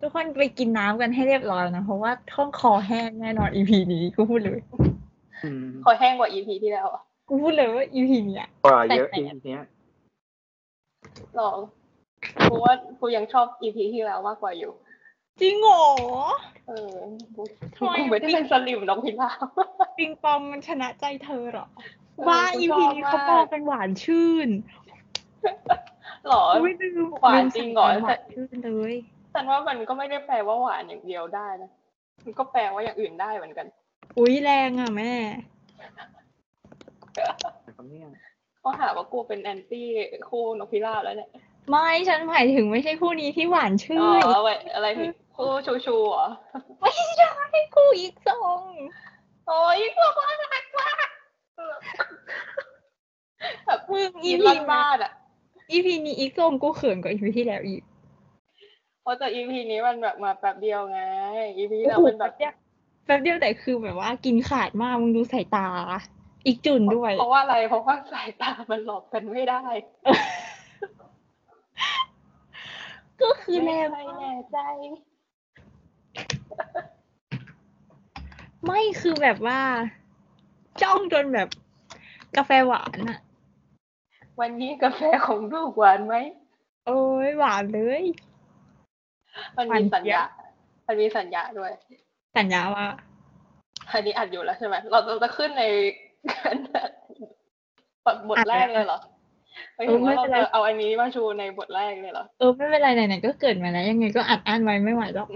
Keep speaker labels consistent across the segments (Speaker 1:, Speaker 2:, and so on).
Speaker 1: ทุกคนไปกินน้ำกันให้เรียบร้อยนะ เพราะว่าท้องคอแห้งแน่นอน EP นี้กูพูดเลย
Speaker 2: อืม
Speaker 3: คอแห้งกว่า EP ที่แล้วอะ
Speaker 1: กูพูดเลยว่า EP เนี้ย
Speaker 2: กว่าเยอะ
Speaker 3: แปล
Speaker 2: อี
Speaker 3: กๆ
Speaker 2: กเนี้ย
Speaker 3: หรอกูว่ากูยังชอบ EP ที่แล้วมากกว่าอยู่
Speaker 1: จริงเหรอ
Speaker 3: เออกู
Speaker 1: ทำไมอะ
Speaker 3: กูไม่ได้เป็นสลิมน้องพิลาบ
Speaker 1: ปิงปองมันชนะใจเธอเหรอว่า
Speaker 3: กู
Speaker 1: EP
Speaker 3: ชอบ
Speaker 1: นี้เขาปอ
Speaker 3: มาก
Speaker 1: กันหวานชื่น
Speaker 3: หรอ
Speaker 1: กูไม่ลืม
Speaker 3: หวาน
Speaker 1: ลืม
Speaker 3: จริง
Speaker 1: ใส่
Speaker 3: เหรอ
Speaker 1: หวานชื่นเลย
Speaker 3: แต่ว่ามันก็ไม่ได้แปลว่าหวานอย่างเดียวได้นะ มันก็แปลว่าอย่างอื่นได้เหมือนกัน
Speaker 1: อุ้ยแรงอ่ะแม่
Speaker 2: นะครับเนี่ย
Speaker 3: เขาหาว่ากูเป็นแอนตี้คู่นกพิราบแล้วเนี่ย
Speaker 1: ไม่ฉันหมายถึงไม่ใช่คู่นี้ที่หวานชื่
Speaker 3: อ๋
Speaker 1: น
Speaker 3: อเว้ยอะไรผิดคู่ชูชูเหรอ
Speaker 1: ไม่ใช่ให้กูอีกสอง
Speaker 3: โอ้ยพวกว่ารักมากแบบ
Speaker 1: มึง
Speaker 3: อี
Speaker 1: EP
Speaker 3: พี
Speaker 1: นะ
Speaker 3: บ้านอ่ะ
Speaker 1: EP นี้อีกสองกูเขินกว่า EP ที่แล้วอีก
Speaker 3: เพราะแต่อีพีนี้มันแบบมาแป๊บเดียวไงอีพีเรา
Speaker 1: โอ้โห
Speaker 3: เป็นแบ
Speaker 1: แป๊
Speaker 3: บบ
Speaker 1: เดียวแป๊บเดียวแต่คือแบบว่ากินขาดมากมึงดูสายตา อีกจุนด้วย
Speaker 3: เพราะว่าอะไรเพราะว่าสายตามันหลอกกันไม่ได้
Speaker 1: ก็คือแรง
Speaker 3: ไม่
Speaker 1: มาก
Speaker 3: แน่ใจ
Speaker 1: ไม่คือแบบว่า จ้องจนแบบกาแฟหวานอะ
Speaker 3: วันนี้กาแฟของลูกหวานไหม
Speaker 1: โอ้ยหวานเลย
Speaker 3: มัน
Speaker 1: หวาน
Speaker 3: มี
Speaker 1: เจี๊ยบ
Speaker 3: สัญญามันมีสัญญาด้วย
Speaker 1: สัญญาว่า
Speaker 3: อันนี้อัดอยู่แล้วใช่ไหมเราเราจะขึ้นใน บทแรกเลยเหรอไม่ถึงว่าเราจะเอาอันนี้มาชูในบทแรกเลยเหรอ
Speaker 1: เออไม่เป็นไรไหนๆก็เกิดมาแล้ว ยังไงก็อัดอั้นไว้ไม่ไหวหรอก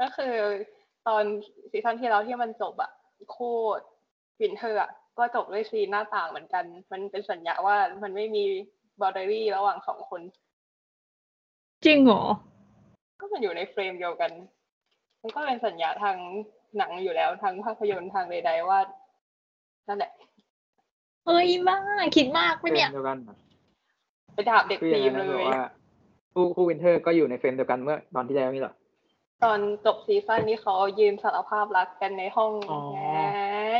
Speaker 3: ก็คือตอนซีซั่นที่แล้วที่มันจบอะคู่วินเทอร์อะก็จบด้วยซีนหน้าต่างเหมือนกัน มันเป็นสัญญาว่ามันไม่มีบอดรี่ระหว่างสองคน
Speaker 1: จริงเหรอ
Speaker 3: ก็มันอยู่ในเฟรมเดียวกัน มันก็เป็นสัญญาทางหนังอยู่แล้วทางภาพยนตร์ทางใดๆว่านั่นแหละ
Speaker 1: เฮ้ยบ้าคิดมาก
Speaker 2: เฟร
Speaker 1: ปะเนี่
Speaker 2: ม
Speaker 1: ย
Speaker 2: เดียวกันเหรอ
Speaker 3: ไปดาบเด็ก
Speaker 2: คือ
Speaker 3: ฟิ
Speaker 2: อ
Speaker 3: ล์ม
Speaker 2: ย่างนั้น
Speaker 3: เล
Speaker 2: นะบอก
Speaker 3: ย
Speaker 2: ว่าคู่คู่วินเทอร์ก็อยู่ในเฟรมเดียวกันเมื่อตอนที่แล้วนี่เหรอ
Speaker 3: ตอนจบซีซั่นนี้เขายืนสารภาพรักกันในห้อง
Speaker 2: อ๋อ
Speaker 3: ไง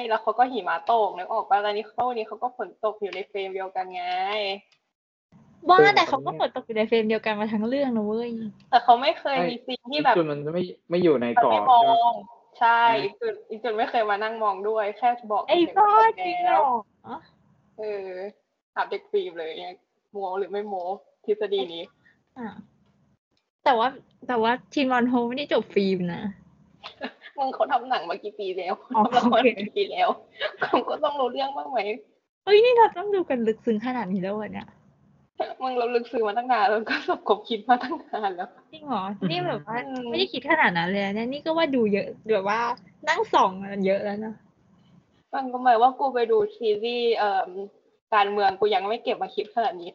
Speaker 3: แล้วเขาก็หิมะตกนึกออกปะแล้วนี้เขานี้เขาก็ฝนตกอยู่ในเฟรมเดียวกันไง
Speaker 1: บ้าแต่เขาก็เปิดตกอยู่ในเฟรมเดียวกันมาทั้งเรื่องนะเว้ย
Speaker 3: แต่เขาไม่เคย
Speaker 2: ใช่
Speaker 3: มีซีนที่แบบ
Speaker 2: จุนมันไม่ไม่อยู่ใน
Speaker 3: มัน
Speaker 2: กรอ
Speaker 3: ไม่
Speaker 2: บ
Speaker 3: มอ
Speaker 2: ใช่ไหม
Speaker 3: ง ใช่
Speaker 2: อืม
Speaker 3: อีกจุดอีกจุดไม่เคยมานั่งมองด้วย แค่บอก
Speaker 1: ไอ้
Speaker 3: เฉยๆ
Speaker 1: บ้า
Speaker 3: ว่าจบ
Speaker 1: จริงเหร
Speaker 3: แล้ว
Speaker 1: อ
Speaker 3: เออถามเด็กฟิล์มเลยเนี่ยโมหรือไม่โมทฤษฎีนี้
Speaker 1: อ่ะแต่ว่าแต่ว่าชินวอนโฮไม่ได้จบฟิล์มนะ
Speaker 3: มึงเขาทำหนังมากี่ปีแล้ว
Speaker 1: อ๋อ
Speaker 3: ทำละคร
Speaker 1: โอเค
Speaker 3: มากี่ปีแล้วมึงก็ต้องรู้เรื่องบ้างไหม
Speaker 1: เอ้ยนี่เราต้องดูกันลึกซึ้งขนาดนี้แล้วเหรอเนี่ย
Speaker 3: มึงเราลึกซึ้งมาตั้งนานแล้วก็สบกบคิดมาตั้งนานแล้ว
Speaker 1: จริงเหรอนี่แบบว่า
Speaker 3: อืม
Speaker 1: ไม่ได้คิดขนาดนั้นเลยนะเนี่ยนี่ก็ว่าดูเยอะแบบว่านั่งส่องมันเยอะแล้วนะ
Speaker 3: มันก็หมายว่ากูไปดูซีรีส์เอ่อการเมืองกูยังไม่เก็บมาคิดขนาดนี้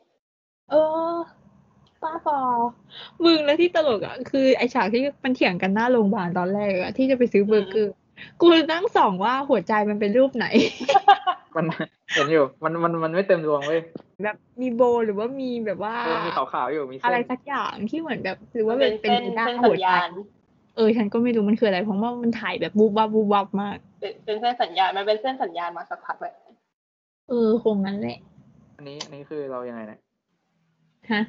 Speaker 1: เออป้าปอมึงแล้วที่ตลกอ่ะ คือไอฉากที่มันเถียงกันหน้าโรงพยาบาลตอนแรกอ่ะ ที่จะไปซื้อเบอร์เกอร์ กูนั่งส่องว่าหัวใจมันเป็นรูปไหน
Speaker 2: มัน เห็นอยู่ มันมันมันไม่เต็มดวงเว้ย
Speaker 1: แบบมีโบว์หรือว่ามีแบบว่า
Speaker 2: เออมีขาวๆอยู่มี
Speaker 1: อะ
Speaker 2: เส้
Speaker 1: ไร
Speaker 2: น
Speaker 1: สักอย่างที่เหมือนแบบ หรือว่า
Speaker 3: มั
Speaker 1: เป็น
Speaker 3: น
Speaker 1: เป็
Speaker 3: เป็น นเส้น
Speaker 1: หน้า
Speaker 3: เส้น
Speaker 1: หั
Speaker 3: สั
Speaker 1: ว
Speaker 3: ญ
Speaker 1: ใจ
Speaker 3: ญาณ
Speaker 1: เออ ฉันก็ไม่รู้มันคืออะไร เพราะว่ามันถ่ายแบบบูบวับบูบวับมาก
Speaker 3: เป็นเป็นเส้นสัญญาณ มันเป็นเส้นสัญญาณมาสักพักแล้ว
Speaker 1: เออ คงงั้นแหละ
Speaker 2: อันนี้อันนี้คือเรายังไงนะ
Speaker 1: ฮะ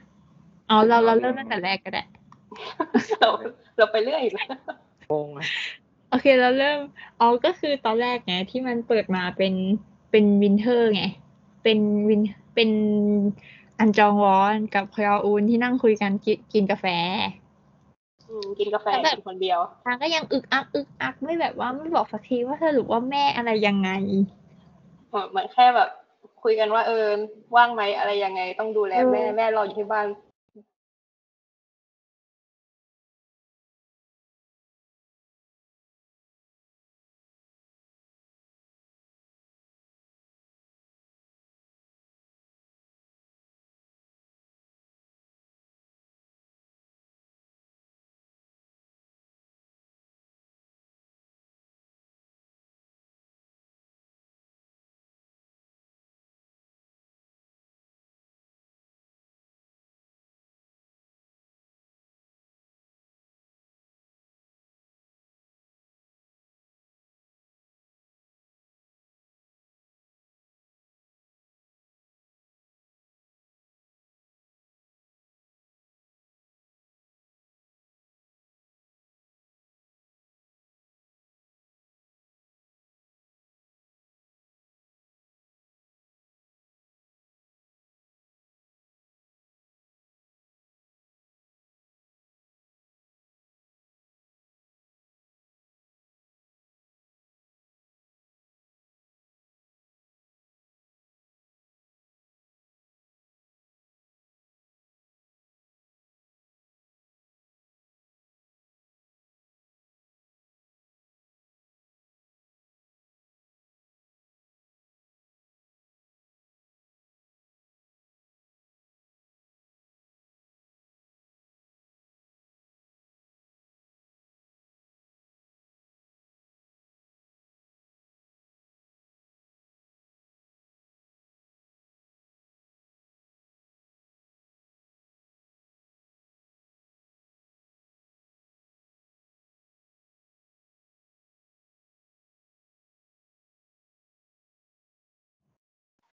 Speaker 1: อ๋อ เราเรา
Speaker 2: เราเริ่
Speaker 1: เริ่ม
Speaker 2: ม
Speaker 1: ตั้งแต่แรกก็ได้
Speaker 3: เราเราไปเรื่อยอีกแล้ว
Speaker 2: งงอะ
Speaker 1: โอเค เราเริ่ม อ๋อ ก็คือตอนแรกไงที่มันเปิดมาเป็นเป็นวินเทอร์ไง เป็นวิน เป็นอันจองวอนกับคยออูนที่นั่งคุยกันกินกินกาแฟ
Speaker 3: อืมกินกาแฟ
Speaker 1: แบบ
Speaker 3: กินคนเดียวน
Speaker 1: างก็ยังอึกอักอึกอักไม่แบบว่าไม่บอกสักทีว่าสรุปว่าแม่อะไรยังไง
Speaker 3: เหมือนเหมือนแค่แบบ คุยกันว่าเออว่างไหมอะไรยังไงต้องดูแลแม่
Speaker 1: เออ
Speaker 3: แม่รออยู่ที่บ้าน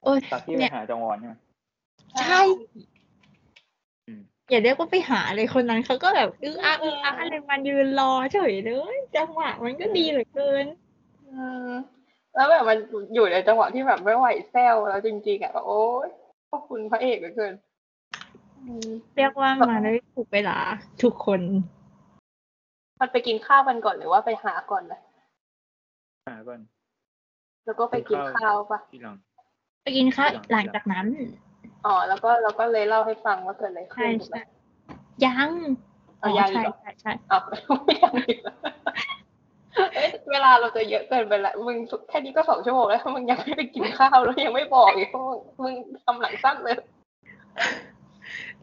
Speaker 1: โอ๊ย
Speaker 2: จากที่
Speaker 1: เนี่ย
Speaker 2: ไปหาจองวอนใช่ไหม
Speaker 1: ใช่
Speaker 2: อืม
Speaker 1: อย่าเรียกว่าไปหาเลยคนนั้นเขาก็แบบอื้ออ้าอื้ออ้าอะไรมันยืนรอเฉยเลยจังหวะมันก็ดีเหลือเกิน
Speaker 3: อืมแล้วแบบมันอยู่ในจังหวะที่แบบไม่ไหวแซวแล้วจริงๆอ่ะแบบโอ๊ยขอบคุณพระเอกเหลือเกินอืม
Speaker 1: เรียกว่ามาได้ถูกเวลาทุกคน
Speaker 3: มันไปกินข้าวกันก่อนหรือว่าไปหาก่อนนะ
Speaker 2: หาก่อน
Speaker 3: แล้วก็ไปกินข้าวปะ
Speaker 2: ที่หลัง
Speaker 1: ไปกินข้าว
Speaker 2: หลัง
Speaker 1: หลังจากนั้น
Speaker 3: อ๋อแล้วก็เราก็เลยเล่าให้ฟังว่าเกิดอะไรขึ้
Speaker 1: ใช่
Speaker 3: นถูกไหม
Speaker 1: ใช่ยัง
Speaker 3: เอายังอี
Speaker 1: ใช่
Speaker 3: กเหรอ
Speaker 1: ใช่ใช่
Speaker 3: อ้าว ไม่เอาอีกแล้วเอ้ยเวลาเราจะเยอะเกินไปละมึงแค่นี้ก็สองชั่วโมงแล้วมึงยังไม่ไปกินข้าวแล้วยังไม่บอกอีกมึงมึงทำหลังสั้นเลย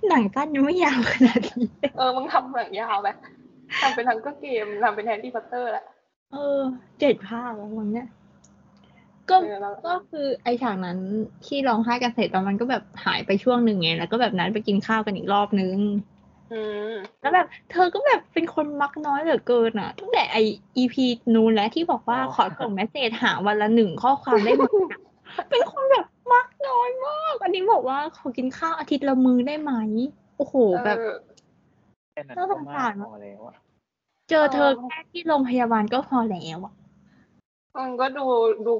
Speaker 1: หนังสั้นยังไม่ยาวขนาดนี้
Speaker 3: เออมึงทำหลังยาวไปทำเป็นทั้งก็เกมทำเป็นแฮนดี้พัตเตอร์แหละ
Speaker 1: เออเจ็ดภาพแล้วมึงเนี่ยก็
Speaker 3: เออแล้ว
Speaker 1: ก็คือไอ้ฉากนั้นที่ร้องไห้กันเสร็จตอนมันก็แบบหายไปช่วงหนึ่งไงแล้วก็แบบนั้นไปกินข้าวกันอีกรอบนึง
Speaker 3: อืม
Speaker 1: แล้วแบบเธอก็แบบเป็นคนมักน้อยเหลือเกินอ่ะตั้งแต่ไอ EP นู้นแล้วที่บอกว่า
Speaker 2: อ๋อ
Speaker 1: ขอส่งเมสเซจหาวันละหนึ่งข้อความได้ไหมอะ เป็นคนแบบมักน้อยมาก อันนี้บอกว่าขอกินข้าวอาทิตย์ละมื้อได้ไหมโอ้โห แบบ
Speaker 3: เออ
Speaker 2: แค่นั้น
Speaker 1: น่าส
Speaker 2: ก็
Speaker 1: ง
Speaker 2: มา
Speaker 1: สาร
Speaker 2: ก
Speaker 1: เน
Speaker 2: พ
Speaker 1: อะ
Speaker 2: อแล้วอะ
Speaker 1: เจอเธอ
Speaker 3: เออ
Speaker 1: แค่ที่โรงพยาบาลก็พอแล้วอะ
Speaker 3: มึงก็ดูดู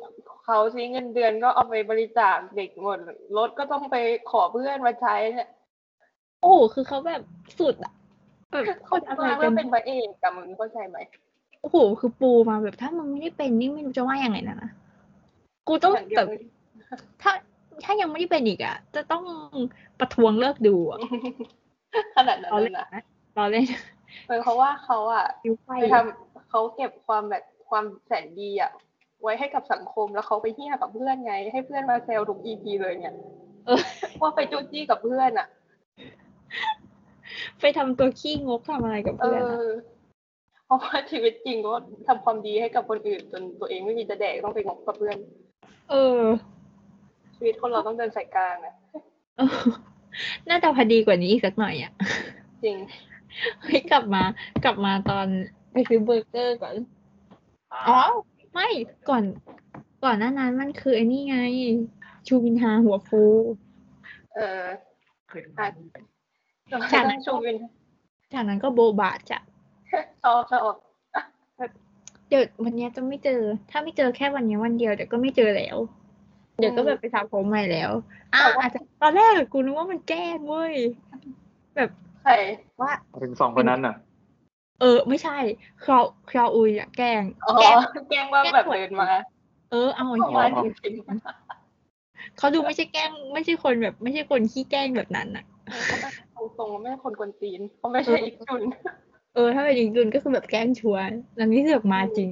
Speaker 3: เขาซิเงินเดือนก็เอาไปบริจาคเด็กหมดรถก็ต้องไปขอเพื่อนมาใช้เนี่ย
Speaker 1: โอ้โหคือเขาแบบสุดอะแบบคนอะไร
Speaker 3: มา
Speaker 1: กั
Speaker 3: เพื่อน เป็นพระเอกกับมึงเข้าใจไหม
Speaker 1: โอ้โห คือปูมาแบบถ้ามึงไม่ได้เป็นนี่ไม่รู้จะว่ายังไงนะนะกูต้อง
Speaker 3: อย่างเดีย
Speaker 1: แบ
Speaker 3: ว
Speaker 1: บถ้าถ้ายังไม่ได้เป็นอีกอะจะต้องประท้วงเลิกดูอะ
Speaker 3: ขนาดนั้น
Speaker 1: รอ
Speaker 3: เล
Speaker 1: เล่
Speaker 3: ย
Speaker 1: น
Speaker 3: นะ
Speaker 1: นะรอเล่น
Speaker 3: เออเพราะว่าเขาอะ
Speaker 1: ยิ้วไฟ
Speaker 3: ไปทำเขาเก็บความแบบความแสนดีอะไว้ให้กับสังคมแล้วเขาไปเที่ยกับเพื่อนไง ให้เพื่อนมาเซลทุกอีพีเลยเนี่ย
Speaker 1: เออ
Speaker 3: ว่าไปจู้จี้กับเพื่อนอะ
Speaker 1: ไปทำตัวขี้งกทำอะไรกับ
Speaker 3: เอ
Speaker 1: เพื่อนอะ
Speaker 3: อ เพราะว่าชีวิตจริงก็ทำความดีให้กับคนอื่น จนตัวเองไม่มีจะแดกต้องไปงกกับเพื่อน
Speaker 1: เออ
Speaker 3: ชีวิตคนเราต้องเดินสายกลางนะ
Speaker 1: เออ น่าจะพอดีกว่านี้อีกสักหน่อยอะ
Speaker 3: จริง
Speaker 1: เฮ้ยกลับมา กลับมาตอนไปซื้อเบอร์เกอร์ก่อน อ๋อ ไม่ก่อนก่อนหน้านั้นมันคือไอ้นี่ไง ชูวินฮาหัวฟู
Speaker 3: เออ
Speaker 2: ขึ้น
Speaker 3: อ่ะต้อง
Speaker 1: จากนั้น
Speaker 3: ชูวิน
Speaker 1: จากนั้นก็โบบะจ้ะ
Speaker 3: ชอบชอบ
Speaker 1: เดี๋ยววันเนี้ยจะไม่เจอ ถ้าไม่เจอแค่วันเนี้ยวันเดียวเดี๋ยวก็ไม่เจอแล้ว เดี๋ยวก็แบบไปสระผมใหม่แล้วอ้าวอาจจะตอนแรกกูนึกว่ามันแกล้งเว้ย
Speaker 3: ใคร
Speaker 1: ว่า
Speaker 2: ถึงสองคนนั้นน่ะ
Speaker 1: เออ ไม่ใช่คราวคราวอุยอะแกล้ง
Speaker 3: อ๋อ
Speaker 1: แกล้ง
Speaker 3: แกล้งว่าแบบเดินมา
Speaker 1: เออเอาอย่างเงี้
Speaker 3: เข้ามาย
Speaker 2: อ๋อ
Speaker 3: จริงๆ
Speaker 1: เขาดูไม่ใช่แกล้งไม่ใช่คนแบบ ไม่ใช่คนขี้แกล้งแบบนั้นอ่ะ
Speaker 3: เขาตรงๆไม่ใช่คนกวนตีนเขาไม่ใช่อีกจุน
Speaker 1: เออถ้าเป็นอีกดุนก็คือแบบแกล้งชวนแล้วนี่เสือกมาจริง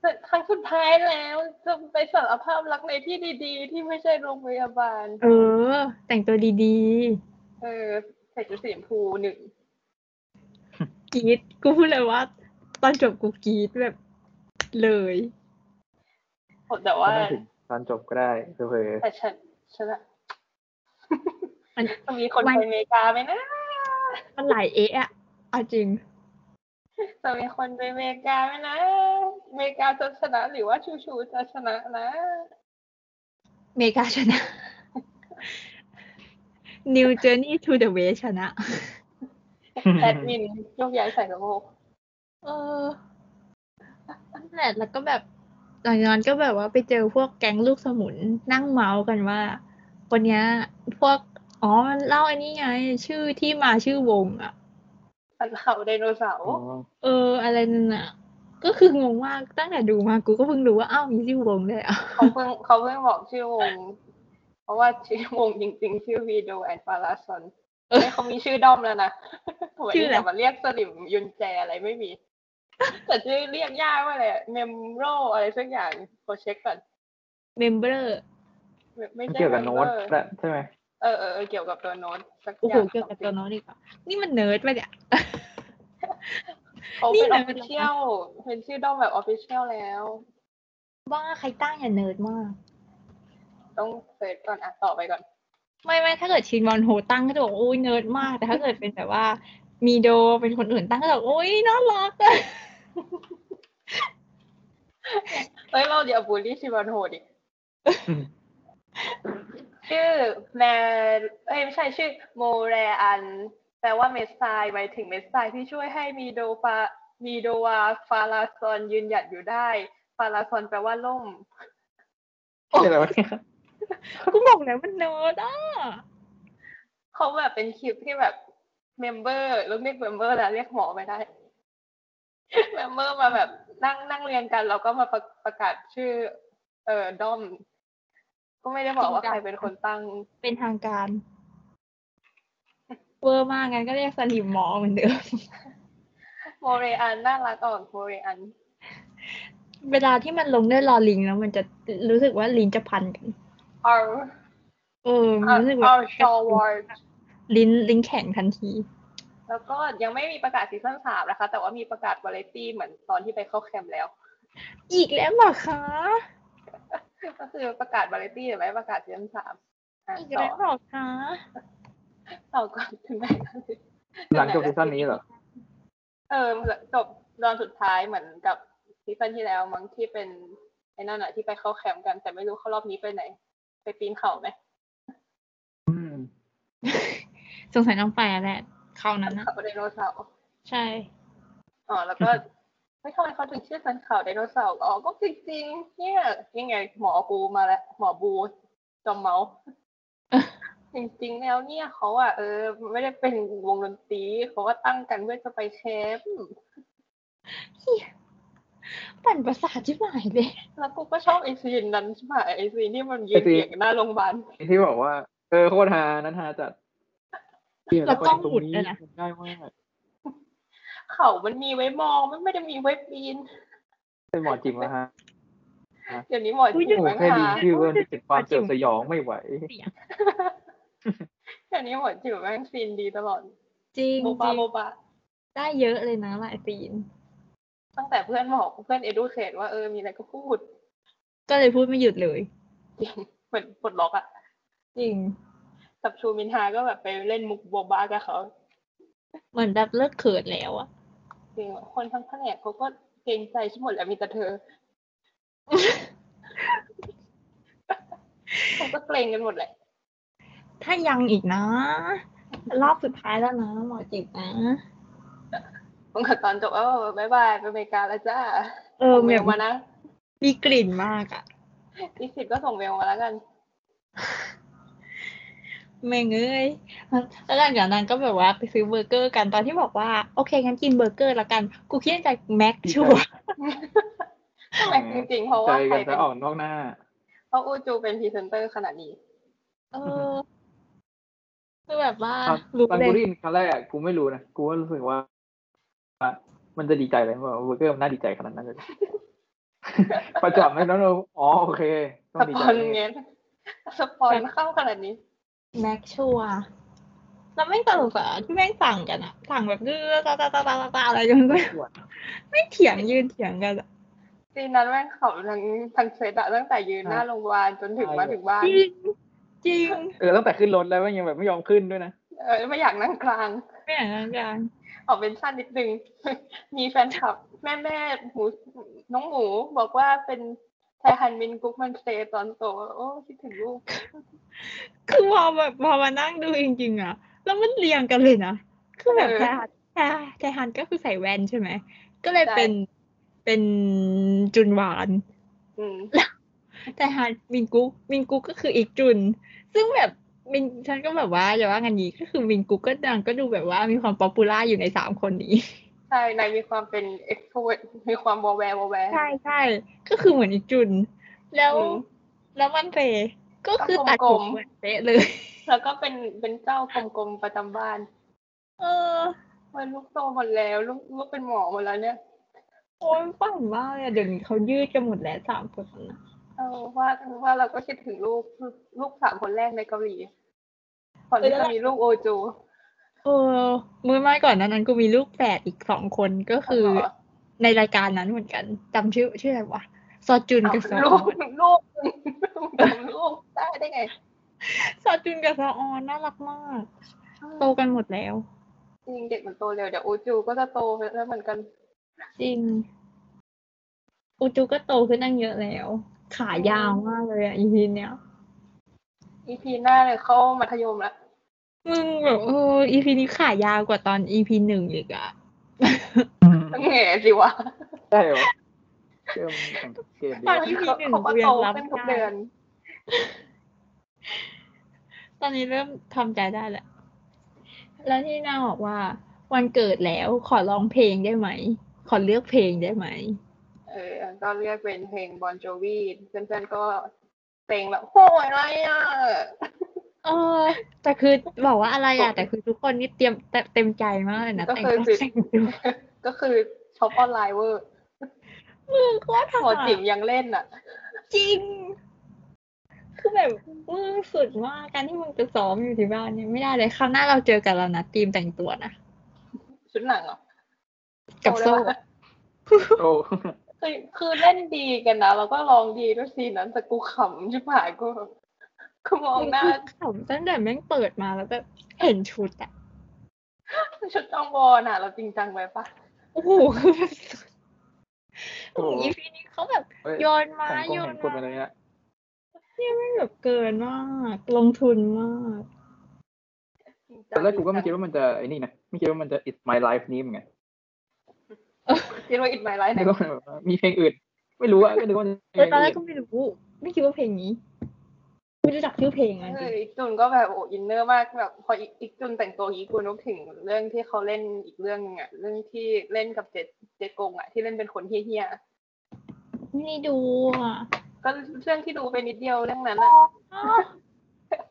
Speaker 3: แต่ครั้งสุดท้ายแล้วจะไปสารภาพรักในที่ดีๆ ที่ไม่ใช่โรงพยาบาล
Speaker 1: เออ แต่งตัวดี
Speaker 3: เออใส่ชุดสีชมพูหนึ่ง
Speaker 1: ๆกรีดกูพูดเลยว่า ตอนจบกูกรีดแบบเลย
Speaker 3: แต่ว่า
Speaker 2: ไม่ต้องถึงตอนจบก็ได้เผลอ
Speaker 3: แต่ฉันฉันอะ
Speaker 1: มัน
Speaker 3: จะมีคนไปอเมริกาไหมนะ
Speaker 1: มันหลายเอะอะเอาจริง
Speaker 3: จะมีคนไปอเมริกาไหมนะอเมริกาจะชนะหรือว่าชูชูจะชนะ นะ
Speaker 1: เมกาชนะ New Journey to the West ชนะ
Speaker 2: ๆ
Speaker 3: แอดมินยกย้ายใส่กระโปรง
Speaker 1: เออนั่นแหละแล้วก็แบบหลังจากนั้นก็แบบว่าไปเจอพวกแก๊งลูกสมุนนั่งเมาส์กันว่า วันเนี้ยพวก อ๋อมันเล่าอันนี้ไง ชื่อที่มาชื่อวงอ่ะ
Speaker 3: สันเขาไดโนเสาร์
Speaker 1: เออ อะไรนั่นอ่ะ ก็คืองงมากตั้งแต่ดูมากูก็เพิ่งรู้ว่า อ้าวมีชื่อวงเลยอ่ะ
Speaker 3: เขาเพิ่งเขาเพิ่งบอกชื่อวง เพราะว่าชื่อวงจริงๆ ชื่อวีโดแอนฟาราซอน
Speaker 1: เออ
Speaker 3: เขามีชื่อด้อมแล้ว นะ
Speaker 1: ชื่ออะไร
Speaker 3: วันนี้ย่ามาเรียกสลิมยุนแจอะไรไม่มี แต่ชื่อเรียกยากมากเลยเมมโรอะไรสักอย่างขอเช็คก่อน
Speaker 1: เมมเบอร์
Speaker 3: ไม่ไม่
Speaker 2: มัน
Speaker 3: ใช่
Speaker 2: เกี่ยวกับโน้ต
Speaker 3: member
Speaker 2: และใช่ไหม
Speaker 3: เออเออเออเกี่ยวกับตัวโน้ตสักอ
Speaker 1: โอ้โห
Speaker 3: ย่าง
Speaker 1: เกี่ยวกับตัวน้องอีกอ่ะนี่มันเนิร์ดไปะเนี่ย
Speaker 3: เขา
Speaker 1: นี่
Speaker 3: เป็นอ
Speaker 1: นะ
Speaker 3: อฟฟิเชียลเป็นชื่อด้อมแบบออฟฟิเชียลแล้ว
Speaker 1: ว่าใครตั้งอย่าเนิร์ดมาก
Speaker 3: ต้องเสิร์ชก่อนอ่ะต่อไปก่อน
Speaker 1: ไม่ไม่ถ้าเกิดชินบอลโฮตั้งก็จะบอกโอ้ยเนิร์ดมาก แต่ถ้าเกิดเป็นแบบว่า มีโดเป็นคนอื่นตั้งก็จะบอกโอ้ยน่ารักอะ
Speaker 3: เอ้ยเราเดี๋ยวบูลลี่ชิบอนโฮดิ ชื่อแมเอ้ยไม่ใช่ชื่อโมเรอันแปลว่าเมสไซน์หมายถึงเมสไซน์ที่ช่วยให้มีโดฟามีโดวาฟาราซอนยืนหยัดอยู่ได้ ฟาราซอนแปลว่าล่ม
Speaker 1: โอ้
Speaker 2: ชื่ออะไรวะ
Speaker 1: กูบอกแล้วมันเนิร์ดอ่ะ
Speaker 3: เขาแบบเป็นคลิปที่แบบเมมเบอร์เรียกเมมเบอร์แล้วเรียกหมอไม่ได้ เมมเบอร์มาแบบนั่งนั่งเรียนกันแล้วก็มาประประกาศชื่อ เอ่อดอม ก็ไม่ได้บอกว่าใครเป็นคนตั้ง
Speaker 1: เป็นทางการ เวอร์มากงั้นก็เรียกสนิมหมอเหมือนเดิม
Speaker 3: โมเรอันน่ารักออกโมเรอัน
Speaker 1: เวลาที่มันลงด้วยลอลิงแล้วมันจะรู้สึกว่าลิงจะพันกัน
Speaker 3: our
Speaker 1: เออมันรู้สึกว่า
Speaker 3: our s h o w a r d
Speaker 1: ลิ้นลิ้นแข็งทันที
Speaker 3: แล้วก็ยังไม่มีประกาศซีซั่นสามนะคะ แต่ว่ามีประกาศวาไรตี้เหมือนตอนที่ไปเข้าแคมป์แล้ว
Speaker 1: อีกแล้วเหรอคะ
Speaker 3: ก็คือประกาศวาไรตี้หรือไม่ประกาศซีซั่นสามอ่ะ
Speaker 1: อีก
Speaker 3: ต่อ
Speaker 1: แล้วเหรอคะ
Speaker 3: ต่อก่อน ถึงไหนแล้ว
Speaker 2: หลังจบซีซั่นนี้เหรอ
Speaker 3: เออจบตอนสุดท้ายเหมือนกับซีซั่นที่แล้วมั้งที่เป็นไอ้นั่นอะที่ไปเข้าแคมป์กัน แต่ไม่รู้เข้ารอบนี้ไปไหน ไปปีนเขาไหม
Speaker 2: อืม
Speaker 1: สงสัยน้องไปอะแหละเขานั้นนะ
Speaker 3: เขาไดโนเสาร์
Speaker 1: ใช่
Speaker 3: อ๋อแล้วก็ ไม่ทำไมเขาถึงชื่อสันเขาไดโนเสาร์อ๋อก็จริงๆเนี่ยนี่ไงหมอกูมาแล้วหมอบูจอมเมาส์ จริงๆแล้วเนี่ยเขาอะเออ ไม่ได้เป็นวงดนตรีเขาว่าตั้งกันเพื่อจะไปแคมป์
Speaker 1: เหี้ยปั่นประสาทชิบหายเลย
Speaker 3: แล้วกูก็ชอบไอซีนนั้นใช่ไหมไอซีนที่มันยืนเถียงหน้าโรงพยาบาล
Speaker 2: ที่บอกว่า เออโคตรฮานั้นฮาจัดเหี้ย
Speaker 1: แล้วกล้อง
Speaker 2: ไปตร
Speaker 1: หมุนด้วยนะ
Speaker 2: มันง่ายมาก
Speaker 3: เขามันมีไว้มอง มันไม่ได้มีไว้ปีน
Speaker 2: เป็นหมอจิ๋มนะฮะ
Speaker 3: เดี๋ยวนี้หมอ
Speaker 1: อุ๊ย
Speaker 3: จิ๋
Speaker 2: โอ้
Speaker 3: ม
Speaker 2: โห
Speaker 3: แม่ง
Speaker 2: แค่ดี
Speaker 3: หา
Speaker 2: ชื่อเพื่อนติดความเจ็บสยองไม่ไหว
Speaker 1: เสีย
Speaker 3: เดี๋ยวนี้หมอจิ๋มแม่งซีนดีตลอด
Speaker 1: จริง
Speaker 3: โบ
Speaker 1: จ
Speaker 3: บา
Speaker 1: ริง
Speaker 3: โบบา
Speaker 1: ได้เยอะเลยนะหลายซีน
Speaker 3: ตั้งแต่เพื่อนบอกเพื่อนเอดูเ e ว่าเออมีอะไรก็พูด
Speaker 1: ก็เลยพูดไม่หยุดเลย
Speaker 3: จริงเหมือนปลดล็อกอะ
Speaker 1: จริง
Speaker 3: กับชูมินฮาก็แบบไปเล่นมุกโบบากับเขา
Speaker 1: เหมือนแบบเลิกเขินแล้วอะ
Speaker 3: จริงคนทั้งแผนกเขาก็เกรงใจชิบหมดแล้วมีแต่เธอ เขาก็เกรงกันหมดแหละ
Speaker 1: ถ้ายังอีกนะ รอบสุดท้ายแล้วนะ หมอจิบนะ
Speaker 3: มันก็ตอนจบเออบายบายไปอเมริกาแล้วจ้า
Speaker 1: เออ
Speaker 3: ส่งเม
Speaker 1: แบ
Speaker 3: ล
Speaker 1: บ
Speaker 3: มานะ
Speaker 1: มีกลิ่นมากอะ
Speaker 3: อีกสิบก็ส่งเมลมาแล้วกัน
Speaker 1: แม่งเอ้ยแล้วหลังจากนั้นก็แบบว่าไปซื้อเบอร์เกอร์กันตอนที่บอกว่า โอเคงั้นกินเบอร์เกอร์แล้วกัน กูคิดในใจแม็กชัวร์
Speaker 3: ก็แม็กซ์จริงๆเพราะ
Speaker 2: ใจ
Speaker 3: ว่าใคร
Speaker 2: กัน
Speaker 3: เป็
Speaker 2: จะ
Speaker 3: น
Speaker 2: ออกนอกหน้า
Speaker 3: เพราะอูจูเป็นพรีเซนเตอร์ขนาดนี้
Speaker 1: เออคือแบบว่า
Speaker 2: ตอน
Speaker 1: รู้
Speaker 2: ตอน
Speaker 1: เล
Speaker 2: กู
Speaker 1: ย
Speaker 2: ได้ยินครั้งแรกอะกูไม่รู้นะ กูก็รู้สึกว่าว่ามันจะดีใจเลยว่าเบอร์เกอร์มันน่าดีใจขนาดนั้นเลย ประจับไหมน้องๆอ๋อโอเคต้อ
Speaker 3: ส
Speaker 2: งดี
Speaker 3: ป
Speaker 2: ใจ
Speaker 3: อนเงี้ยสปอนเข้าขนาดนี้
Speaker 1: แม็กชัวร์แล้วแม่งตลกอะที่แม่งสั่งกันอะสั่งแบบเออตาตาตาตาตาอะไรกันไม่รู้อะไม่เถียงยืนเถียงกันอะ
Speaker 3: ซีนนั้นแม่งเขาทั้งทั้งเซตอะตั้งแต่ยืนหน้าโรงพยาบาลจนถึงมาถึงบ้าน
Speaker 1: จริงจริง
Speaker 2: เออตั้งแต่ขึ้นรถแล้วมันยังแบบไม่ยอมขึ้นด้วยนะ
Speaker 3: เออไม่อยากนั่งกลาง
Speaker 1: ไม่อย่างนั้นกัน
Speaker 3: ออกเป็นสั้นนิดนึง มีแฟนคลับ แม่แม่หมูน้องหมูบอกว่าเป็นไทฮันมินกุ๊กมันเซตอนโต โอ้คิดถึงลูก
Speaker 1: คือพอแบบพอมานั่งดูจริงๆอะแล้วมันเรียงกันเลยนะคือแบบแทฮันแทแทฮันก็คือใส่แว่นใช่ไหมก็เลยเป็นเป็นจุนหวาน
Speaker 3: อืม
Speaker 1: แต่ฮาร์ดมินกุ๊กมินกุ๊กก็คืออีกจุน ซึ่งแบบมินฉันก็แบบว่าอย่าว่างันนี้ก็คือมินกุ๊กก็ดังก็ดูแบบว่ามีความป๊อปปูล่าอยู่ในสามคนนี้
Speaker 3: ใช่นายมีความเป็นเอ็กโทรมีความวอแวร์วอแวร์
Speaker 1: ใช่ใช่ก็คือเหมือนอีกจุน แล้ว
Speaker 3: อืม
Speaker 1: แล้วมันเฟย์ก็คือตัด
Speaker 3: กล
Speaker 1: ผม ม
Speaker 3: ๆ
Speaker 1: เหมือนเป๊ะเลย
Speaker 3: แล้วก็เป็นเป็นเจ้ากลมๆประจำบ้าน
Speaker 1: เออ
Speaker 3: มันลูกโตหมดแล้วลูกลูกเป็นหมอหมดแล้วเนี่ย
Speaker 1: โอ้ยฝันมากเลยอะเดี๋ยวนี้เขายืดกันหมดแล้วสามคนนั้นนะ
Speaker 3: เออว่าว่าเราก็คิดถึงลูกลูกสามคนแรกในเกาหลีก่อนที่จะมีลูกโอจู
Speaker 1: เออเมื่อไม่ก่อนนั้นนั้นกูมีลูกแฝดอีกสองคนก็คือ
Speaker 3: เหรอ
Speaker 1: ในรายการนั้นเหมือนกันจำชื่อชื่ออะไรวะซอจุนกับซอ
Speaker 3: ลู
Speaker 1: ออก น
Speaker 3: ลูกลูกได้ได้ไง
Speaker 1: ซาจุนกับซาออนน่ารักมาก โตกันหมดแล้ว
Speaker 3: จริงเด็กมันโตเร็วเดี๋ยวโอจูก็จะโตแล้วเหมือนกัน
Speaker 1: จริง อูจูก็โตขึ้นตั้งเยอะแล้ว ขายาวมากเลยอ่ะอีพีเนี้ย
Speaker 3: อีพีหน้าเลยเข้ามัธยมละ
Speaker 1: มึงแบบโอ้อีพีนี้ขายาวกว่าตอนอีพีหนึ่งอีกอะ
Speaker 3: ต้องแหง่สิวะ
Speaker 2: ได้เหรอเริ่มสังเกตดี
Speaker 1: ตอน EP หนึ่ง
Speaker 3: เขาก็
Speaker 1: เรีย
Speaker 3: โต
Speaker 1: นรับ
Speaker 3: ขึ้นทุก
Speaker 1: ได้
Speaker 3: เดือน
Speaker 1: ตอนนี้เริ่มทำใจได้แล้ว แล้วที่นางบอกว่า วันเกิดแล้วขอร้องเพลงได้ไหม ขอเลือกเพลงได้ไหม
Speaker 3: เออก็เลือกเป็นเพลงบอนโจวีเพื่อนๆก็เต็งแบบโหยอะไรอ่ะ
Speaker 1: เออแต่คือบอกว่าอะไรอะแต่คือทุกคนนี่เตรียมเตเต็มใจมากเลยนะ
Speaker 3: ก็
Speaker 1: แต่ง
Speaker 3: คือ
Speaker 1: ตัวแต่งตัว
Speaker 3: ก็คือช็อปออนไลน์เวอร์
Speaker 1: มือก็ทำ
Speaker 3: พอ
Speaker 1: อะ
Speaker 3: จิ๋มยังเล่นอ่ะ
Speaker 1: จริง คือแบบมือสุดมากการที่มึงจะซ้อมอยู่ที่บ้านเนี่ยไม่ได้เลยคราวหน้าเราเจอกันแล้วนะทีมแต่งตัวนะ
Speaker 3: ชุดหนังเหรอ่ะ
Speaker 1: กับโซ่อะ
Speaker 2: โอ้
Speaker 3: คือคือเล่นดีกันนะแล้วก็ลองดีด้วยซีนนั้นแต่กูขำชิบหายกูกูมองหน้า
Speaker 1: ขำตั้งแต่แม่งเปิดมาแล้วแบบเห็นชุดอะ
Speaker 3: ชุดจองบอลน่ะ เราจริงจังไปปะ
Speaker 1: โอ้โหคือ แบบ
Speaker 2: โห
Speaker 1: อีพีนี้เขาแบบ
Speaker 2: เฮ้ย
Speaker 1: โยนมา
Speaker 2: สังคม
Speaker 1: โยน
Speaker 2: เห็นก
Speaker 1: มา
Speaker 2: ฎอะไรเนี่ย
Speaker 1: ไม่งแบบเกินมากลงทุนมาก
Speaker 3: จง
Speaker 2: ต
Speaker 3: จัง
Speaker 2: อนแรกกูก็ไม่คิดว่ามันจะไอ้นี่นะไม่คิดว่ามันจะ it's my life นี้เหมือนกัน
Speaker 3: คิดว่าอิดไมไลท์ไหน
Speaker 2: นึกว่าแบบว่ามีเพลงอื่น ไม่รู้อะก็นึกว่ามีเพ
Speaker 1: เอ
Speaker 2: ล
Speaker 1: อง ตอนแรก
Speaker 2: อื่น
Speaker 1: ก็ไม่รู้ไม่คิดว่าเพลงนี้ ไม่รู้จักชื่อเพลงอ่ะจ
Speaker 3: เอ
Speaker 1: ริ
Speaker 3: อง อีกจุนก็แบบโอ้อินเนอร์มากแบบพออีกอีกจุนแต่งตัวอย่างงี้กูนึกถึงเรื่องที่เขาเล่นอีกเรื่องหนึงอ่ะเรื่องที่เล่นกับเจ็ดเจ็ดกงอ่ะที่เล่นเป็นคนเฮี้ย
Speaker 1: ไม่ได้ดู อ่ะ
Speaker 3: ๆก็เรื่องที่ดูไปนิดเดียวเรื่องนั้น
Speaker 1: อ๋
Speaker 3: อ่ะ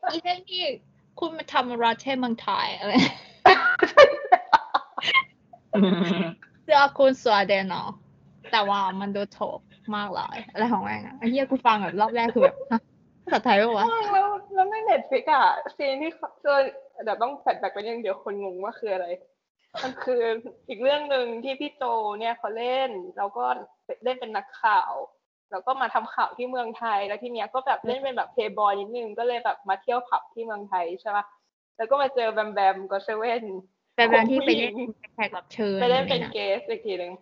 Speaker 1: ออีเรื่องที่คุณมาทำราเทมังไทยอะไรเสื้อคุณสวเดนเนาะแต่ว่ามันดูโถกมากเลยอะไรของแม่งอะไอ้เหี้ยกูฟังแบบรอบแรกคือแบบฮะภาษาไทยปะวะ
Speaker 3: แล้วแล้วในเน็ตฟิกอะซีนที่เขาเจอเดี๋ยวต้องแฟลชแบ็กไปยังเดี๋ยวคนงงว่าคืออะไร มันคืออีกเรื่องหนึ่งที่พี่โจเนี่ยเขาเล่น แล้วก็เล่นเป็นนักข่าว แล้วก็มาทำข่าวที่เมืองไทยแล้วทีเนี้ยก็แบบเล่นเป็นแบบเพย์บอยนิดนึงก็เลยแบบมาเที่ยวผับที่เมืองไทยใช่ปะแล้วก็มาเจอแบมแบมก็เซเว่น
Speaker 1: แบบแบบที่ไปเล่นเป็นแขกรับเชิญ
Speaker 3: ไปเล่นเป็น
Speaker 1: อะไร
Speaker 3: เกสอีกทีหนึ่ง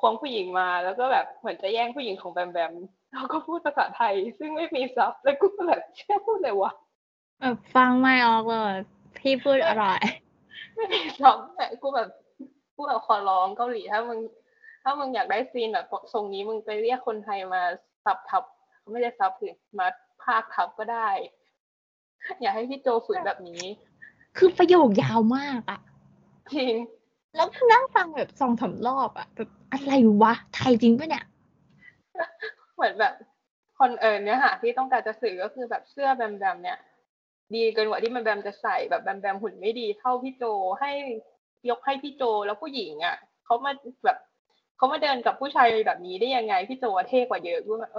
Speaker 3: ควงผู้หญิงมาแล้วก็แบบเหมือนจะแย่งผู้หญิงของแบมแบมแล้วก็พูดภาษาไทย ซึ่งไม่มีซับแล้วกูก็แบบเชื่อพูดเลยวะ
Speaker 1: เออฟังไม่ออกเลยพี่พูดอะไร
Speaker 3: ไม่ได้ร้องแต่กูแบบกูแบบขอร้องเกาหลีถ้ามึงถ้ามึงอยากได้ซีนแบบทรงนี้มึงไปเรียกคนไทยมาซับทับไม่ได้ซับคือมาภาคทับก็ได้ อยากให้พี่โจฝึกแบบนี้
Speaker 1: คือประโยคยาวมากอะ
Speaker 3: จริง
Speaker 1: แล้วก็นั่งฟังแบบสองสามรอบอะแบบอะไรวะ ไทยจริงปะเนี่ย
Speaker 3: เหมือนแบบคนเออเนื้อหาที่ต้องการจะสื่อก็คือแบบเสื้อแบมแบมเนี่ย ดีเกินกว่าที่แบมแบมจะใส่แบบแบมแบมหุ่นไม่ดีเท่าพี่โจให้ยกให้พี่โจแล้วผู้หญิงอ่ะเขามาแบบเขามาเดินกับผู้ชายแบบนี้ได้ยังไงพี่โจอะเท่กว่าเยอะกูแบบ
Speaker 1: เอ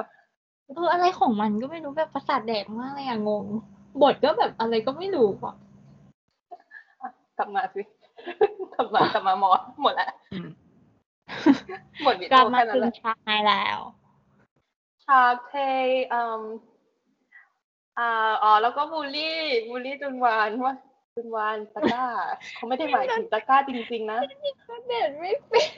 Speaker 1: ออะไรของมันก็ไม่รู้แบบประสาทแดกมากเลยอะงง บทก็แบบอะไรก็ไม่รู้อะ
Speaker 3: กลับมาสิ กลับมากลับมาหมอหมดละหมดวิ
Speaker 1: ก
Speaker 3: ดี
Speaker 1: ลับ
Speaker 3: โอ
Speaker 1: มา
Speaker 3: แค่นั้
Speaker 1: ถึง
Speaker 3: นแหละ
Speaker 1: ชายแล้ว
Speaker 3: ชาเทอืมอ่าอ๋อ แล้วก็บูลลี่ บูลลี่จุนวานว่าจุนวานตะกร้า เขาไม่ได้หมายถึงตะกร้าจริง ๆ นะ
Speaker 1: ก็เด่นไม่เป็น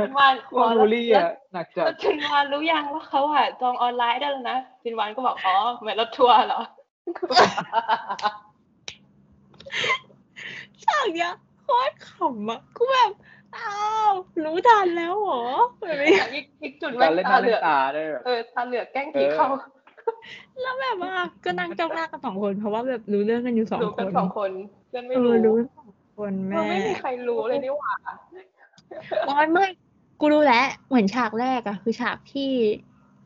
Speaker 3: จุนวาน
Speaker 2: พวกบูลลี่อะหนักจั
Speaker 3: แล้
Speaker 2: ด
Speaker 3: วจุนวานรู้ยังว่าเขาอะจองออนไลน์ได้แล้วนะจุนวานก็บอก อ๋อเหมือนรถทัวร์เหรอ
Speaker 1: ฉากเนี้ยโคตรขำอะกูแบบอ้าวรู้ทันแล้วเหรอแบบนี้
Speaker 3: อีก อีกจุน
Speaker 2: กา
Speaker 3: ว่าร
Speaker 2: เล่นห
Speaker 3: ตา
Speaker 2: น้า
Speaker 3: เห
Speaker 2: เล่
Speaker 3: ลื
Speaker 2: น
Speaker 3: อก
Speaker 2: ตาได้วยแบบ
Speaker 3: เออตาเหลือกแกล้งผีเข้า
Speaker 1: แล้วแบบว่าก็นั่งจ้องหน้ากันสองคนเพราะว่าแบบรู้เรื่องกันอยู่สอง
Speaker 3: รู้
Speaker 1: ค
Speaker 3: กัน
Speaker 1: น
Speaker 3: สองคนเพื่อนไม่
Speaker 1: เออรู้
Speaker 3: รู้
Speaker 1: กันสองคน
Speaker 3: มั
Speaker 1: แม่
Speaker 3: นไม่มีใครรู้เลยนี่หว่า
Speaker 1: ตอนไม่กูรู้แล้วเหมือนฉากแรกอะคือฉากที่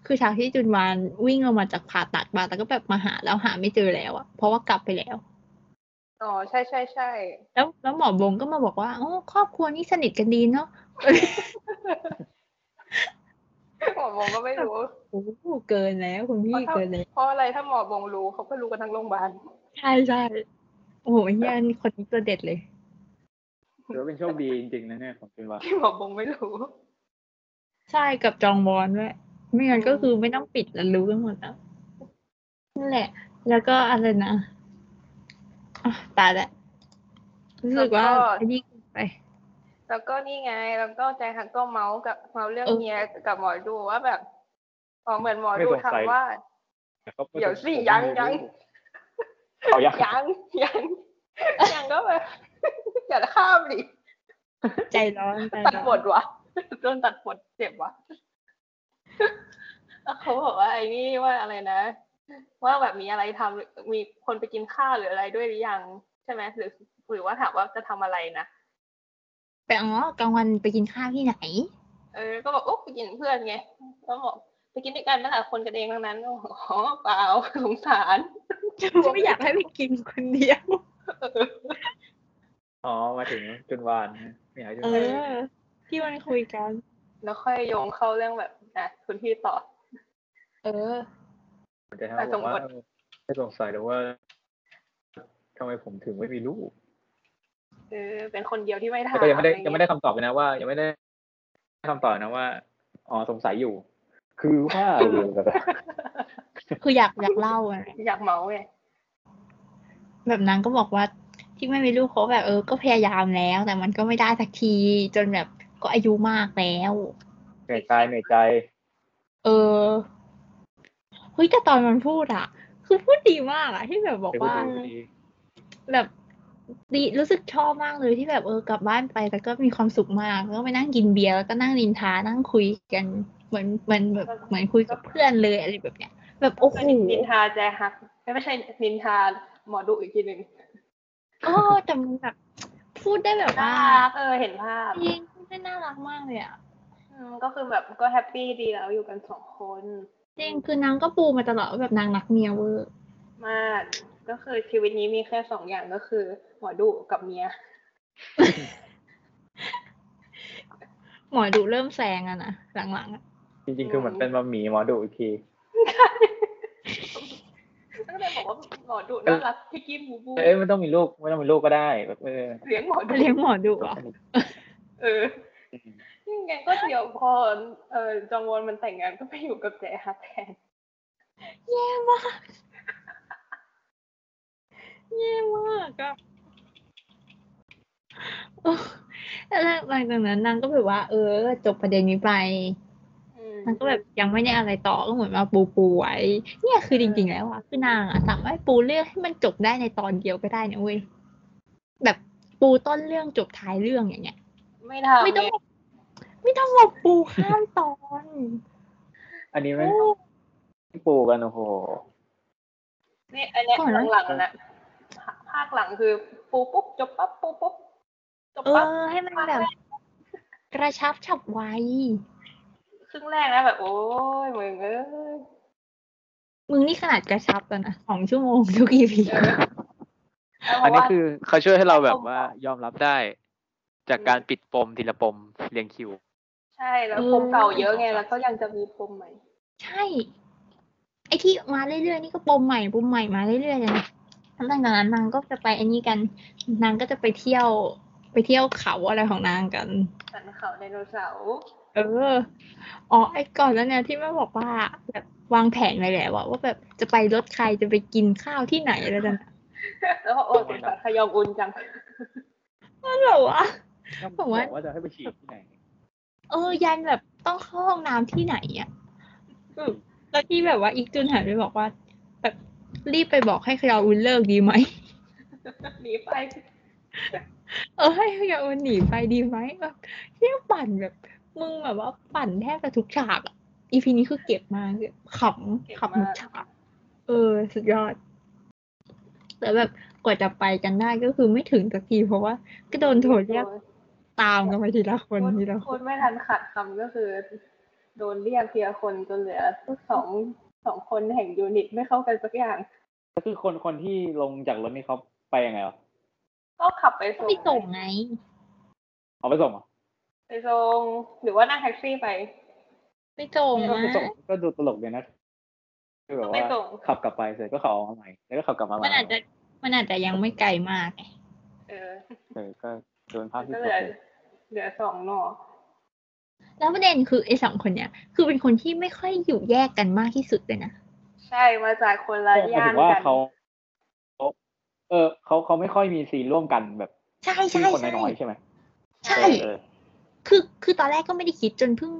Speaker 1: คือฉากที่จุนวานวิ่งออกมาจากผ่าตัดมาแต่ก็แบบมาหาแล้วหาไม่เจอแล้วอะเพราะว่ากลับไปแล้ว
Speaker 3: อ๋อ ใช่ใช่ใช่
Speaker 1: แล้วแล้วหมอบงก็มาบอกว่าโอ้ครอบครัวนี้สนิทกันดีเนาะ
Speaker 3: หมอบงก็ไม่รู้
Speaker 1: โอ้โหเกินแล้วคุณพี่เกินแล้ว
Speaker 3: เพราะอะไรถ้าหมอบงรู้เขาก็รู้กันทั้งโรงพยาบาล
Speaker 1: ใช่ใช่โอ้โหไอ้เฮียนี่คนนี้ตัวเด็ดเลย
Speaker 2: ถือว่าเป็นโชคดีจริงๆนะเนี่ยของจินวา
Speaker 3: ที่หมอบงไม่รู้
Speaker 1: ใช่กับจองบอลด้วยไม่งั้นก็คือไม่ต้องปิดแล้วรู้กันหมดแล้วนั่นแหละ แล้วก็อะไรนะอ่ะตายแล้วรู้สึกว่า
Speaker 3: แล้วก็
Speaker 1: อันนี้ไป
Speaker 3: แล้วก็นี่ไง แล้วก็ใจหักก็เมาส์กับเมาส์เรื่อง
Speaker 1: เออ
Speaker 3: เฮียกับหมอดูว่าแบบ อ๋อ เหมือนหมอดูถามว่า
Speaker 4: แต่ก็ไม่
Speaker 3: เดี๋ยว
Speaker 4: ต้อง
Speaker 3: สิ
Speaker 4: ผม
Speaker 3: ยัง
Speaker 4: ไม่
Speaker 3: ยัง
Speaker 4: รู้เอา ยัง
Speaker 3: ยังยังยังก็แบบ อย่าข้ามดิ
Speaker 1: ใจร้อนใจ
Speaker 3: ตัด
Speaker 1: ร้อน
Speaker 3: บทวะ โดนตัดบทเจ็บวะ แล้วเขาบอกว่าไอ้นี่ว่าอะไรนะ ว่าแบบมีอะไรทำมีคนไปกินข้าวหรืออะไรด้วยหรือยังใช่ไหมหรือหรือว่าถามว่าจะทำอะไรนะ
Speaker 1: ไปอ๋อกลางวันไปกินข้าวที่ไหน
Speaker 3: เออ ก็บอกโอ้ไปกินกับเพื่อนไง ก็บอกไปกินด้วยกันไหมล่ะคนกันเองทั้งนั้นโอ้โหเปล่า สงสาร
Speaker 1: ไม่อยากให้ไปกินคนเดียว
Speaker 2: อ๋อมาถึงจุนวานไม่อยากให้จุน
Speaker 1: เอ
Speaker 2: วาน
Speaker 1: อ ที่มันคุยกัน
Speaker 3: แล้วค่อยโยงเข้าเรื่องแบบอ่ะคุณพี่ต่อ
Speaker 1: เออ
Speaker 2: ผมจะให้
Speaker 3: แต่
Speaker 2: ผ
Speaker 3: ส
Speaker 2: ม
Speaker 3: ม
Speaker 2: ว่า
Speaker 3: บท
Speaker 2: ไม่สงสัยหรือว่าทำไมผมถึงไม่มีลูก
Speaker 3: เออ เป็นคนเดียวที่ไม่
Speaker 2: แต่
Speaker 3: ทำ
Speaker 2: ก็ยังไม่ได้ยังไม่ได้คำตอบเลยนะว่า ยังไม่ได้คำตอบนะว่าอ๋อสงสัยอยู่ คือว่า
Speaker 1: คืออยากอยากเล่าอะ
Speaker 3: อยากเมาไง
Speaker 1: แบบนั้นก็บอกว่าที่ไม่มีลูกเขาะแบบเออ ก็พยายามแล้ว แต่มันก็ไม่ได้สักทีจนแบบก็อายุมากแล้ว
Speaker 2: เหนื่อยกายเหนื่อยใจ
Speaker 1: เออเฮ้ยแต่ตอนมันพูดอะคือพูดดีมากอะที่แบบบอกว่า
Speaker 2: ไปพูดดี
Speaker 1: แบบดีรู้สึกชอบมากเลยที่แบบเออกลับบ้านไปแล้วก็มีความสุขมากแล้วก็ไปนั่งกินเบียร์แล้วก็นั่งนินทานั่งคุยกันเหมือนเหมือนแบบเหมือนคุยกับเพื่อนเลยอะไรแบบเนี้ย แบบโอ้โห
Speaker 3: นินทาแจฮักไม่ใช่นินทาหมอดูอีกทีหนึ่ง
Speaker 1: เออแต่มันแบบพูดได้แบบ
Speaker 3: น่า
Speaker 1: ว่า
Speaker 3: รักเออ เห็นภาพ
Speaker 1: จริงพูดได้น่ารักมากเลยอะ
Speaker 3: อืมก็คือแบบก็แฮปปี้ดีแล้วอยู่กันสองคน
Speaker 1: จริงคือนางก็ปูมาตลอดว่าแบบนางรักเมียเวอร์
Speaker 3: มาก ก็คือชีวิตนี้มีแค่สองอย่างก็คือ หมอดูกับเมีย
Speaker 1: หมอดูเริ่มแซงอะนะหลังๆอะ
Speaker 2: จริงๆ คือเหมือนเป็นบะหมี่หมอดูอีกที
Speaker 3: ก็เลยบอกว่าหมอดูน่ารักพี่กี้บูบู
Speaker 2: เอ้ยไม่ต้องมีลูกไม่ต้องมีลูกก็ได้แบบเออ
Speaker 3: เลี้ยงหมอดู
Speaker 1: เลี้ยงหมอดูเหรอ
Speaker 3: เออนี่ไงก็เดี๋ยวพอเออจองวอนมันแต่งงานก็ไปอยู่กับแจฮักแทน
Speaker 1: แย่มากแย่มากอะ เออแล้วหลังจากนั้นนางก็แบบว่า เออ จบประเด็นนี้ไป
Speaker 3: อืม
Speaker 1: นางก็แบบยังไม่ได้อะไรต่อก็เหมือนมาปูปูไว้ เนี่ยคือจริงๆแล้วอะคือนางอะสามารถปูเรื่องให้มันจบได้ในตอนเดียวก็ได้นะเว้ยแบบปูต้นเรื่องจบท้ายเรื่องอย่างเงี้ย
Speaker 3: ไม่ทำ
Speaker 1: ไม่ต้อง
Speaker 3: ไง
Speaker 1: ไม่ต้องมาปูข้ามตอน
Speaker 2: อันนี้
Speaker 1: โอ
Speaker 2: ไม่ไม่ปูกันโอ้โห
Speaker 3: นี่อันเนี้ยหลังๆนะภาคหลังคือปูปุ๊บจบปั๊บปูปุ๊บจบ
Speaker 1: เอ
Speaker 3: ปั๊บ
Speaker 1: อ ให้มันแบบ กระชับฉับไว
Speaker 3: ครึ่งแรกนะแบบ โอ้ยมึงเอ้ย
Speaker 1: มึงนี่ขนาดกระชับแล้วนะสองชั่วโมงทุก EP
Speaker 3: เออเาเพ
Speaker 4: อัน
Speaker 3: ราะ
Speaker 4: นี้
Speaker 3: ว่า
Speaker 4: คือเขาช่วยให้เราแบบว่า
Speaker 3: ปมเก่าย
Speaker 4: อมรับได้ จาก
Speaker 3: อืม
Speaker 4: การปิดปมทีละปมเรียงคิว
Speaker 3: ใช่แล้ว
Speaker 1: เออ
Speaker 3: ปมเก่าเยอะไงแล้วก็ยังจะมีปมใหม่
Speaker 1: ใช่ ไอที่มาเรื่อยๆนี่ก็ปมใหม่ปมใหม่มาเรื่อยๆเลยนะหลังจากนั้นนางก็จะไปไอันนี้กัน นางก็จะไปเที่ยวไปเที่ยวเขาอะไรของนางกัน
Speaker 3: สันเขาไดโนเสาร์
Speaker 1: เออ อ๋อ ไอ้ก่อนแล้วเนี่ยที่แม่บอกว่าแบบวางแผนไว้แล้วอะว่าแบบจะไปรถใครจะไปกินข้าวที่ไหนอะไรกันอะ
Speaker 3: แล้วก็โอ้ยสงสารขยองอุนจัง
Speaker 1: มันแบบว่า
Speaker 2: บบ อ
Speaker 1: อก กว่า
Speaker 2: ว่าจะให้ไปฉีดที่ไหน
Speaker 1: เออยันแบบต้องเข้าห้องน้ำที่ไหนอ่ะแบบแล้วที่แบบว่าอีกจุนหันไปบอกว่า แบบรีบไปบอกให้คยาอุนเลิกดี ไหม
Speaker 3: หนีไป
Speaker 1: เออให้คยาอุนหนีไปดีไหมแบบเที่ยปั่นแบบ มึงแบบว่าปั่นแทบจะทุกฉากอ่ะอีพีนี้คือเก็บมากเลยข
Speaker 3: เก็
Speaker 1: ำ
Speaker 3: บมาก
Speaker 1: ขำทุกฉากเออ สุดยอด แต่แบบกว่าจะไปกันได้ก็คือไม่ถึงสักทีเพราะว่า ก็โดนโทรเรียกตามกันไปทีละคน
Speaker 3: พูด
Speaker 1: ทีละค
Speaker 3: พู
Speaker 1: น
Speaker 3: ดไม่ทันขาดคำก็คือ โดนเรียกเพียคนจนเหลือสองสองคนแห่งยูนิตไม่เข้ากันสักอย่าง
Speaker 2: ก็คือคนคนที่ลงจากรถนี่เขาไปยังไงอ่ะ
Speaker 3: ก็ขับไป
Speaker 1: ก็
Speaker 3: ส่ง
Speaker 1: ไปส่งไง
Speaker 2: เอาไปส่งเหรอ
Speaker 3: ไปส่งหรือว่านั่งแท็กซี่ไป
Speaker 1: ไปส่ง
Speaker 2: ก็
Speaker 1: มา
Speaker 2: ไปส่งก็ดูตลกดีนะคือแบบว่า
Speaker 3: ก็ไปส่ง
Speaker 2: ขับกลับไปเสร็จก็ขับออกมาใหม่แล้วก็ขับกลับมาใหม่
Speaker 1: มันอาจจะมันอาจจะยังไม่ไกลมากไง
Speaker 3: เออ
Speaker 2: เออก็โดนภาพที่
Speaker 3: ก็
Speaker 2: ต
Speaker 3: เห
Speaker 2: ลก
Speaker 3: ลือ
Speaker 2: ดี
Speaker 3: เหลือสองหนอ
Speaker 1: แล้วประเด็นคือไอ้สองคนเนี้ยคือเป็นคนที่ไม่ค่อยอยู่แยกกันมากที่สุดเลยนะ
Speaker 3: ใช่มาจากคนละ
Speaker 2: หมาย
Speaker 3: ย่า
Speaker 2: ถึ
Speaker 3: น
Speaker 2: งว่า
Speaker 3: กัน
Speaker 2: เขาเขาเออเขาเขาไม่ค่อยมีซีนร่วมกันแบบ
Speaker 1: ใช่
Speaker 2: ที่
Speaker 1: ใช่
Speaker 2: คน
Speaker 1: ใช่
Speaker 2: น้อยๆใช่ไหม
Speaker 1: ใช่
Speaker 2: เออเออ
Speaker 1: คือคือตอนแรกก็ไม่ได้คิดจนเพิ่ง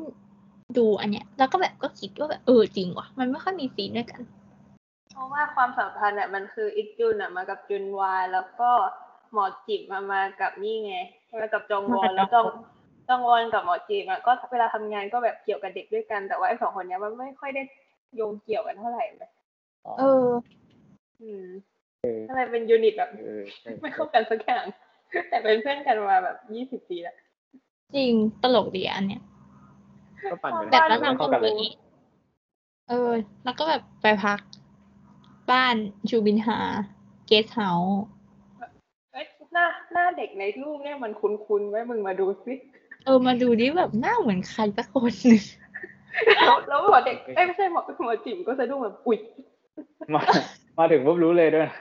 Speaker 1: ดูอันเนี้ย แล้วก็แบบก็คิดว่าแบบเออจริงว่ะ มันไม่ค่อยมีซีนด้วยกัน
Speaker 3: เพราะว่าความสัมพันธ์เนี่ยมันคืออิกจุนอ่ะมากับจุนวายแล้วก็หมอจิบมามากับนี่ไงมากับจอง วอนแล้วจองจองวอนกับหมอจิบอ่ะก็เวลาทำงานก็แบบเกี่ยวกับเด็กด้วยกันแต่ว่าไอ้สองคนเนี้ยมันไม่ค่อยได้โยงเกี่ยวกันเท่าไหร่เลย
Speaker 1: เออ
Speaker 3: อืมอะไรเป็นยูนิตแบบ
Speaker 2: เออใช่
Speaker 3: ไม่เข้ากันสักอย่าง แต่เป็นเพื่อนกันมาแบบยี่สิบปีแล้ว
Speaker 1: จริงตลกดีอันเนี้ย
Speaker 2: ก็ปั่นไป
Speaker 1: แต่
Speaker 3: บ้
Speaker 1: ละ
Speaker 3: น
Speaker 1: นามส
Speaker 2: ไม่เข้ากันเล
Speaker 1: กุ
Speaker 2: ย
Speaker 1: ลเออ แล้วก็แบบไปพัก บ้านชูบินหา เกสเฮาส์
Speaker 3: เอ้ยหน้าหน้าเด็กในรูปเนี่ยมันคุ้นๆไว้มึงมาดูสิ
Speaker 1: เออมาดูดิแบบหน้าเหมือนใครสักคนหนึ่ง
Speaker 3: แล้วแล้วหมอเด็กเอ้ยไม่ใช่หมอหมอจิ๋มก็สะดุ้งแบบอุ๊ ย
Speaker 2: มามาถึงปุ๊บรู้เลยด้วยนะ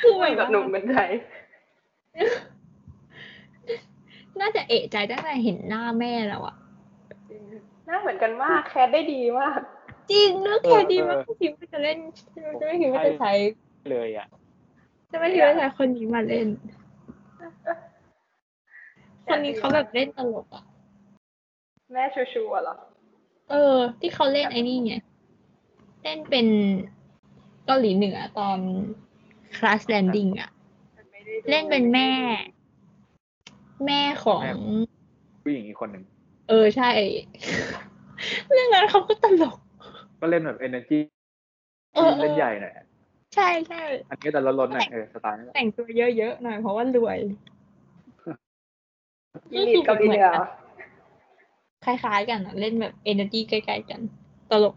Speaker 1: คือแบ
Speaker 3: ทำไม
Speaker 1: บ
Speaker 3: แบบหนุ่มเป็นใคร
Speaker 1: น่าจะเอะใจตั้งแต่เห็นหน้าแม่แล้วอะ
Speaker 3: หน้าเหมือนกันมากแคสได้ดีมาก
Speaker 1: จริงเลือกแคดีมากไม่คิดว่าจะเล่นไม่คิดว่าจะใช้
Speaker 2: เลยอ่ะ
Speaker 1: จะไม่คิดว่าจะใช้คนนี้มาเล่น คนนี้เขาแบบเล่นตลกอะ
Speaker 3: แม่ชัวชัวร์ๆเหรอ
Speaker 1: เออ ที่เขาเล่นไอ้นี่ไงเล่นเป็นเกาหลีเหนือตอนคลาสแลนดิ n งอะ
Speaker 3: ไม่ได้ดู
Speaker 1: เล่นเป็นแม่ แม่ของ
Speaker 2: ผู้หญิงอีกคนหนึ่ง
Speaker 1: เออใช่ เรื่องนั้นเขาก็ตลก
Speaker 2: ก็เล่นแบบเอเนอร์จี
Speaker 1: เออเอ
Speaker 2: เล่น
Speaker 1: อ
Speaker 2: ใหญ่หน่อย
Speaker 1: ใช่ใช่
Speaker 2: อันนี้แต่ลดๆหน่อยเออสไตล์นั้นแหละ
Speaker 1: แต่งตัวเยอะๆหน่อยเพราะว่ารวย
Speaker 3: ยินดีเกาหลีเหนือ
Speaker 1: คล้ายๆกันอะเล่นแบบเอเนอร์จีใกล้ๆกัน ตลก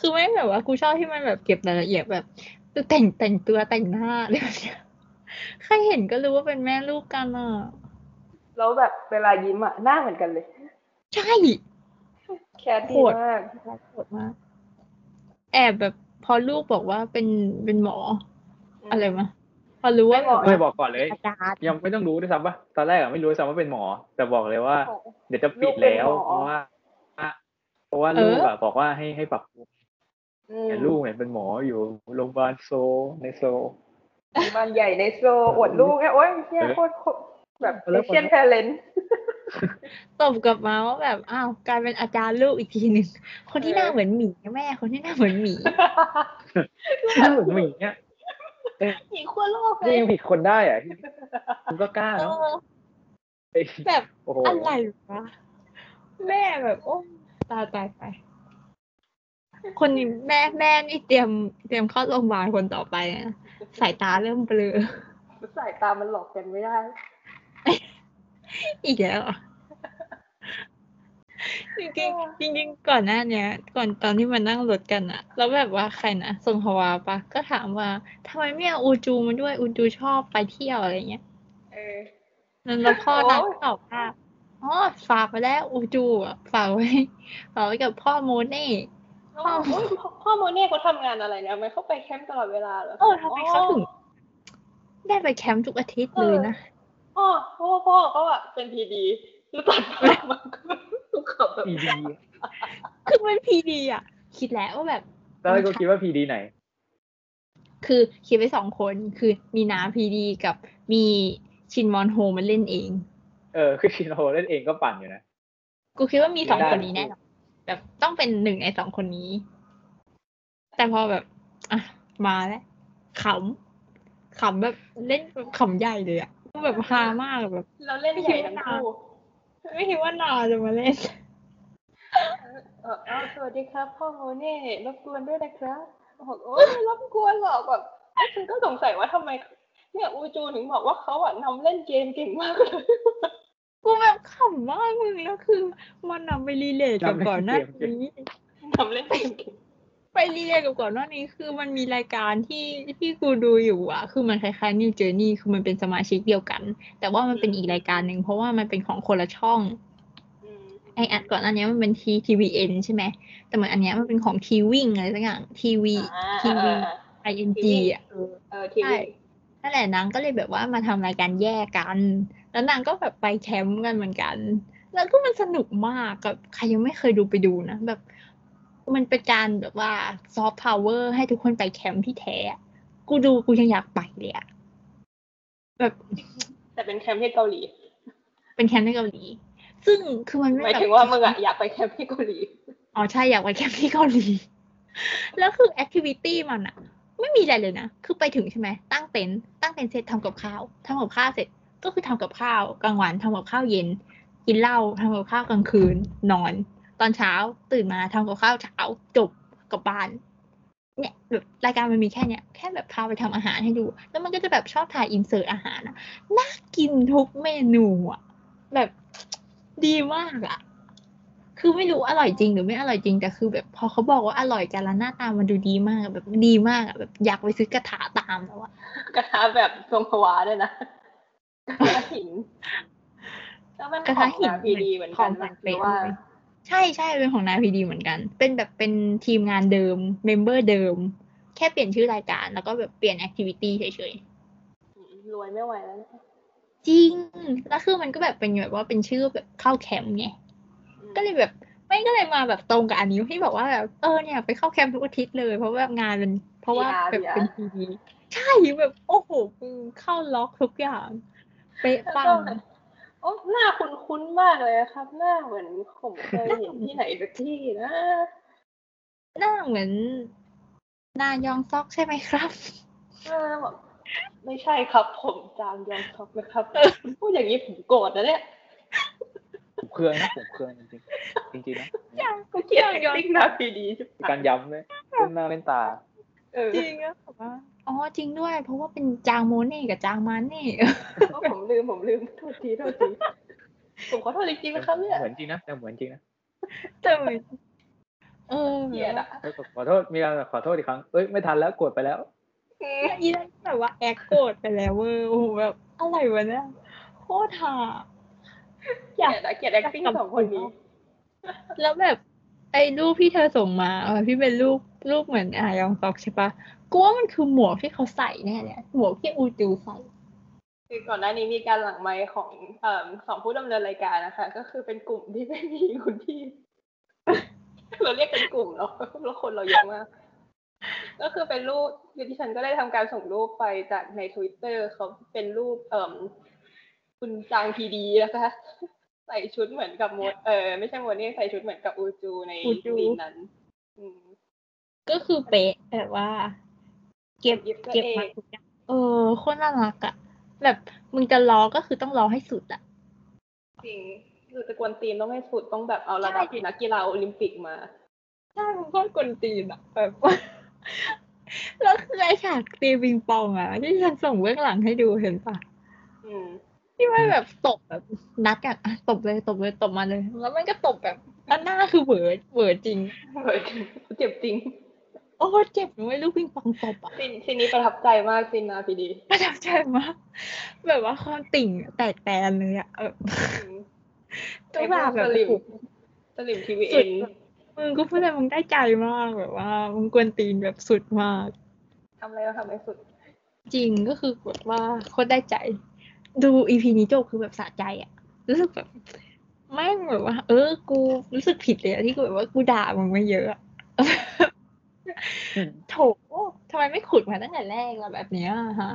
Speaker 1: คือไม่งแบบว่ากูชอบที่มันแบบเก็บรายละเอียดแบบแต่งแต่งตัวแต่งหน้าอะไรแบบเนี้ย ใครเห็นก็รู้ว่าเป็นแม่ลูกกันอ่ะ
Speaker 3: แล้วแบบเวลายิ้มอ่ะหน้าเหมือนกันเลย
Speaker 1: ใช่
Speaker 3: แคสดีมาก
Speaker 1: โหดมากแอบแบบพอลูกบอกว่าเป็นเป็นหมออะไรมาพอรู้ว่าแบบ
Speaker 2: ไม่บอกก่อนเลย
Speaker 1: อาจารย์
Speaker 2: ยังไม่ต้องรู้ด้วยซ้ำว่าตอนแรกอะไม่รู้ด้วยซ้ำว่าเป็นหมอ แต่บอกเลยว่า
Speaker 3: โอ้โห
Speaker 2: เดี๋ยวจะปิดแล้ว
Speaker 3: ลูกเป็นหม
Speaker 2: เพ
Speaker 3: อ
Speaker 2: ราะว่า เพราะว่า
Speaker 1: เออ
Speaker 2: ลูกอะบอกว่าให้ให้ปรับปรุง
Speaker 3: อืม
Speaker 2: แต่ลูกเนี่ยเป็นหมออยู่โรงพยาบาลโซลใน โซล
Speaker 3: บ้านใหญ่ในโซอวดลูกเนี่ยโอ๊ยเนี่ยโคตรโคตรแบบ
Speaker 2: แล้
Speaker 3: เอ
Speaker 2: วคน
Speaker 3: เชียนแพเลน
Speaker 1: ตบกลับมาว่าแบบอ้าวกลายเป็นอาจารย์ลูกอีกทีหนึ่งคนที่หน้าเหมือนหมีแม่ คนที่หน้าเหมือนหมี
Speaker 2: เหมือนหมีเนี่ย
Speaker 3: หญิงขั้วโลกเล
Speaker 2: นี่
Speaker 3: ย
Speaker 2: ยังผิดคนได้อะคุณก็กล้า
Speaker 1: เอ
Speaker 2: เนาะ
Speaker 1: อแบบ
Speaker 2: โอ้โห
Speaker 1: อะไรวะแม่แบบ โอ้ตายตายไป คนนี้แม่แม่นี่เตรียมเตรียมเข้าโรงพยาบาลคนต่อไปนะสายตาเริ่มเบลอ
Speaker 3: สายตามันหลอกกันไม่ได้
Speaker 1: อีกแล้วอ่ะจริงๆจริงๆก่อนหน้าเนี้ย ก่อนตอนที่มานั่งรถกันอะแล้วแบบว่าใครนะทรงฮวาปะก็ถามว่าทำไมไม่เอาอูจูมาด้วยอูจูชอบไปเที่ยวอะไรเงี้ย
Speaker 3: เออ
Speaker 1: แล้วพ่อนัด
Speaker 3: โอ้ย
Speaker 1: ตอบว่าอ๋อฝากไปแล้วอูจูอะฝากไว้ฝากไว้กับพ่อโมเน่
Speaker 3: พ่อโอ้ยพ่อพ่อโมเน่เขาทำงานอะไรเนี่ยทำไมเขาไปแคมป์ตลอดเวลาเหรอ
Speaker 1: เออทำไมเขาถึง ได้ไปแคมป์ทุกอาทิตย์เลยนะ
Speaker 3: อ๋อเพราะว่าพ่อเขาอะเป็นพีดีแล้วตัดภาพมันก็ลูกขับแบบ
Speaker 2: พีดี
Speaker 1: คือมันพีดีอ่ะ คิดแล้วว่าแบบ
Speaker 2: ตอนแรกก็คิดว่าพีดีไหน
Speaker 1: คือคิดไว้สองคนคือมีน้าพีดีกับมีชินมอนโฮมันเล่นเอง
Speaker 2: เออคือชินโฮเล่นเองก็ปั่นอยู่นะ
Speaker 1: กูคิดว่ามีสอง
Speaker 2: ได้
Speaker 1: คนนี้แน่นอนแบบต้องเป็นหนึ่งในสองคนนี้ แต่พอแบบ อ่ะ มาแล้วขำขำแบบเล่นแบบขำใหญ่เลยอ่ะแบบฮามากแบบ
Speaker 3: เราเล่นใหญ่ทั้งคู่
Speaker 1: ไม่คิดว่านาจะมาเล่น
Speaker 3: เออเอาสวัสดีครับ พ่อโมเน่รบกวนด้วยนะครับบอกโอ้ยไม่รบกวนหรอกแบบเอ้ยฉันก็สงสัยว่าทำไม เนี่ยอูจูถึงบอกว่าเขาอะนำเล่นเกมเก่งมากเลย
Speaker 1: กูแบบขำมากมึงแล้วคือมันนำไปรีเลทกับก่อนหน้านี้
Speaker 3: นำเล่นเกมเก่ง
Speaker 1: ไปรีเลทกับก่อนหน้านี้คือมันมีรายการที่ที่กูดูอยู่อะคือมันคล้ายๆ New Journey คือมันเป็นสมาชิกเดียวกัน แต่ว่ามันเป็นอีกรายการหนึ่งเพราะว่ามันเป็นของคนละช่อง
Speaker 3: อืม
Speaker 1: ไออันก่อนอันเนี้ยมันเป็นทีทีวีเอ็นใช่ไหม แต่เหมือนอันเนี้ยมันเป็นของทีวิ่งอะไรสักอย่างทีวี
Speaker 3: อ่า
Speaker 1: ทีวี ไอเอ็นจีอะเออ
Speaker 3: เออที
Speaker 1: ใช่
Speaker 3: วี
Speaker 1: นั่นแหละนางก็เลยแบบว่ามาทำรายการแยกกัน แล้วนางก็แบบไปแคมป์กันเหมือนกัน แล้วก็มันสนุกมากกับใครยังไม่เคยดูไปดูนะ แบบ มันเป็นการแบบว่าซอฟต์พาวเวอร์ให้ทุกคนไปแคมป์ที่แท้อะกูดูกูยังอยากไปเลยอะแบบ
Speaker 3: แต่เป็นแคมป์ที่เกาหลี
Speaker 1: เป็นแคมป์ในเกาหลี ซึ่งคือมัน
Speaker 3: ห
Speaker 1: ไม่
Speaker 3: มาย
Speaker 1: แบ
Speaker 3: ถึ
Speaker 1: บ
Speaker 3: งว่ามึงอะอยากไปแคมป์ที่เกาหลี
Speaker 1: อ๋อใช่อยากไปแคมป์ที่เกาหลี แล้วคือแอคทิวิตี้มันอะไม่มีอะไรเลยนะ คือไปถึงใช่ไหมตั้งเต็นท์ตั้งเต็นท์เสร็จทำกับข้าวทำกับข้าวเสร็จก็คือทำกับข้าวกลางวันทำกับข้าวเย็น กินเหล้าทำกับข้าวกลางคืน นอน ตอนเช้าตื่นมาทำกับข้าวเช้าจบกลับบ้าน เนี่ยแบบรายการมันมีแค่เนี้ยแค่แบบพาไปทำอาหารให้ดู แล้วมันก็จะแบบชอบถ่ายอินเสิร์ตอาหารอะน่ากินทุกเมนูอะแบบดีมากอะคือไม่รู้อร่อยจริงหรือไม่อร่อยจริงแต่คือ แบบพอเขาบอกว่าอร่อยกันแล้วหน้าตามันดูดีมากอะแบบดีมากอะแบบอยากไปซื้อกระถาตามแล้วอะ
Speaker 3: กระทะแบบทรงพวาด้วยนะกระทะหินก็เป็น
Speaker 1: กระ
Speaker 3: ขอ
Speaker 1: ทะ
Speaker 3: ง
Speaker 1: หิน
Speaker 3: นาพีดีเหมือน
Speaker 1: ข
Speaker 3: กั
Speaker 1: อน ง
Speaker 3: นะ
Speaker 1: แบง
Speaker 3: หรื
Speaker 1: เป็
Speaker 3: อน ว่า
Speaker 1: ใช่ใช่เป็นของนายพีดีเหมือนกัน เป็นแบบเป็นทีมงานเดิมเมมเบอร์เดิม แค่เปลี่ยนชื่อรายการแล้วก็แบบเปลี่ยนแอคทิวิตี้เฉยๆ
Speaker 3: รวยไม่ไหวแล้วนะ
Speaker 1: จริง แล้วคือมันก็แบบเป็นแบบว่าเป็นชื่อแบบเข้าแคมป์ไง
Speaker 3: อืม
Speaker 1: ก็เลยแบบไม่ก็เลยมาแบบตรงกับอันนี้ที่บอกว่าแบบเออเนี่ยไปเข้าแคมป์ทุกอาทิตย์เลย เพราะว่างานมันเพราะว่าแบบเป็นทีวีใช่แบบโอ้โหมึงเข้าล็อกทุกอย่าง เป๊ะ
Speaker 3: แล้ว
Speaker 1: ปั
Speaker 3: ก็
Speaker 1: ง
Speaker 3: แบบโอ้หน้าคุ้นๆมากเลยครับ หน้าเหมือนผมเคยเห็นที่ไหนสักที่นะ
Speaker 1: หน้าเหมือนหนายองซอกใช่ไหมครับ
Speaker 3: เออแบบไม่ใช่ครับ ผมจามยองครับนะครับพูดอย่างนี้ผมโกรธนะเนี่ย
Speaker 2: ผมเครื่องนะผมเครื่องจริงๆจริงๆนะ
Speaker 3: ก็เกลียดติ๊กหน้าพีดีใช่
Speaker 2: เป็นการย้ำเลยเล่นหน้าเล่นตา
Speaker 3: เออ
Speaker 1: จริงอะแบบว่าอ๋อจริงด้วย เพราะว่าเป็นจางโมเน่กับจางมาเน่
Speaker 3: โอ้ผมลืมผมลืมโทษทีโทษทีผมขอโทษจริงๆนะครับเนี่ย
Speaker 2: เหมือนจริงนะแต่เหมือนจริงนะ
Speaker 1: แต่เหมือนเออ
Speaker 3: เกลียดอะ
Speaker 2: เอ้ยขอโทษมีการขอโทษอีกครั้งเอ้ยไม่ทันแล้วกดไปแล้ว
Speaker 1: เนี่ยอีนั่นแบบว่าแอคโกรธไปแล้วเวอร์โอ้โหแบบอะไรวะเนี่ยโคตรห่า
Speaker 3: เกลียดอะเกลียด acting สองคนนี้
Speaker 1: แล้วแบบไอ้รูปที่เธอส่งมาอ่ะพี่เป็นรูปรูปเหมือนอายองซอกใช่ปะกูว่ามันคือหมวกที่เขาใส่แน่เลยอะหมวกที่อูจูใส่
Speaker 3: คือก่อนหน้านี้มีการหลังไมค์ของเอ่อของผู้ดำเนินรายการนะคะ ก็คือเป็นกลุ่มที่ไม่มีคุณพี่ เราเรียกเป็นกลุ่มเนาะแล้วคนเราเยอะมาก ก็คือเป็นรูปคือที่ฉันก็ได้ทำการส่งรูปไปจากในทวิตเตอร์เขาเป็นรูปเอ่มคุณจางพีดีนะคะ ใส่ชุดเหมือนกับโมเออไม่ใช่โมนี่ใส่ชุดเหมือนกับอูจูใน
Speaker 1: อูจู
Speaker 3: ซีนนั้น อืม
Speaker 1: ก็คือเป๊ะแบบว่า เก็บ
Speaker 3: เก็บตัว
Speaker 1: เก็บ
Speaker 3: เอง
Speaker 1: มาทุกอย่างเออโคตรน่ารักอะแบบมึงจะรอก็คือต้องรอให้สุดอะ
Speaker 3: จริงคือตะกวนตีนต้องให้สุดต้องแบบเอาระดับ
Speaker 1: ใช่
Speaker 3: นักกีฬาโอลิมปิกมา
Speaker 1: ใช่มันโคตรกวนตีนอะแบบว่า แล้วคือไอ้ฉากตีปิงปองอะที่ฉันส่งเบื้องหลังให้ดูเห็นปะ
Speaker 3: อื ม
Speaker 1: ที่มันแบบตบแบบนัดกันอะตบเลยตบเลยตบมาเลย แล้วมันก็ตบแบบอันหน้าคือเหวอเหวอจริง
Speaker 3: เฮ้ยเจ็บจริง
Speaker 1: โอ้เจ็บนะเลยลูกปิงปองตบอะ
Speaker 3: ซีนซีนนี้ประทับใจมากซีนนาพีดี
Speaker 1: ประทับใจมากแบบว่าความติ่งแตกแตนเลยอะเออตัวแบ
Speaker 3: ไอ้พวก
Speaker 1: บแบ
Speaker 3: ส
Speaker 1: บ
Speaker 3: ลิม
Speaker 1: โอ้โห
Speaker 3: สลิมทีวี
Speaker 1: สุ
Speaker 3: เอ็
Speaker 1: ด
Speaker 3: น
Speaker 1: มึงก็พูดอะไรมึงได้ใจมากแบบว่ามึงกวนตีนแบบสุดมาก
Speaker 3: ทำอะไรก็ทำให้สุด
Speaker 1: จริงก็คือแบบว่าโคตรได้ใจ ดูอีพีนี้จบคือแบบสะใจอะรู้สึกแบบไม่งแบบว่า เออ กูรู้สึกผิดเลยอะที่กูแบบว่ากูด่ามึงมาเยอะอะ
Speaker 2: อืม
Speaker 1: โถทำไมไม่ขุดมาตั้งแต่แรกล่ะแบบเนี้ยฮะ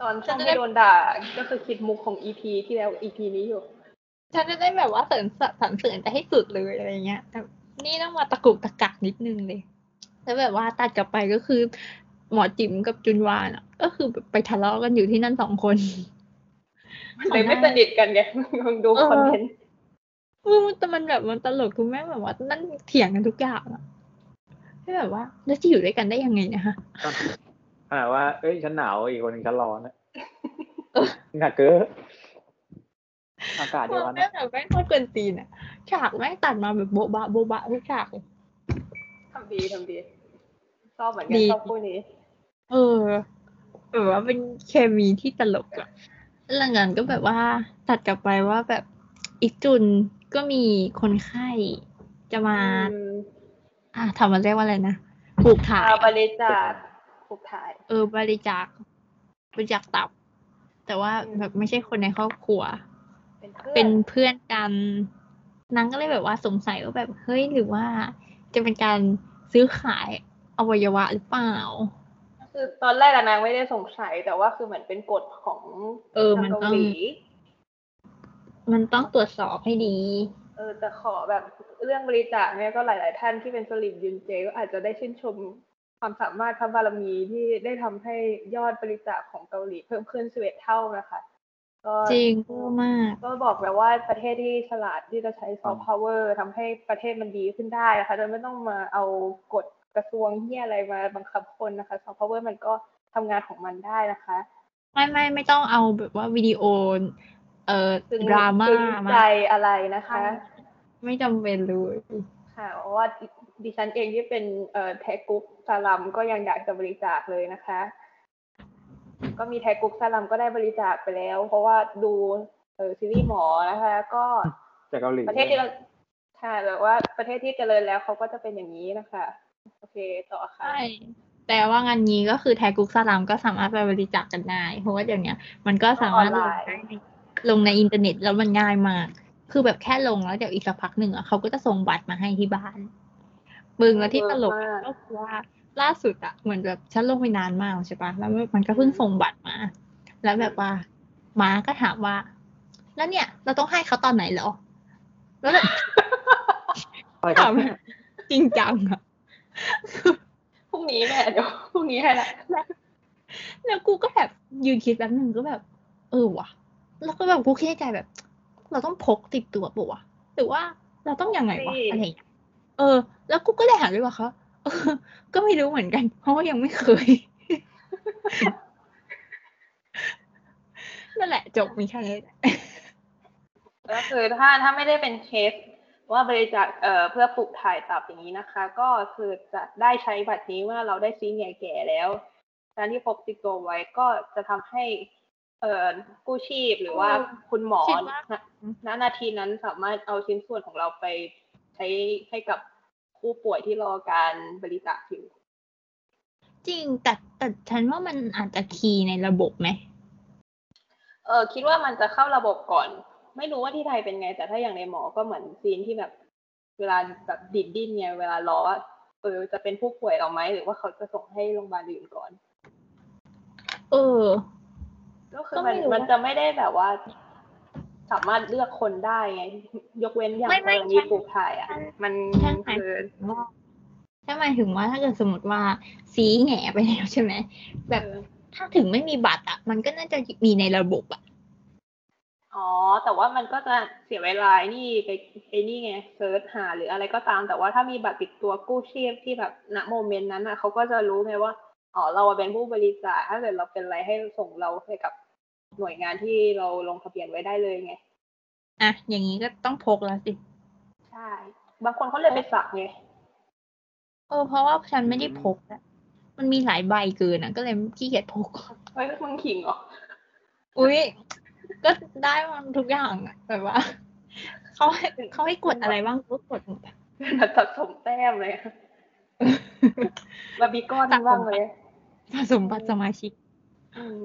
Speaker 3: ตอน
Speaker 1: ฉั
Speaker 3: ฉั
Speaker 1: น
Speaker 3: น
Speaker 1: จะได้
Speaker 3: ได้โดนด่าก็คือคิดมุกของอีพีที่แล้วอีพีนี้อยู่
Speaker 1: ฉันจะได้แบบว่าเสริญสรรเสริญไปให้สุดเลยอะไรเงี้ยแต่นี่ต้องมาตะกุกตะกักนิดนึงเลยแล้วแบบว่าตัดกลับไปก็คือ หมอจิ๋มกับจุนวานอะก็คือแบบไปทะเลาะกันอยู่ที่นั่นสองคน
Speaker 3: เลยไม่สนิทกันไง มึงดู
Speaker 1: เออ
Speaker 3: คอนเทนต์
Speaker 1: เออแต่มันแบบมันตลกคือแม่งแบบว่านั่นเถียงกันทุกอย่างอะที่แบบว่าแล้วจะอยู่ด้วยกันได้ยังไงนะคะ
Speaker 2: อ่าว่าเอ้ยฉันหนาวอีกคนหนึ่งฉันร้อนนะหนักเกินอากาศเดียวกัน
Speaker 1: แม่ง
Speaker 2: นะ
Speaker 1: แบบแม่งโคตรเกินตีนอะฉากแม่งตัดมาแบบโบ๊ะบะโบ๊ะบะทุกฉากเลย
Speaker 3: ทำดีทำดีชอบเหมือนกั
Speaker 1: ดี
Speaker 3: นชอบคู่นี้
Speaker 1: เออแบบว่าเป็นเคมีที่ตลกอะหลังจากนั้นก็แบบว่าตัดกลับไปว่าแบบอีกจุนก็มีคนไข้จะมา
Speaker 3: อืม
Speaker 1: อ่ะทำมันเรียกว่าอะไรนะปลูกถ่าย
Speaker 3: อาบริจาคผูกถ่าย
Speaker 1: เออบริจาคบริจาคตับ แต่ว่า
Speaker 3: อืม
Speaker 1: แบบไม่ใช่คนในครอบครัว
Speaker 3: เป็นเพื่อ
Speaker 1: เป็น
Speaker 3: น
Speaker 1: เพื่อนกันนางก็เลยแบบว่าสงสัยว่าแบบเฮ้ยหรือว่า จะเป็นการซื้อขายอวัยวะหรือเปล่า
Speaker 3: คือตอนแรกอะนางไม่ได้สงสัยแต่ว่าคือเหมือนเป็นกฎของ
Speaker 1: เออมัน
Speaker 3: ทางเกา
Speaker 1: ต้อง
Speaker 3: หลี
Speaker 1: มันต้องตรวจสอบให้ดี
Speaker 3: เอ ออแต่ขอแบบเรื่องบริจาคเนี่ยก็หลาย ๆ ท่านที่เป็นสลิมยุนเจก็อาจจะได้ชื่นชมความสามารถพระบารมีที่ได้ทำให้ยอดบริจาคของเกาหลีเพิ่มขึ้นสิบเอ็ดเท่านะคะ ก็
Speaker 1: จริงเวอร์มาก
Speaker 3: ก็บอกแล้วว่าประเทศที่ฉลาดที่จะใช้ซอฟต์พาวเวอร์ทำให้ประเทศมันดีขึ้นได้นะคะโดยไม่ต้องมาเอากฎกระทรวงเหียอะไรมาบังคับคนนะคะซอฟต์พาวเวอร์มันก็ทำงานของมันได้นะคะ
Speaker 1: ไม่ไม่ไม่ต้องเอาแบบว่าวิดีโอ เอ่อ
Speaker 3: ซึ่ง
Speaker 1: ดราม่า
Speaker 3: ซึ้ง
Speaker 1: มา
Speaker 3: ใจอะไรนะคะ
Speaker 1: ไม่จำเป็นเลย
Speaker 3: ค่ะเพราะว่าดิฉันเองที่เป็นเอ่อแท็กกุ๊กซาลัมก็ยังอยากจะบริจาคเลยนะคะ ก็มีแท็กกุ๊กซาลัมก็ได้บริจาคไปแล้ว เพราะว่าดูเออซีรีส์หมอนะคะ ก็
Speaker 2: จากเกาหลี
Speaker 3: ประเทศที่เราค่ะแบบว่าประเทศที่เจริญแล้วเขาก็จะเป็นอย่างนี้นะคะ โอเคต่อค่ะ
Speaker 1: ใช่แต่ว่างานนี้ก็คือแทกุกสลามก็สามารถไปบริจาคกันได้เพราะว่าเดี๋ยวเนี้ยมันก็สามารถลงได้ในลงในอินเทอร์เน็ตแล้วมันง่ายมาก คือแบบแค่ลงแล้วเดี๋ยวอีกสักพักหนึ่งอ่ะเขาก็จะส่งบัตรมาให้ที่บ้านบึงแล้วที่ตลก
Speaker 3: เวิร์มาก
Speaker 1: ก็คือว่าล่าสุดอะเหมือนแบบฉันลงไปนานมากใช่ปะแล้วมันก็เพิ่งส่งบัตรมา แล้วแบบว่าหมาก็ถามว่า แล้วเนี่ย เราต้องให้เขาตอนไหนเหรอ แล้วแบบ
Speaker 2: อะไรครั
Speaker 1: ถา
Speaker 2: บ
Speaker 1: มแบบจริงจังอะ
Speaker 3: พรุ่งนี้แม่เดี๋ยวพรุ่งนี้ให้ละ
Speaker 1: แล้วกูก็แบบยืนคิดแป๊บหนึ่งก็แบบ เออว่ะ แล้วก็แบบกูคิดในใจแบบ เราต้องพกติดตัวปะวะหรือว่าเราต้องยังไงวะอะไรอย่างเงี้ยเออ แล้วกูก็ได้หันไปบอกเขา เออ ก็ไม่รู้เหมือนกัน เพราะว่ายังไม่เคย นั่นแหละจบมีแค่นี้แหละ
Speaker 3: ก็คือถ้าถ้าไม่ได้เป็นเคสว่าบริจาคเอ่อเพื่อปลูกถ่ายตับอย่างนี้นะคะ ก็คือจะได้ใช้บัตรนี้เมื่อเราได้ซีเนียร์แก่แล้วการที่พกติดตัวไว้ก็จะทำให้ เอ่อกู้ชีพหรือว่าคุณหมอ
Speaker 1: คิดว่า
Speaker 3: ณณนาทีนั้นสามารถเอาชิ้นส่วนของเราไปใช้ให้กับผู้ป่วยที่รอการบริจาคอยู่
Speaker 1: จริงแต่แต่ฉันว่ามันอาจจะคีย์ในระบบไหม
Speaker 3: เออคิดว่ามันจะเข้าระบบก่อน ไม่รู้ว่าที่ไทยเป็นไง แต่ถ้าอย่างในหมอก็เหมือนซีนที่แบบ เวลาแบบดิดดิ้นไงเวลารอว่าเออจะเป็นผู้ป่วยเราไหมหรือว่าเขาจะส่งให้โรงพยาบาลอื่นก่อน
Speaker 1: เออ
Speaker 3: ก็คือ
Speaker 1: ก็
Speaker 3: มั
Speaker 1: ไม่
Speaker 3: น
Speaker 1: รู้
Speaker 3: มันจะไม่ได้แบบว่า สามารถเลือกคนได้ไง ยกเว้นอย่างกรณีปลูกถ่ายอ่ะ มันคือ
Speaker 1: ว่าถ้าหมายถึงว่าถ้าเกิดสมมติว่าซีแหง่ไปแล้วใช่ไหม แบบถ้าถึงไม่มีบัตรอ่ะ มันก็น่าจะมีในระบบอ่ะ
Speaker 3: อ๋อ แต่ว่ามันก็จะเสียเวลาไอ้นี่ไปไอ้นี่ไงเซิร์ชหาหรืออะไรก็ตาม แต่ว่าถ้ามีบัตรติดตัวกู้ชีพที่แบบณโมเมนต์นั้นอ่ะเขาก็จะรู้ไงว่าอ๋อเราเป็นผู้บริจาคถ้าเกิดเราเป็นอะไรให้ส่งเราให้กับหน่วยงานที่เราลงทะเบียนไว้ได้เลยไง
Speaker 1: อ่ะ อย่างนี้ก็ต้องพกแล้วสิ
Speaker 3: ใช่ บางคนเขาเลยไปสักไง
Speaker 1: เออ เพราะว่าฉันไม่ได้พกอะมันมีหลายใบเกินอ่ะ ก็เลยขี้เกียจพก
Speaker 3: เฮ้ยมึงขิงเหรอ
Speaker 1: อุ้ยก็ได้มันทุกอย่างอ่ะแบบว่าเขาให้เขาให้กดอะไรบ้างก็กดหมดอะ
Speaker 3: เป็นแบบสะสมแต้มเลยอะ บาร์บีก้อนบ้างเลย
Speaker 1: สะสมบัตรสมาชิก
Speaker 3: อืม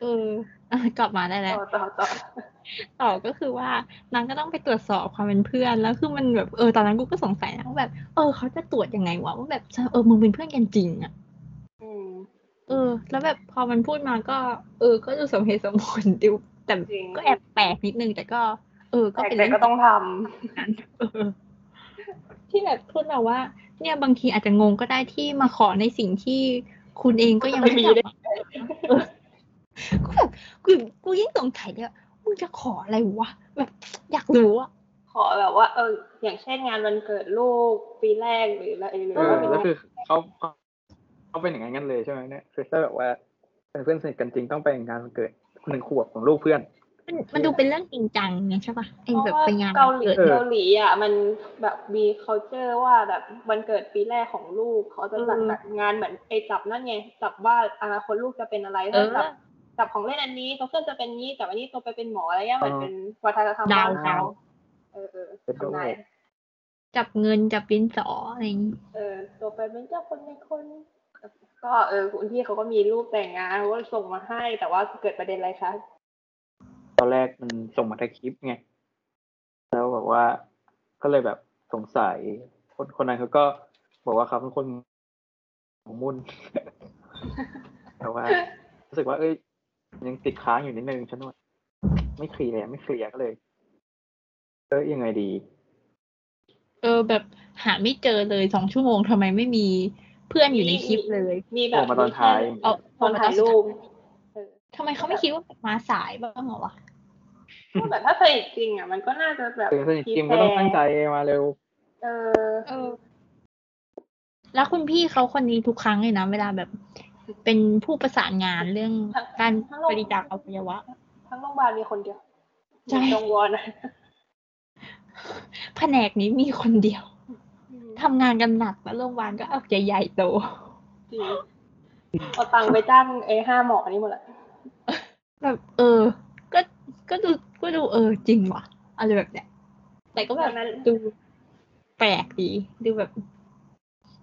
Speaker 1: เอออ่ะกลับมาได้แล้ว
Speaker 3: ต่อต่อต่อ
Speaker 1: ต่อก็คือว่านางก็ต้องไปตรวจสอบความเป็นเพื่อนแล้วคือมันแบบเออตอนนั้นกูก็สงสัยนะว่าแบบเออเขาจะตรวจยังไงวะว่าแบบเออมึงเป็นเพื่อนกันจริงอะ
Speaker 3: อืม
Speaker 1: เออ แล้วแบบพอมันพูดมาก็ เออ ก็ดูสมเหตุสมผล ดิวแต่
Speaker 3: จริง
Speaker 1: ก็แอบแปลกนิดนึงแต่ก็ เออ ก็
Speaker 3: แต่
Speaker 1: เป็น
Speaker 3: แต่
Speaker 1: เรื่
Speaker 3: ก็ต้องท
Speaker 1: นั้นเออ ที่แบบพูดมาว่า เนี่ยบางทีอาจจะงงก็ได้ที่มาขอในสิ่งที่คุณเองก็ยังไม่ได้ รับเออกูแบบกูกูยิ่งสงสัยเนี่ยว่ามึงจะขออะไรวะแบบอยากรู้อะ
Speaker 3: ำขอแบบว่า เออ อย่างเช่นงานวันเกิดลูกปีแรกหรืออะไรหรือ
Speaker 2: เออ
Speaker 3: ว่าเป็น
Speaker 2: แล้
Speaker 3: วั
Speaker 2: วน คือเขาเขาเขาเป็นอย่างนั้นกันเลยใช่ไหมเนี่ยคือถ้าแบบว่าเป็นเพื่อนสนิทกันจริงต้องไปงานวันเกิดหนึ่งขวบของลูกเพื่อน
Speaker 1: มันมันดูเป็นเรื่องจริงจังไงใช่ปะไอ้แบบ
Speaker 3: เพ
Speaker 1: ไป
Speaker 3: ราะ
Speaker 1: งา
Speaker 3: ว่าน เกาหลี
Speaker 1: กิด
Speaker 2: เออ
Speaker 3: เกาหลีอ่ะมันแบบมี culture ว่าแบบวันเกิดปีแรกของลูกเขาจะจัดแบบงานเหมือนไอจับนั่นไงจับว่าอนาคตลูกจะเป็นอะไร
Speaker 1: เออ
Speaker 3: ถ้าจับจับของเล่นอันนี้เขาเพื่อนจะเป็นนี้แต่วันนี้โตไปเป็นหมออะไรเงี้ยมัน
Speaker 2: อ๋อ
Speaker 3: เป็นวัฒนธรรม
Speaker 1: ดาว
Speaker 3: บ้นเขเออเออ
Speaker 2: เป็นโรคน
Speaker 3: ทำาย
Speaker 1: จับเงินจับดินสออะไรอย่างงี้
Speaker 3: เออโตไปเป็นเจ้าคนในคน ก็เออคุณพี่เขาก็มีรูปแต่งงานเขาก็ส่งมาให้ แต่ว่าเกิดประเด็นอะไรคะ
Speaker 2: ตอนแรกมันส่งมาทางคลิปไง แล้วแบบว่าก็เลยแบบสงสัย คนคนนั้นเขาก็บอกว่าเขาเป็นคนหมองมุ่น แต่ว่า รู้สึกว่า เอ้ย ยังติดค้างอยู่นิดนึงฉันว่าไม่เคลียร์ไม่เคลียร์ก็เลย เอ้ยยังไงดี
Speaker 1: เออแบบหาไม่เจอเลยสองชั่วโมงทำไมไม่มีเพื่อนอยู่ในคลิปเลย
Speaker 3: มีแบ
Speaker 2: อ
Speaker 3: บอก
Speaker 2: มาตอนท้าย
Speaker 1: เอา
Speaker 3: ตอนถ่ายรูปเออ
Speaker 1: ทำไมเขาไม่คิดว่ามาสายบ้างเหรอวะ
Speaker 3: ก็แบบถ้าสนิทจริงอ่ะมันก็น่าจะแบบ
Speaker 2: เจอสนิทจิมก็ต้องตั้งใจมาเร็ว
Speaker 3: เออ
Speaker 1: เออ แล้วคุณพี่เขาคนนี้ทุกครั้งเลยนะ เวลาแบบเป็นผู้ประสานงานเรื่องการบริจาคอวัยวะ
Speaker 3: ทั้งโรงพยาบาลมีคนเดียว
Speaker 1: ใช่
Speaker 3: มีจงวอนนะ
Speaker 1: แผนกนี้มีคนเดียว ทำงานกันหนักแล้วโรงพยาบาลก็เอาใหญ่ๆโต
Speaker 3: จริงเอาตังค์ไปจ้างเอห้าหมอนี่หมดละ
Speaker 1: แบบเออ ก็ก็ดูก็ดูเออจริงว่ะอะไรแบบเนี้ยแต่ก็แบบ
Speaker 3: นั้น
Speaker 1: ดูแปลกดี ดูแบบ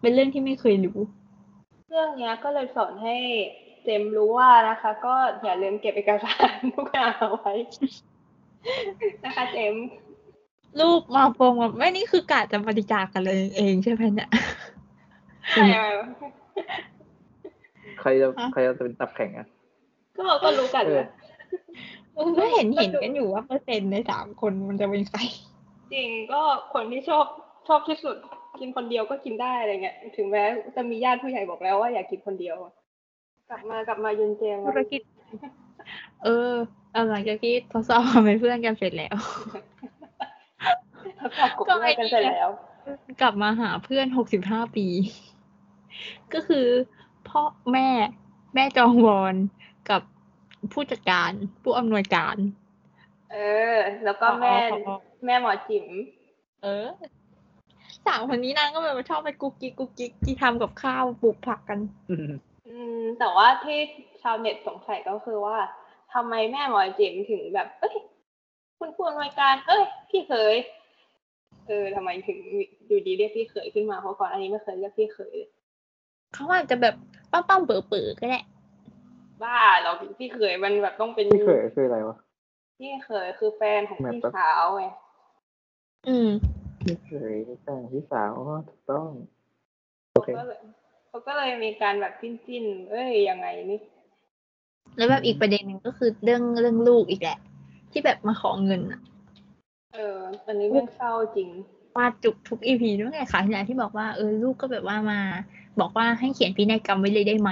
Speaker 1: เป็นเรื่องที่ไม่เคยรู้
Speaker 3: เรื่องเนี้ยก็เลยสอนให้เจมรู้ว่านะคะ ก็อย่าลืมเก็บเอกสารทุกอย่างเอาไว้ นะคะเจม
Speaker 1: รูปมาโปรงแบบไม่นี่คือกะจะบริจาคกันเลยเองใช่ไหมเนี่ย อืม
Speaker 2: ใครจะใครจะเป็นตับแข็ง อ่ะ
Speaker 3: ก็ก็รู้กัน
Speaker 2: เออ
Speaker 3: นะ
Speaker 1: ก็เห็นเห็นกันอยู่ว่าเปอร์เซ็นต์ในสามคนมันจะเป็นใคร
Speaker 3: จริงก็คนที่ชอบชอบที่สุด กินคนเดียวก็กินได้อะไรเงี้ยถึงแม้จะมีญาติผู้ใหญ่บอกแล้วว่าอย่ากินคนเดียว กลับมากลับมายืนเจม
Speaker 1: ธุรกิจ เออเอาหลังจากที่ทดสอบความเป็นเพื่อนกันเสร็จแล้ว
Speaker 3: ทดสอบกลุ่มแรกกันเสร็จแล้ว
Speaker 1: กลับมาหาเพื่อนหกสิบห้าปี ก็คือพ่อแม่แม่จองวอนกับผู้จัดการผู้อำนวยการ
Speaker 3: เออ แล้วก็แม่
Speaker 1: ผอผอ
Speaker 3: แม่หมอจิ๋ม
Speaker 1: เออสามคนนี้นางก็แบบว่าชอบไปกุ๊กกิ๊กกุ๊กกิ๊กที่ทำกับข้าวปลูกผักกัน
Speaker 3: อืม แต่ว่าที่ชาวเน็ตสงสัยก็คือว่าทำไมแม่หมอจิ๋มถึงแบบ เอ้ย คุณผู้อำนวยการ เอ้ย พี่เขยเออทำไมถึงอยู่ดีเรียกพี่เขยขึ้นมาเพราะก่อนอันนี้ไม่เคยเรียกพี่เขยเลย
Speaker 1: เขาอาจจะแบบป้าป้าเป๋อเป๋อๆก็ได้
Speaker 3: บ้าเหราพี่เขยมันแบบต้องเป็น
Speaker 2: ที่เขยคืออะไรวะ
Speaker 3: พี่เขยคือแฟนของ
Speaker 2: แบบ
Speaker 3: พี่สาวไง
Speaker 1: อืม
Speaker 2: ที่เขยแฟนของพี่สาวอ๋อถูกต้อง โอเค
Speaker 3: ก็เลยเขาก็เลยมีการแบบจิ้นจิ้นๆเอ้ยยังไงนี่
Speaker 1: แล้วแบบอีกประเด็นหนึ่งก็คือเรื่องเรื่องลูกอีกแหละ ที่แบบมาขอเงินอะ
Speaker 3: เออ อันนี้เรื่องเศร้าจริง
Speaker 1: ว่าจุกทุกอีพีนั่นไงค่ะที่ไหนที่บอกว่าเออลูกก็แบบว่ามา บอกว่าให้เขียนพินัยกรรมไว้เลยได้ไหม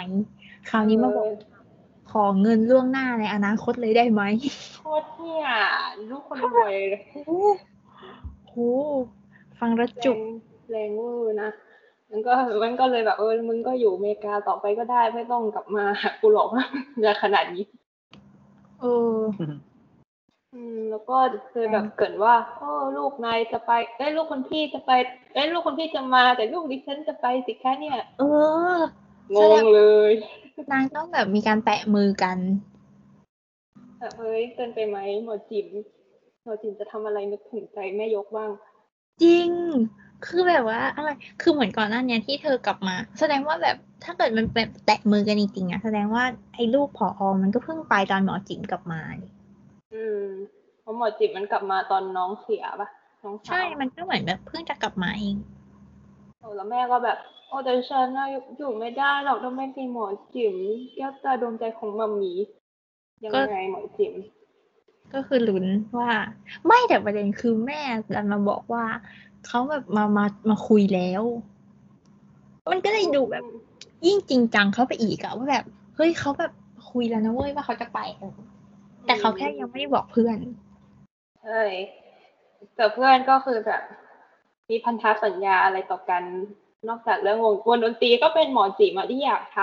Speaker 1: คราวนี้มาบอกขอเงินล่วงหน้าในอนาคตเลยได้ไหม
Speaker 3: โคตรเนี่ยลูกคนรวย
Speaker 1: โอ้โหฟังแล้ว
Speaker 3: จุ
Speaker 1: จุ
Speaker 3: ก
Speaker 1: ก
Speaker 3: แรงเวูนะมันก็มันก็เลยแบบเออมึงก็อยู่อเมริกาต่อไปก็ได้ไม่ต้องกลับมาหากูหรอกจะขนาดนี้
Speaker 1: เออ
Speaker 3: อืม แล้วก็คือแบบเกิดว่าโอ้ลูกนายจะไปเอ้ยลูกคนพี่จะไปเอ้ยลูกคนพี่จะมา แต่ลูกดิฉันจะไปสิคะเนี่ย
Speaker 1: เออ
Speaker 3: งงเลย
Speaker 1: นางต้องแบบมีการแปะมือกัน
Speaker 3: แบบเอ้ยเกินไปไหมหมอจิ๋มหมอจิ๋มจะทำอะไรนึกถึงใจแม่ยกบ้าง
Speaker 1: จริง คือแบบว่าอะไร คือเหมือนก่อนหน้าเนี้ยที่เธอกลับมา แสดงว่าแบบถ้าเกิดมันแบบแตะมือกันจริงๆอะแสดงว่าไอ้ลูกผออมันก็เพิ่งไปตอนหมอจิ๋มกลับมาดิ
Speaker 3: อืมเพราะหมอจิ๋มมันกลับมาตอนน้องเสียปะน้องสาว
Speaker 1: ใช่ มันก็เหมือนแบบเพิ่งจะกลับมาเอง
Speaker 3: โอ้แล้วแม่ก็แบบ โอ้แต่ฉันน่ะอยู่อยู่ไม่ได้หรอกต้องไม่มีหมอจิ๋มแก้วตาดวงใจของมัมหมียังไงหมอจิ๋ม
Speaker 1: ก็คือลุ้นว่า ไม่แต่ประเด็นคือแม่ดันมาบอกว่าเขาแบบมา มา มาคุยแล้ว มันก็เลยดูแบบยิ่งจริงจังเข้าไปอีกอะว่าแบบ เฮ้ยเขาแบบคุยแล้วนะเว้ยว่าเขาจะไป แต่เขาแค่ยังไม่ได้บอกเพื่อน
Speaker 3: เอ้ยแต่เพื่อนก็คือแบบ มีพันธสัญญาอะไรต่อกัน นอกจากเรื่องวงวนดนตรีก็เป็นหมอจิ๋มอะที่อยากท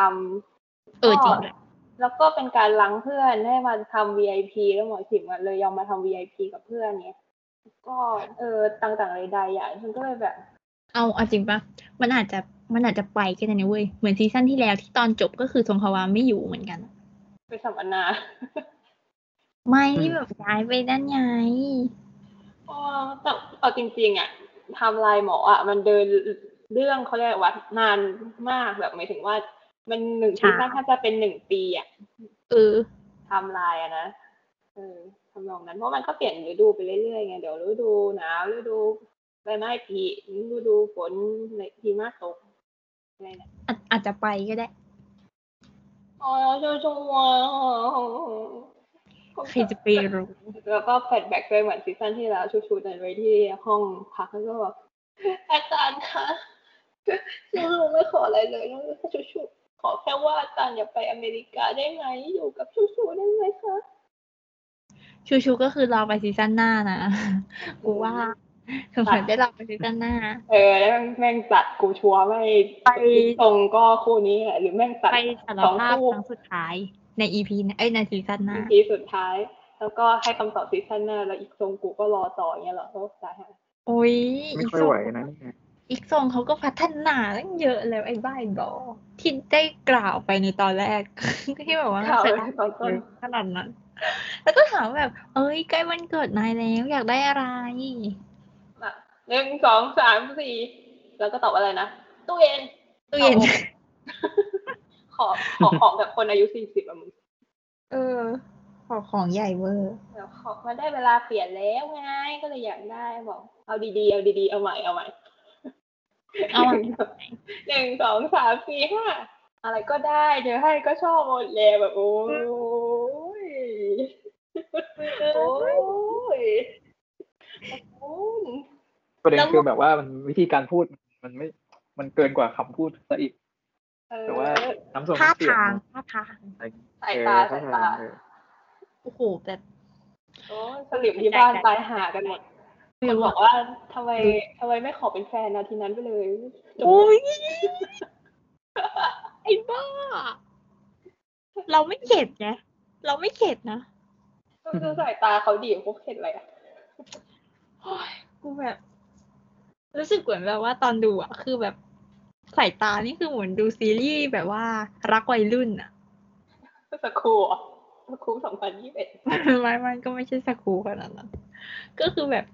Speaker 3: ำ
Speaker 1: เออจริงแหละ
Speaker 3: แล้วก็เป็นการล้างเพื่อนให้มาทำ VIP แล้วหมอจิ๋มอะเลยยอมมาทำ VIP กับเพื่อนเนี่ยก็เออต่างๆใดๆอ่ะฉันก็เลยแบบ
Speaker 1: เอาเอาจริงปะมันอาจจะมันอาจจะไปก็ได้นะเว้ย เหมือนซีซั่นที่แล้วที่ตอนจบก็คือทรงคาวาไม่อยู่เหมือนกัน
Speaker 3: ไปสัมมนา
Speaker 1: ไม่
Speaker 2: อืม
Speaker 1: แบบย้ายไปด้านไง
Speaker 3: เออแต่เอาจริงๆอะไทำลายหมออะมันเดินเรื่องเขาเรียกว่านานมากแบบหมายถึงว่า มันหนึ่งซีซั่นถ้าจะเป็นหนึ่งปีอะ
Speaker 1: เออ
Speaker 3: ไทำลายอะนะเออทำนองนั้นเพราะมันก็เปลี่ยนฤดูไปเรื่อยๆไงเดี๋ยวฤดูหนาวฤดูใบไม้ผลิฤดูฝนในทีมาตกอะไรนะ
Speaker 1: อาจอาจจะไปก็ได้
Speaker 3: อ๋อชวชัว
Speaker 1: ใครจะไปรู้
Speaker 3: แล้วก็แฟลชแบ็กไปเหมือนซีซั่นที่แล้วชูๆกันไว้ที่ห้องพักแล้วก็บอกอาจารย์คะชูๆไม่ขออะไรเลยนะชูๆขอแค่ว่าอาจารย์อย่าไปอเมริกาได้ไหมอยู่กับชูๆได้ไหมคะ
Speaker 1: ชูชูก็คือรอไปซีซั่นหน้านะ กูว่าสงสัยได้รอไปซีซั่นหน้า
Speaker 3: เออแล้วแม่งตัดกูชัวร์ไม่
Speaker 1: ไป
Speaker 3: ตรงก็คู่นี้แหละหรือแม่งตัด
Speaker 1: ไปสารภาพครั้งสุดท้ายในอีพีเอ้ยในซีซั่นหน้า
Speaker 3: EP สุดท้าย แล้วก็ให้คำตอบซีซั่นหน้า แล้วอีกทรงกูก็รอต่ออย่างเงี้ยเหรอโอ้ตายฮะ
Speaker 1: โอ้ย
Speaker 2: ไม่
Speaker 1: อีก
Speaker 2: ค่อย
Speaker 1: ทร
Speaker 2: ไหว
Speaker 1: ง
Speaker 2: นะเนี่ย
Speaker 1: อีกทรงเขาก็พัฒนาตั้งเยอะแล้วไอ้บ้าไอ้บอที่ได้กล่าวไปในตอนแรก ที่แบบว่า
Speaker 3: ข่าว
Speaker 1: เสร็จ
Speaker 3: แรกตอนต้น
Speaker 1: ขนาดนั้น แล้วก็ถามแบบ เอ้ยใกล้วันเกิดนายแล้ว อยากได้อะไร
Speaker 3: อ่ะหนึ่งสองสามสี่แล้วก็ตอบอะไรนะตู้เย็น
Speaker 1: ตู้เย็น
Speaker 3: ขอขอของแบบคนอายุสี่สิบอะมึง
Speaker 1: เออ ขอของใหญ่เวอร์
Speaker 3: แล้วขอมันได้เวลาเปลี่ยนแล้วไงก็เลยอยากได้บอก เอาดีๆเอาดีๆเอาใหม่เอาใหม่
Speaker 1: เอาใหม่
Speaker 3: หนึ่งสองสามสี่ห้าอะไรก็ได้เดี๋ยวให้ก็ชอบหมดเลยแบบโอ้ย โอ้ยโอ้ย
Speaker 2: ประเด็นคือแบบว่ามันวิธีการพูดมันไม่ มันเกินกว่าคำพูดซะอีก
Speaker 3: เออ
Speaker 2: แต่ว่าน้ำส่ง
Speaker 1: ท่า
Speaker 2: น้ำเสียง
Speaker 1: ทางท่าทาง
Speaker 3: สาย
Speaker 2: เออ
Speaker 3: ตา
Speaker 2: ท่า
Speaker 3: สาย
Speaker 2: ทา
Speaker 3: ตาง
Speaker 2: เออ
Speaker 1: โอ้โหแบบ
Speaker 3: โอ้ยสลิมที่บ้านตายหากันหมดคนบอกว่าทำไมทำไมไม่ขอเป็นแฟนนาทีนั้นไปเลยจบ
Speaker 1: โอ้ย ไอ้บ้า เราไม่เข็ดนะเราไม่เข็ดนะ
Speaker 3: คือสายตาเขาดีเขาเห็นอะไรอะ
Speaker 1: โอ้ยกูแบบ รู้สึกเหมือนแบบว่าตอนดูอะคือแบบสายตานี่คือเหมือนดูซีรีส์แบบว่า รักวัยรุ่นอะ
Speaker 3: สกครูอะสกครูสองพันยี่สิบเอ็ด
Speaker 1: ไม่ไม่ไม่ก็ไม่ใช่สกรูขนาดนั้นก็คือแบบ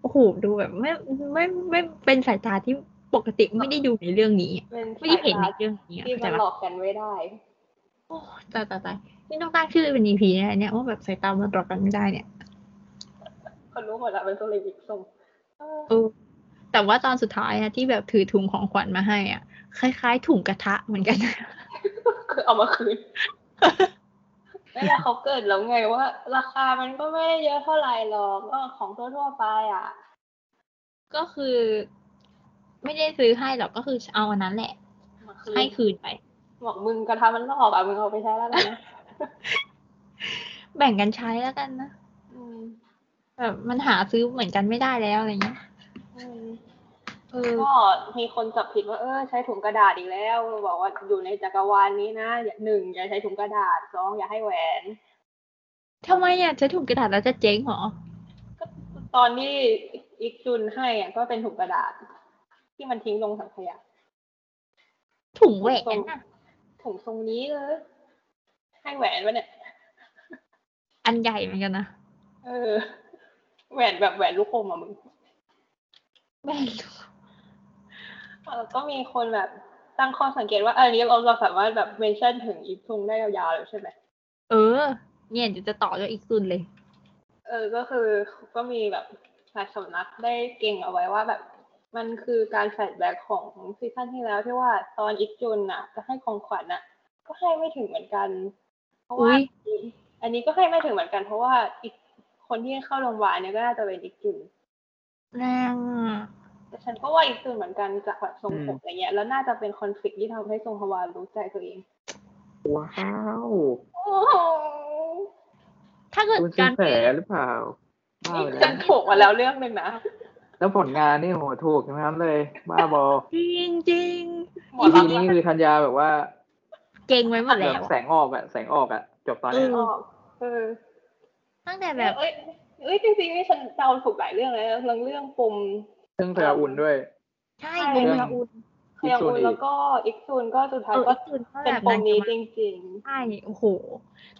Speaker 1: โอ้โหดูแบบไม่ไม่ไม่เป็นสายตาที่ปกติไม่ได้ดูในเรื่องนี้อะ
Speaker 3: เป็น
Speaker 1: ไม่
Speaker 3: สา
Speaker 1: ได้
Speaker 3: ย
Speaker 1: เห็น
Speaker 3: ตา
Speaker 1: ในเรื่องนี้อะ
Speaker 3: ที่มั
Speaker 1: แต่
Speaker 3: นหล
Speaker 1: ว่า
Speaker 3: อกกันไม่ได้
Speaker 1: โอ้ตายตายตายนี่ต้องตั้งชื่อเป็น EP แน่เนี่ยว่าแบบสายตามันหลอกกันไม่ได้เนี่ย
Speaker 3: คนรู้หมดละเป็นสลิมอีกส่งเออ
Speaker 1: เออแต่ว่าตอนสุดท้ายอะที่แบบถือถุงของขวัญมาให้อ่ะ คล้าย ๆ ถุงกระทะเหมือน กัน
Speaker 3: คือเอามาคื นไม่ละเขาเกิดแล้วไงว่า ราคามันก็ไม่ได้เยอะเท่าไหร่หรอกก็ของทั่วๆไปอ่ะ
Speaker 1: ก็คือ ไม่ได้ซื้อให้หรอกก็คือเอาอันนั้นแหละ ให้คืนไป
Speaker 3: บอกมึงกระทะมันลอกอ่ะมึงเอาไปใช้แล้ว กันนะ
Speaker 1: แบ่งกันใช้แล้วกันนะ
Speaker 3: อืม
Speaker 1: แบบมันหาซื้อเหมือนกันไม่ได้แล้วอะไรเงี้ย
Speaker 3: อืม
Speaker 1: เออ
Speaker 3: ก็มีคนจับผิดว่าเออใช้ถุงกระดาษอีกแล้ว บอกว่าอยู่ในจักรวาลนี้นะอย่าหนึ่งอย่าใช้ถุงกระดาษสองอย่าให้แหวน
Speaker 1: ทำไมอ่ะใช้ถุงกระดาษแล้วจะเจ๊งเหรอ
Speaker 3: ตอนที่อีกจุนให้อ่ะก็เป็นถุงกระดาษ ที่มันทิ้งลงถังขยะ
Speaker 1: ถุงแหวนอ่ะ
Speaker 3: ถุงทรงนี้เลยให้แหวนวะเนี่ย
Speaker 1: อันใหญ่เหมือนกันนะ
Speaker 3: เออ แหวนแบบแหวนลูกอมอ่ะมึง
Speaker 1: แม่ง
Speaker 3: แล้วก็มีคนแบบตั้งข้อสังเกตว่าอันนี้เราเราสามารถแบบเมนชั่นถึงอีกทุงได้ยาวๆเลยใช่ไหม
Speaker 1: เออ เนี่ยเดี๋ยวจะต่อด้วยอีกซุนเลย
Speaker 3: เออ ก็คือก็มีแบบหลายสำนักได้เก่งเอาไว้ว่าแบบ มันคือการแฟลชแบ็กของซีซั่นที่แล้วที่ว่าตอนอิกจุนน่ะ จะให้ของขวัญน่ะ ก็ให้ไม่ถึงเหมือนกัน เพราะว่า
Speaker 1: อุ๊ย
Speaker 3: อันนี้ก็ให้ไม่ถึงเหมือนกัน เพราะว่าอีกคนที่เข้าโรงพยาบาลเนี่ยก็น่าจะเป็นอิกจุน
Speaker 1: นางอะ
Speaker 3: แต่ฉันก็ว่าอีกจุนเหมือนกันจากแบบทรงผมอะไรเงี้ย แล้วน่าจะเป็นคอนฟ lict ที่ทำให้ทรงฮวารู้ใจตัวเอง
Speaker 2: ว้าว
Speaker 3: โอ้โห
Speaker 1: ถ้าเกิด
Speaker 2: คุณสิ
Speaker 1: กาน ร
Speaker 2: แสหรือเปล่าบ้า
Speaker 3: นี่
Speaker 2: ไป
Speaker 3: ฉั
Speaker 2: แล้ว
Speaker 3: นถูกมาแล้วเรื่องหนึ่งนะ
Speaker 2: แล้วผลงานนี่โหถูกทั้งนั้นเลย บ้าบอ
Speaker 1: จริงจริง
Speaker 3: หมอ
Speaker 2: อีพี
Speaker 3: รับ
Speaker 2: นี้คือธัญญาแบบว่า
Speaker 1: ๆเก่งไว้หมด
Speaker 2: แบ
Speaker 1: แล้ว
Speaker 2: บแส
Speaker 1: อะ
Speaker 2: งออกอะแสงออกอะจบตอนเนี้ย
Speaker 1: เ
Speaker 3: ออกเออ
Speaker 1: ตั้งแต่แบบ
Speaker 3: เอ้ยเอ้ยจริงๆนี่ฉันเดาถูกหลายเรื่องเลยนะทั้งเรื่องปม
Speaker 2: เครื่องเทราอุ่นด้วย
Speaker 1: ใช่
Speaker 3: ใช่
Speaker 1: วงละอุน
Speaker 3: เคยงอุน
Speaker 2: อีกส่วนอีก
Speaker 3: แล้วก็อีกซูนก็สุด
Speaker 1: เอ
Speaker 3: ท้าย
Speaker 1: อ
Speaker 3: ก็
Speaker 1: อีกซุนก็
Speaker 3: เป็
Speaker 1: แบ
Speaker 3: น
Speaker 1: บ
Speaker 3: ป
Speaker 1: นาม ง
Speaker 3: นี้
Speaker 1: จะ
Speaker 3: จ
Speaker 1: มา
Speaker 3: ริง
Speaker 1: ใช่โอ้โห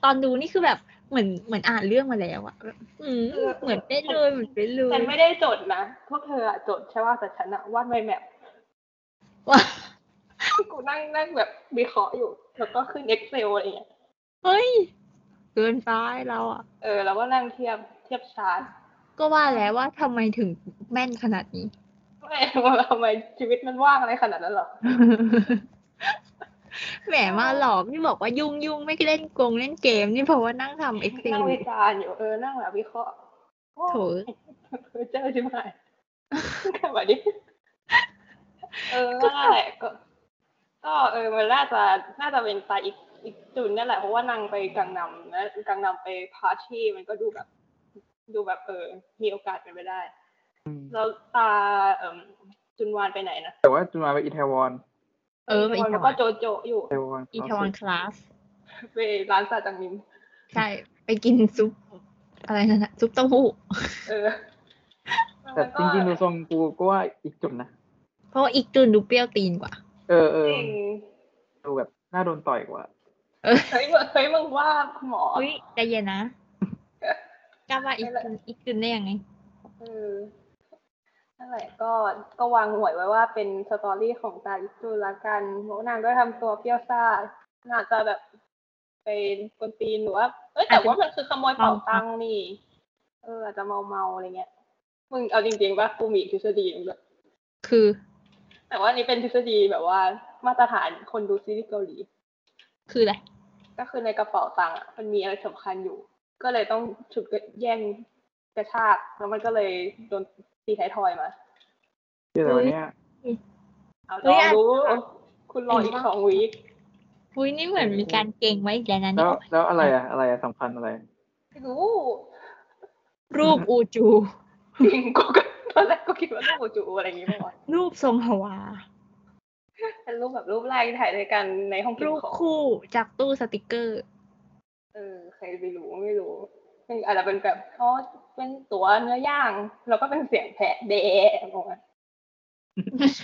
Speaker 1: ตอนดูนี่คือแบบเหมือนเหมือนอ่านเรื่องมาแล้วอะแบบอืมเหมือนได้เลยเหมือนได้เล
Speaker 3: ๆ
Speaker 1: ย
Speaker 3: ฉันไม่ได้จดนะพวกเธออะจดใช่ป่ะแต่ฉันอะวาดไวแมป
Speaker 1: ว่า
Speaker 3: กูนั่งนั่งแบบวิเคราะห์อยู่ แล้วก็ขึ้น Excel อะไรอย่างเงี้ย
Speaker 1: เฮ้ยเกินไปเราอะ
Speaker 3: เออแล้วก็นั่งเทียบเทียบชาร์ต
Speaker 1: ก็ว่าแล้วว่าทำไมถึงแม่นขนาดนี้
Speaker 3: ไม่ว่าทำไมชีวิตมันว่างอะไรขนาดนั้นหรอ
Speaker 1: แหมมาหลอกนี่บอกว่ายุ่งยุ่งไม่เล่นกงเล่นเกม นี่เพราะว่านั่งทำเอ็กซิ
Speaker 3: นั่งวิจารณ์อยู่เออนั่งแบบวิเคราะห์โอ้
Speaker 1: โถ
Speaker 3: เจอจิ๋มห ายกับแบบนี้เออนั่นแหละก็ ก็เออมันน่าจะน่าจะเป็นไปอีกอีกจุดนั่นแหละเพราะว่านางไปกังนำแล้วกังนำไปพาร์ตี้มันก็ดูแบบ ดูแบบเออ มีโอกาสเป็นไปได้แล้วตาเอมจุนวานไปไหนนะ
Speaker 2: แต่ว่าจุนมาไปอิตาลีวัน
Speaker 1: เออไปอี
Speaker 3: จุนวา
Speaker 1: ท
Speaker 3: นมัน
Speaker 1: วอ
Speaker 3: ก็
Speaker 1: น
Speaker 3: โจโจอยู่
Speaker 2: อิตาลีวัน
Speaker 1: อีทวอนคลาส
Speaker 3: ไปร้านซาจังมิม
Speaker 1: ใช่ ไปกินซุป อะไรนั่นนะซุปเต้าหู้
Speaker 3: เออ
Speaker 2: แต่จริงๆดูทรงกูก็ว่าอีกจุดนะ
Speaker 1: เพราะว่าอีกจุนดูเปรี้ยวตีนกว่า
Speaker 2: เออเออ
Speaker 3: จริง
Speaker 2: ดูแบบน่าโดนต่อยกว่า
Speaker 3: เฮ้ยมึงเฮ้ยมึงว่าคุณหมอ
Speaker 1: อุ้ยใจเย็นนะกล้าว่าอีกจุนอีกจุนได้ยังไง
Speaker 3: เออนั่นแหละก็ก็วางหวยไว้ว่าเป็นสตอรี่ของตาลิจูละกันเพราะนางก็ทำตัวเปรี้ยวซ่าน่าจะแบบเป็นคนตีนหรือว่าเอ้ยแต่ว่ามันคือขโมยเป่าตังค์นี่ เอออาจจะเมาเมาๆอะไรเงี้ยมึงเอาจริงๆว่ากูมีอีกทฤษฎีหนึงด้วย
Speaker 1: คือ
Speaker 3: แต่ว่าอันนี่เป็นทฤษฎีแบบว่ามาตรฐานคนดูซีรีส์เกาหลี
Speaker 1: คืออะไร
Speaker 3: ก็คือในกระเป๋าตังค์อะมันมีอะไรสำคัญอยู่ ก็เลยต้องฉุดกระแย่งกระชากแล้วมันก็เลยโดนตีไทายทอยมา
Speaker 2: เดี๋ยวแต่วันเนี้ย
Speaker 3: เอา
Speaker 1: เฮ้
Speaker 3: ลอย งรู้
Speaker 1: อ่ะ
Speaker 3: คุณรออีกสองวีค
Speaker 1: อุ้ยนี่เหมือนมีการเก่งไว้อีกแล้วนะ
Speaker 2: แล้
Speaker 1: เนี่
Speaker 2: วย แล้วอะไรอะอะไรอะสำคัญอะไร
Speaker 3: ไม่รู้
Speaker 1: รูปอูจู
Speaker 3: จริงกูก็ ตอนแรกก็คิดว่ารูปโอจูอะไรอย่างงี้ป่ะ
Speaker 1: รูปทรงฮวา
Speaker 3: เป็นรูปแบบรูปแรกที่ถ่ายด้วยกันในห้องเก็บ
Speaker 1: รูป
Speaker 3: ของ
Speaker 1: คู่จากตู้สติกเกอร์
Speaker 3: เออใครไปรู้ไม่รู้มันอาจจะเป็นแบบอ๋อเป็นตัวเนื้อย่างแล้วก็เป็นเสียงแผะเดะออกมา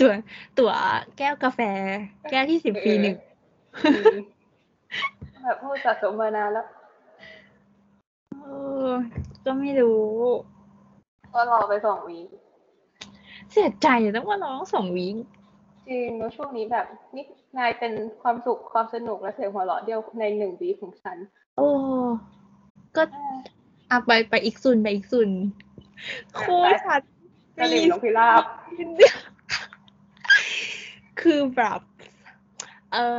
Speaker 1: ตัวตัวแก้วกาแฟ แก้วที่สิบปีหนึ่ง
Speaker 3: อืมแบบผู้สะสมมานานแล้ว
Speaker 1: เออ ก็ไม่รู้
Speaker 3: ก็รอไปสองวีค
Speaker 1: เสียใจต้องมาร้องสองวิง
Speaker 3: จริงแล้วช่วงนี้แบบนี่นายเป็นความสุขความสนุกและเสียงหัวเราะเดียวในหนึ่งวีคของฉัน
Speaker 1: โอ้ ก็อ่ะไปไปอีกซุนไปอีกซุนโคตรชัด
Speaker 3: จะหลิมนกพิราบ
Speaker 1: คือแบบเออ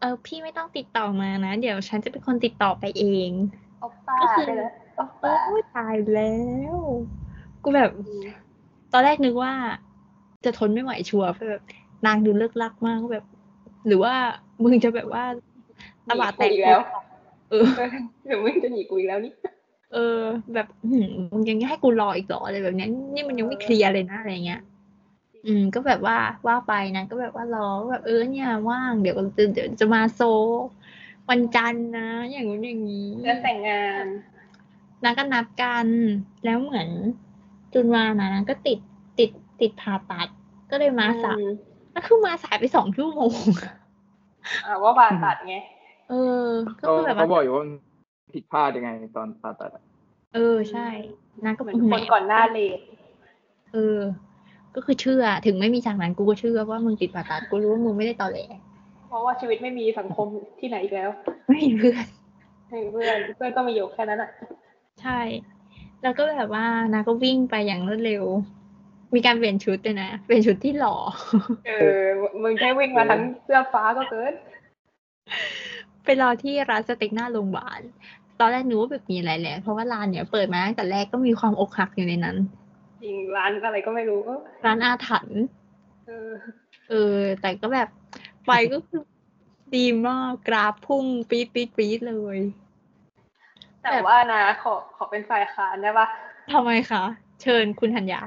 Speaker 1: เออพี่ไม่ต้องติดต่อมานะ เดี๋ยวฉันจะเป็นคนติดต่อไปเอง
Speaker 3: ออก ป้าไปแล้วออก
Speaker 1: โอ้
Speaker 3: ป้า
Speaker 1: ยตายแล้ว กูแบบ ตอนแรกนึกว่า จะทนไม่ไหวชัวร์เพราะแบบนางดูเลิกลักมากแบบ หรือว่ามึงจะแบบว่าตบะแตก
Speaker 3: หนีกูอีกแล้ว
Speaker 1: เออ
Speaker 3: หรือมึงจะหนีกูอีกแล้วนี่
Speaker 1: เออ แบบหืมมึงยังให้กูรออีกเหรออะไรแบบเนี้ยนี่มันยังไม่เคลียร์เลยนะอะไรเงี้ย อืม ก็แบบว่าว่าไปนะ ก็แบบว่ารอแบบเออเนี่ยว่างเดี๋ยวจะเดี๋ยวจะมาโซ วันจันทร์นะ อย่างนู้นอย่างนี้
Speaker 3: จะแต่งงาน
Speaker 1: นางก็นัดกันแล้วเหมือนจุนวานะนางก็ติดติดติดผ่าตัด ก็เลยมาสาย
Speaker 3: อืม
Speaker 1: ก็คือมาสายไปสองชั่วโมง
Speaker 3: อ่าว่าบานตัดไง
Speaker 1: เออ ก็
Speaker 2: เขา
Speaker 1: คือแบบ
Speaker 2: เขาบ
Speaker 1: ว่า
Speaker 2: อกอยู่ว่ามันผิดพลาดยังไงตอนผ่าตัดอะ
Speaker 1: เออใช่นางก็
Speaker 3: เหมื
Speaker 1: แบ
Speaker 3: อบ นคนก่อนหน้าเลท
Speaker 1: เออ ก็คือเชื่อถึงไม่มีจากนั้นกูก็เชื่อว่ามึงติดผ่าตัดกูรู้ว่ามึงไม่ได้ตอแหล
Speaker 3: เพราะว่าชีวิตไม่มีสังคมที่ไหนอีกแล้ว
Speaker 1: ไม่มีเพื่อน
Speaker 3: เพื่อนเพื่อนก็มีอยู่แค่นั้นอ่ะ
Speaker 1: ใช่ แล้วก็แบบว่านางก็วิ่งไปอย่างรวดเร็ว มีการเปลี่ยนชุดเลยนะเปลี่ยนชุดที่หล่อ
Speaker 3: เออ มึงแค่วิ่งมาทั้งเสื้อฟ้าก็เกิน
Speaker 1: ไปรอที่ร้านสเต็กหน้าโรงพยาบาล ตอนแรกนึกว่าแบบมีอะไรแหละ เพราะว่าร้านเนี่ยเปิดมาตั้งแต่แรกก็มีความอกหักอยู่ในนั้น
Speaker 3: จริงร้านอะไรก็ไม่รู้
Speaker 1: ร้านอาถรรพ์
Speaker 3: เออ
Speaker 1: เออ แต่ก็แบบไปก็คือดีมาก กราฟพุ่งปี๊ดปี๊ดปี๊ดเลย
Speaker 3: แต่ว่านะขอขอเป็นฝ่ายค้านได้ปะ
Speaker 1: ทำไมคะ เชิญคุณธัญญา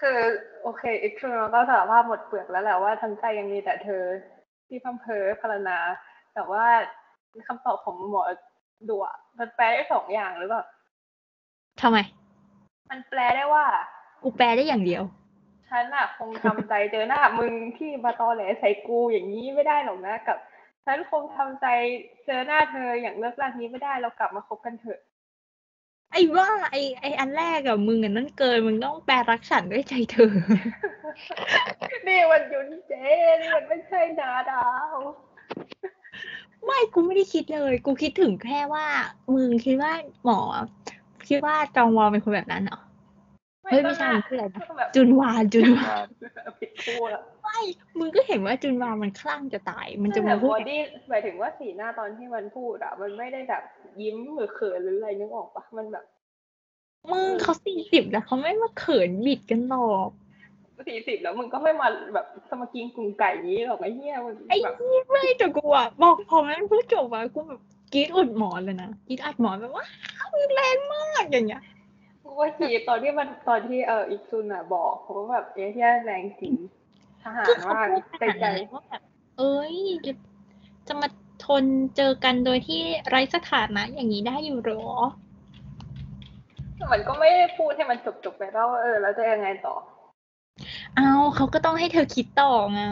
Speaker 3: คือโอเคอีกทรูนก็สารภาพหมดเปลือกแล้วแหละว่าทั้งใจยังมีแต่เธอที่พัมเพอพารณนา แต่ว่าคำตอบของหมอด่วมันแปลได้สองอย่างหรือเปล่า
Speaker 1: ทำไม
Speaker 3: มันแปลได้ว่า
Speaker 1: กูแปลได้อย่างเดียว
Speaker 3: ฉันอะคงทำใจเจอหน้ามึงที่มาตอแหลใส่กูอย่างนี้ไม่ได้หรอกนะกับ ฉันคงทำใจเจอหน้าเธออย่างเลิกลากนี้ไม่ได้เรากลับมาคบกันเถอะ
Speaker 1: ไอ้ว่าไอ้ไอ้อันแรกอะมึงอะนั่นเกิน มึงต้องแปลรักฉันด้วยใจเธอ
Speaker 3: นี่มันยุนเจนี่มันไม่ใช่นาดาว
Speaker 1: ไม่กูไม่ได้คิดเลย กูคิดถึงแค่ว่า มึงคิดว่าหมอ คิดว่าจองวอลเป็นคนแบบนั้นเหรอ เฮ้ยไม่ใช่
Speaker 3: ต้อง
Speaker 1: คืออะไรนะ
Speaker 3: ต้องแบบ
Speaker 1: จุนวานจุนวาน
Speaker 2: ผ่า
Speaker 3: ผิดคู่ละ
Speaker 1: ไม่ ช่มึงก็เห็นว่าจุนวามันคลั่งจะตาย มันจะมา
Speaker 3: แต่
Speaker 1: พูด
Speaker 3: บอดี้หมายถึงว่าสีหน้าตอนที่มันพูดอะมันไม่ได้แบบยิ้มหรือเขินหรืออะไรนึกออกปะมันแบบ
Speaker 1: มึงเขาสี่สิบแล้วเขาไม่มาเขินบิดกันหรอก
Speaker 3: สี่สิบแล้วมึงก็ไม่มาแบบสมากิงกรุงไก่นี้หรอกไอ้เหี้ยมึง
Speaker 1: ไอ้
Speaker 3: แบบ
Speaker 1: ยี่ไม่แต่กูอะบอกพอมันพูดจบอะกูแบบกรีดอุดหมอนเลยนะกรีดอัดหมอนแบบว่ามึงแรงมากอย่างเงี้ย
Speaker 3: กูก็ขีดตอนที่มันตอนที่เอออีกซุนอะบอกเพราะว่าแบบเอ้เหี้ยแรงจริงทหาร
Speaker 1: คือเขา
Speaker 3: มาก
Speaker 1: พูดข
Speaker 3: ใจ
Speaker 1: นาด
Speaker 3: ใจ
Speaker 1: นั้นว่าแบบเอ้ยจะจะมาทนเจอกันโดยที่ไร้สถานะอย่างนี้ได้อยู่หรอ
Speaker 3: มันก็ไม่ได้พูดให้มันจบจบๆไปแล้วว่าเออ แล้วจะยังไงต่อ
Speaker 1: เอาเขาก็ต้องให้เธอคิดต่อไง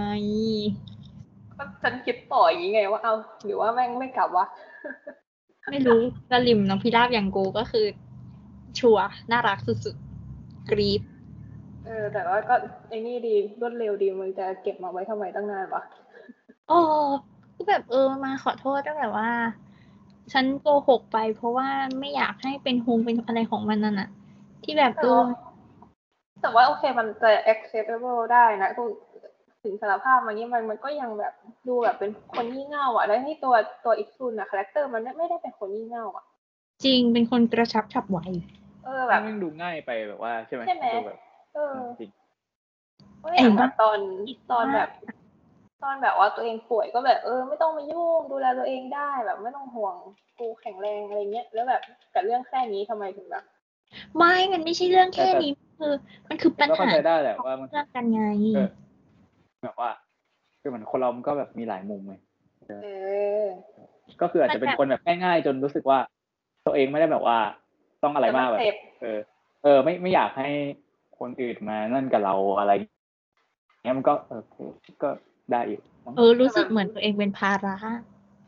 Speaker 3: ก็ฉันคิดต่ออย่างนี้ไงว่าเอาหรือว่าแม่งไม่กลับวะ
Speaker 1: ไม่รู้สลิมน้องพิราบอย่างกูก็คือ ชัวร์น่ารักสุดๆ กรี๊ด
Speaker 3: เออ แต่ว่าก็ไอ้นี่ดีรวดเร็วดีมึงจะเก็บมาไว้ทำไมตั้งนานวะ
Speaker 1: โอ้ก็แบบเออมาขอโทษตั้งแต่ว่า ฉันโกหกไป เพราะว่าไม่อยากให้เป็นฮงเป็นอะไรของมันนั่นอะที่แบบเออ
Speaker 3: แต่ว่าโอเคมันจะ acceptable ได้นะกูถึงสารภาพมานี้มันมันก็ยังแบบดูแบบเป็นคนงี่เง่าอ่ะแล้วนี่ตัวตัวอีกซุนอะคาแรคเตอร์มันไม่ได้เป็นคนงี่เง่าอ่ะ
Speaker 1: จริงเป็นคนกระชับฉับไว
Speaker 3: เออแบบ
Speaker 2: แม่งดูง่ายไปแบบว่าใช่ไหม
Speaker 3: ใช่ไหม
Speaker 2: ดูแบบ
Speaker 3: เออ
Speaker 2: จริง
Speaker 3: ก็อ
Speaker 1: เอ็
Speaker 3: ย่าง
Speaker 1: น
Speaker 3: แบ
Speaker 1: ปะ
Speaker 3: บตอนตอนแบบ ตอนแบบว่าตัวเองป่วยก็แบบเออไม่ต้องมายุ่งดูแลตัวเองได้แบบไม่ต้องห่วงกูแข็งแรงอะไรเงี้ยแล้วแบบแต่เรื่องแค่นี้ทำไมถึงแบบ
Speaker 1: ไม่ มันไม่ใช่เรื่องแค่
Speaker 2: แต่
Speaker 1: นี้ คือ มันคือปัญ
Speaker 2: ก็เข้า
Speaker 1: หา
Speaker 2: ใจได้แหละว่ามัน
Speaker 1: เรื่องกันไง
Speaker 2: เออ แบบว่าคือเหมือนคนเรามันก็แบบมีหลายมุมไง
Speaker 3: เออ
Speaker 2: ก็คืออาจจะเป็นคนแบบง่ายๆ จนรู้สึกว่า ตัวเองไม่ได้แบบว่าต้องอะไรมากแบบ
Speaker 3: เจ็บ
Speaker 2: เออ เออ ไม่ไม่อยากให้คนอื่นมานั่นกับเราอะไรเงี้ยมันก็เออก็ได้อีก
Speaker 1: เออ รู้สึกเหมือนตัวเองเป็นภาระ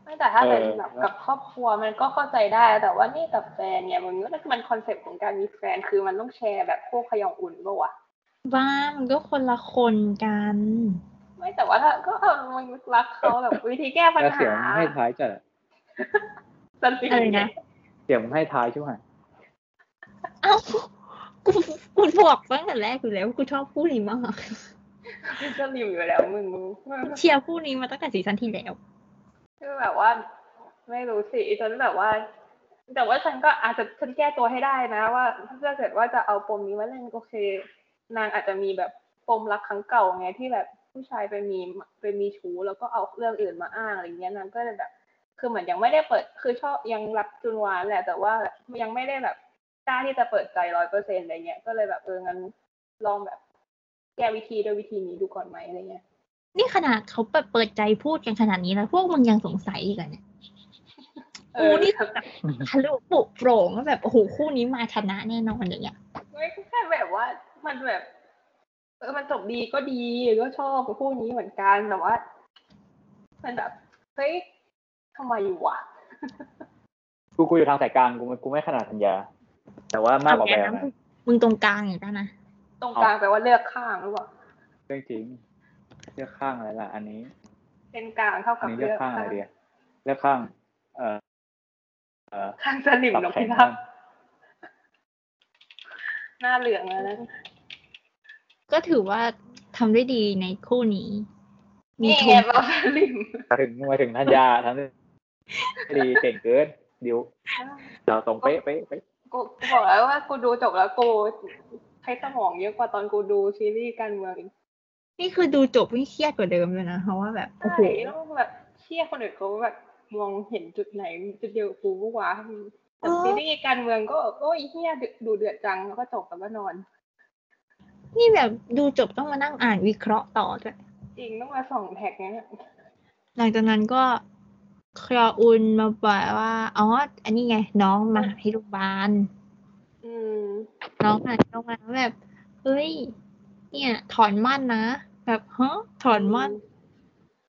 Speaker 3: ไม่แต่ถ้าเป็น
Speaker 2: เออ
Speaker 3: แบบกับครอบครัวมันก็เข้าใจได้ แต่ว่านี่กับแฟนเนี่ยมันก็มันคอนเซ็ปต์ของการมีแฟนคือมันต้องแชร์แบบพวกขยองอุ่นปะวะ
Speaker 1: ว่ามันก็คนละคนกัน
Speaker 3: ไม่แต่ว่าถ้าก็เออมึงรักเขาแบบวิธีแก้ปัญ
Speaker 2: แล้ว
Speaker 3: หา
Speaker 2: เสียงให้ท้ายจัดอะ
Speaker 3: สันติ
Speaker 1: อะไรนะ
Speaker 2: เสียงให้ท้ายใช่ไหม
Speaker 1: เอ้า กู กูบอกตั้งแต่แรกอยู่แล้วว่ากูชอบคู่นี้มาก
Speaker 3: จะริมอยู่แล้วมึงมึง
Speaker 1: เชียร์คู่นี้มาตั้งแต่ซีซั่นที่แล้ว
Speaker 3: คือแบบว่า ไม่รู้สิฉันแบบว่า แต่ว่าฉันก็อาจจะฉันแก้ตัวให้ได้นะ ว่าถ้าเกิดว่าจะเอาปมนี้มาเล่นโอเค นางอาจจะมีแบบปมรักครั้งเก่าไงที่แบบผู้ชายไปมีไปมีชู้แล้วก็เอาเรื่องอื่นมาอ้างอะไรเงี้ยนางก็เลยแบบ คือเหมือนยังไม่ได้เปิด คือชอบยังรักจุนวานแหละ แต่ว่ายังไม่ได้แบบกล้าที่จะเปิดใจร้อยเปอร์เซ็นต์อะไรเงี้ยก็เลยแบบเอองั้นลองแบบ แก้วิธีโดวยวิธีนี้ดูก่อนไหมอะไรเงี้ย
Speaker 1: นี่ขนาดเขาเปิดเปิดใจพูดกันขนาดนี้แล้ว พวกมึงยังสงสัยอีกเหรอเนี่ย
Speaker 3: เอ
Speaker 1: กู
Speaker 3: อ
Speaker 1: นี่แบบทะลุปุโปร่งว่าแบบ โอ้โห คู่นี้มาชนะแน่นอนอย่างเงี้ย
Speaker 3: ไม่แค่แบบว่ามันแบบ เออมันจบดีก็ดีก็ชอบคู่นี้เหมือนกันแต่ว่า มันแบบเฮ้ยทำไมอยู่วะ
Speaker 2: กูกูอยู่ทางสายกลางกูกูไม่ขนาดธัญญา แต่ว่ามากกว่าแบบ
Speaker 1: เอาไงนะ
Speaker 2: นะ
Speaker 1: มึงตรงกลางอย่างนั้นนะ
Speaker 3: ตรงกลางแปลว่าเลือกข้างหรือเปล่า
Speaker 2: เรื่องจริงเลือกข้างอะไรล่ะ อันนี้
Speaker 3: เป็นกลางเท่า
Speaker 2: อั
Speaker 3: กัน บ
Speaker 2: นี้เลื
Speaker 3: เลื
Speaker 2: อก
Speaker 3: อก
Speaker 2: ข้าง
Speaker 3: ข้า
Speaker 2: อะไร
Speaker 3: ง
Speaker 2: เดียเลือกข้าง เอ่อเอ่อ
Speaker 3: ข้างสลิม
Speaker 2: ตับ
Speaker 3: นก
Speaker 2: แข็
Speaker 3: พิ
Speaker 2: ง
Speaker 3: ราบหน้าเหลืองแล้วนะ
Speaker 1: ก็ถือว่าทำได้ดีในคู่นี้ มี
Speaker 3: นี่
Speaker 1: ท
Speaker 3: ไง
Speaker 1: ง
Speaker 3: เราสลิม
Speaker 2: มาถึงมาถึงธัญญาทั้งดีเก่งเกินดิวเราตรงเป๊ะเป๊ะเป๊ะ
Speaker 3: กูกูบอกแล้วว่ากูดูจบแล้วกูใช้สมองเยอะกว่าตอนกูดูซีรีส์การเมืองอีก
Speaker 1: นี่คือดูจบวิ่งเครียดกว่าเดิมเลยนะ เพราะว่าแบบโอ้
Speaker 3: ใช่
Speaker 1: โห
Speaker 3: ต้องแบบเชี่ยคนอื่นเขาแบบมองเห็นจุดไหนจุดเดียวกับกูปะวะ
Speaker 1: เอ
Speaker 3: แต่
Speaker 1: อ
Speaker 3: ซีรีส์การเมืองก็ก็อีเหี้ยดุดูเดือดจังแล้วก็จบกันว่านอน
Speaker 1: นี่แบบดูจบต้องมานั่งอ่านวิเคราะห์ต่อด้วย
Speaker 3: จริงต้องมาส่องแท็กเนี้ย
Speaker 1: หลังจากนั้นก็คลออุนมาบอกว่าอ๋ออันนี้ไง น้องมาหาที่โรงพยาบาล
Speaker 3: อืม
Speaker 1: น้องมาที่โรงพยาบาลแล้วแบบเฮ้ยเนี่ย ถอนมั่นนะ แบบฮะถอนมั่น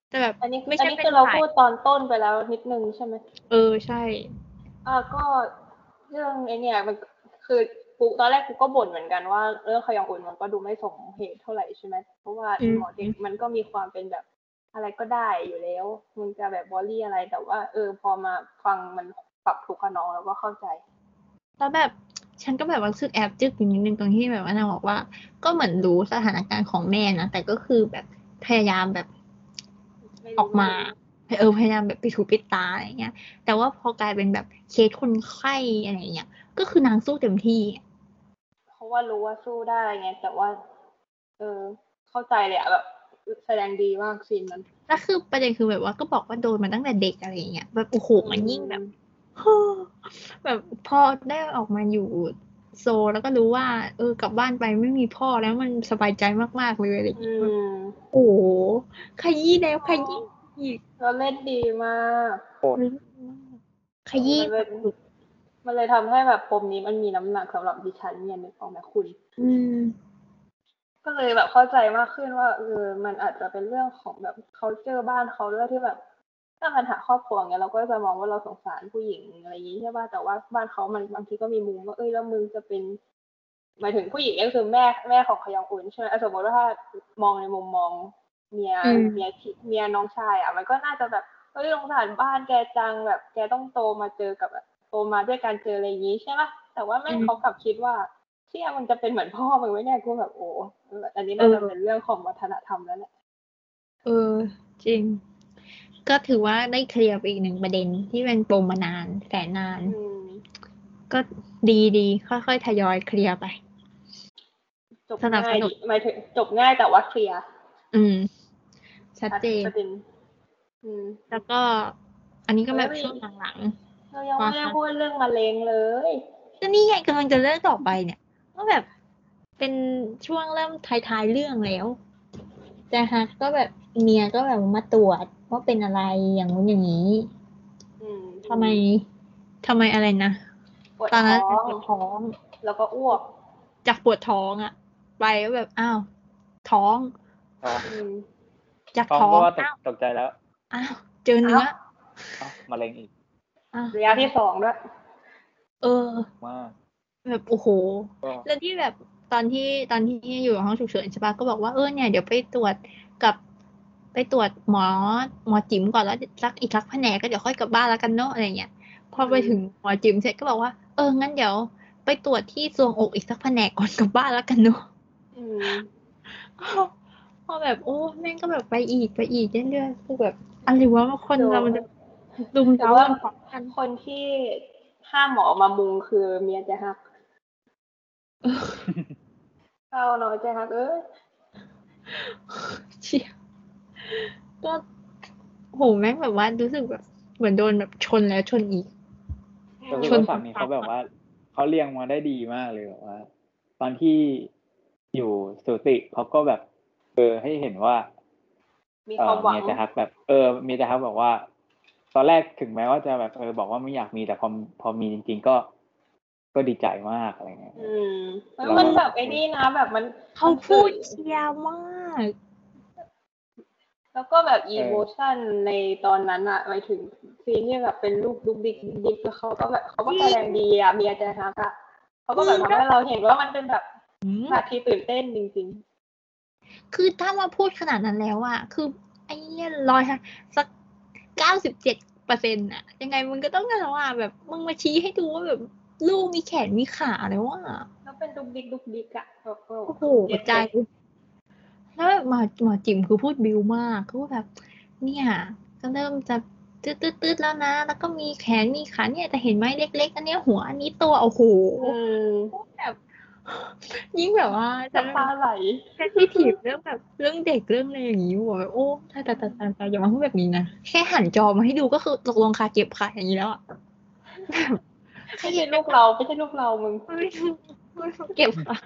Speaker 1: แต่แบบ
Speaker 3: อันนี้
Speaker 1: ไม่
Speaker 3: ไม่
Speaker 1: ใช่
Speaker 3: ใช่
Speaker 1: เป็น
Speaker 3: คือเรา
Speaker 1: ฝ่าย
Speaker 3: พูดตอนต้นไปแล้วนิดนึงใช่ไหม
Speaker 1: เออใช่
Speaker 3: อ่าก็เรื่องไอเนี่ยมันคือกูตอนแรกกูก็บ่นเหมือนกันว่าเรื่องขยองอุ่นมันก็ดูไม่สมเหตุเท่าไหร่ใช่ไหมเพราะว่า
Speaker 1: อืม
Speaker 3: หมอเด็กมันก็มีความเป็นแบบอะไรก็ได้อยู่แล้วมึงจะแบบวอรี่อะไรแต่ว่า เออพอมาฟังมันปรับทุกข์กับน้องแล้วก็เข้าใจ
Speaker 1: แล้วแบบฉันก็แบบรู้สึกแอบจึกอยู่นิดนึงตรงที่แบบว่านางบอกว่า ก็เหมือนรู้สถานการณ์ของแม่นะแต่ก็คือแบบ พยายามแบบ
Speaker 3: ไรู้
Speaker 1: ออกมาเออพยายามแบบปิดหูปิดตาอะไรเงี้ย แต่ว่าพอกลายเป็นแบบเคสคนไข้อะไรเงี้ยก็คือนางสู้เต็มที่
Speaker 3: เพราะว่ารู้ว่าสู้ได้ไงแต่ว่า เออ เข้าใจเลยอะแบบแสดงดีมากซีนนั้น
Speaker 1: แล้วคือประเด็นคือแบบว่าก็บอกว่าโดนมาตั้งแต่เด็กอะไรเงี้ยแบบโอ้โหมันยิ่งแบบ แบบพอได้ออกมาอยู่โซลแล้วก็รู้ว่า เออกลับบ้านไปไม่มีพ่อแล้วมันสบายใจมากๆเลยอะไร
Speaker 3: อื
Speaker 1: เงี้ยแบบ
Speaker 3: ม
Speaker 1: โอ้โหขยี้แล้วขยี้อีก
Speaker 3: เราเล่นดีมาก
Speaker 1: ขยี้
Speaker 3: มันเลยมันเลยทำให้แบบปมนี้มันมีน้ำหนักสำหรับดิฉันเนี่ยนึกออกไหมคุณ
Speaker 1: อืม
Speaker 3: ก็เลยแบบเข้าใจมากขึ้นว่าเออมันอาจจะเป็นเรื่องของแบบเขาเจอบ้านเขาด้วยที่แบบถ้าปัญหาครอบครัวเงี้ยเราก็จะมองว่าเราสงสารผู้หญิงอะไรอย่างนี้ใช่ป่ะแต่ว่าบ้านเขามันบางทีก็มีมุมว่าเอ้ยแล้วมึงจะเป็นหมายถึงผู้หญิงก็คือแม่แม่ของพยองอุนใช่ไหมอ่ะสมมติว่าถ้ามองในมุมมองเมีย
Speaker 1: อืม
Speaker 3: เมียที่เมียน้องชายอ่ะมันก็น่าจะแบบเอ้ยสงสารบ้านแกจังแบบแกต้องโตมาเจอกับแบบโตมาด้วยการเจออะไรอย่างนี้ใช่ป่ะแต่ว่าแม่งเขากลับคิดว่า เชี่ยมันจะเป็นเหมือนพ่อมึงไหมเนี่ยกูแบบโอ้อันนี้น่าจะ
Speaker 1: เออ
Speaker 3: เป็นเรื่องของวัฒนธรรมแล้วแหละ
Speaker 1: เออ จริง ก็ถือว่าได้เคลียร์ไปอีกหนึ่งประเด็นที่เป็นปมมานานแสนนาน
Speaker 3: อืม
Speaker 1: ก็ดีดีค่อยๆทยอยเคลียร์ไป
Speaker 3: จบ
Speaker 1: สนับ
Speaker 3: ง่า
Speaker 1: ส
Speaker 3: ย
Speaker 1: นุน
Speaker 3: หมายถึงจบง่ายแต่ว่าเคลียร์
Speaker 1: อืม ชัดเจน
Speaker 3: ประเด็นอืม
Speaker 1: แล้วก็ อันนี้ก็แบบ
Speaker 3: เอ้ย
Speaker 1: ช่วงหลัง
Speaker 3: เรายัง
Speaker 1: ว่า
Speaker 3: ไม่ได้
Speaker 1: คะ
Speaker 3: พูดเรื่องมะเร็งเลย
Speaker 1: ๆก็นี่ไงกำลังจะเริ่มต่อไปเนี่ยก็แบบเป็นช่วงเริ่มท้ายๆเรื่องแล้วแต่ฮักก็แบบเมียก็แบบมาตรวจว่าเป็นอะไรอย่างนู้นอย่างนี้
Speaker 3: อืม
Speaker 1: ทำไมทำไมอะไรนะ
Speaker 3: ปวด
Speaker 1: ตอนนั้น
Speaker 3: ท้อง
Speaker 1: ปวดท้อง
Speaker 3: แล้วก็อ้วก
Speaker 1: จากปวดท้องอะไปก็แบบอ้าวท้อง
Speaker 2: อ๋อ
Speaker 3: อืม
Speaker 1: จาก
Speaker 2: ท้อง
Speaker 1: ท้อง
Speaker 2: ก็ว่าตก
Speaker 1: อ้าว
Speaker 2: ตกใจแล้ว
Speaker 1: อ้าวเจอเนื้อ
Speaker 3: อ้าว
Speaker 2: เอ้ามะเร็งอีก
Speaker 1: อ้าว
Speaker 3: ระยะที่สองด้วย
Speaker 1: เออ
Speaker 2: มาก
Speaker 1: แบบโอ้โห
Speaker 2: ก็
Speaker 1: แล้วที่แบบตอนที่ตอนที่อยู่ห้องฉุกเฉินใช่ปะก็บอกว่าเออเนี่ยเดี๋ยวไปตรวจกับไปตรวจหมอหมอจิ๋มก่อนแล้วสักอีกสักแผนกก็เดี๋ยวค่อยกลับบ้านแล้วกันเนาะอะไรเงี้ยพอไปถึงหมอจิ๋มเสร็จก็บอกว่าเอองั้นเดี๋ยวไปตรวจที่ซวงอกอีกสักแผนกก่อนกลับบ้านแล้วกันเนาะ
Speaker 3: อืม
Speaker 1: พอแบบโอ้แม่งก็แบบไปอีกไปอีกเรื่อยๆคือแบบอะไรวะว่าคนเรามันจะดุมเร้ากันสองกัน
Speaker 3: คนที่ห้ามหมอมามุงคือเมียเจะฮั กเข้าหน่อยเจะฮักเอ้ย
Speaker 1: เชียก็โหแม่งแบบว่ารู้สึกแบบเหมือนโดนแบบชนแล้วชนอีก
Speaker 2: แต่คือ
Speaker 1: ชน
Speaker 2: ว่าสามีเขาแบบว่าเขาเรียงมาได้ดีมากเลยแบบว่า ตอนที่อยู่สุติเขาก็แบบ เออให้เห็นว่า
Speaker 3: มี
Speaker 2: เอ่
Speaker 3: ค
Speaker 2: อ
Speaker 3: วามหวัง
Speaker 2: เมียจะฮักแบบเออเมียจะฮักบอกว่า ตอนแรกถึงแม้ว่าจะแบบเออบอกว่าไม่อยากมีแต่พอพอมีจริง ๆ ก็ ก็ดีใจมากอะไรเงี้ย
Speaker 3: อืม
Speaker 2: เรา
Speaker 3: มันแบบไอ้นี่นะแบบมัน
Speaker 1: เขาพูดเชียร์มาก
Speaker 3: แล้วก็แบบอีโมชันในตอนนั้นอะหมายถึงซีนที่แบบเป็นลูกดุกดิกดิกแล้วเขาก็แบบเขาก็แสดงดีอะเมียจะฮักอะเขาก็แบบทำให้เราเห็นว่ามันเป็นแบบ
Speaker 1: อืม
Speaker 3: นาทีตื่นเต้นจริง
Speaker 1: คือถ้ามาพูดขนาดนั้นแล้วอะคือไอ้เนี่ยร้อยฮะสักเก้าสิบเจ็ดเปอร์เซ็นต์อะยังไงมึงก็ต้องกันว่าแบบมึงมาชี้ให้ดูว่าแบบลูกมีแขนมีขาแล้วว่า
Speaker 3: ๆ แล้วเป็นดุกดิกดุกดิกอะแบบเออ
Speaker 1: โอ้โหใจ แล้วแบบหมอหมอจิ๋มคือพูดบิวมากก็แบบ เนี่ย ก็เริ่มจะตืดตืดๆๆแล้วนะ แล้วก็มีแขนมีขาเนี่ยแต่เห็นไหมเล็ก ๆ อันเนี้ยหัวอันนี้ตัวโอ้โห
Speaker 3: อืม
Speaker 1: แบบ ยิ่งแบบว่าฉัน
Speaker 3: น้ำตาไหล
Speaker 1: เซนซิทีฟเรื่องแบบเรื่องเด็กเรื่องอะไรอย่างนี้อยู่อะแบบโอ้ตายตายตายตายตายอย่ามาพูดแบบนี้นะแค่หันจอมาให้ดูก็คือตกลงคาเก็บขาอย่างนี้แล้วอ่ะแบบใคร
Speaker 3: ไม่
Speaker 1: เห็
Speaker 3: ใช่
Speaker 1: น
Speaker 3: ลูกเราไม่ใช่ลูกเรามึง
Speaker 1: ไม่รู้ไม่รู้เก็บค่ะ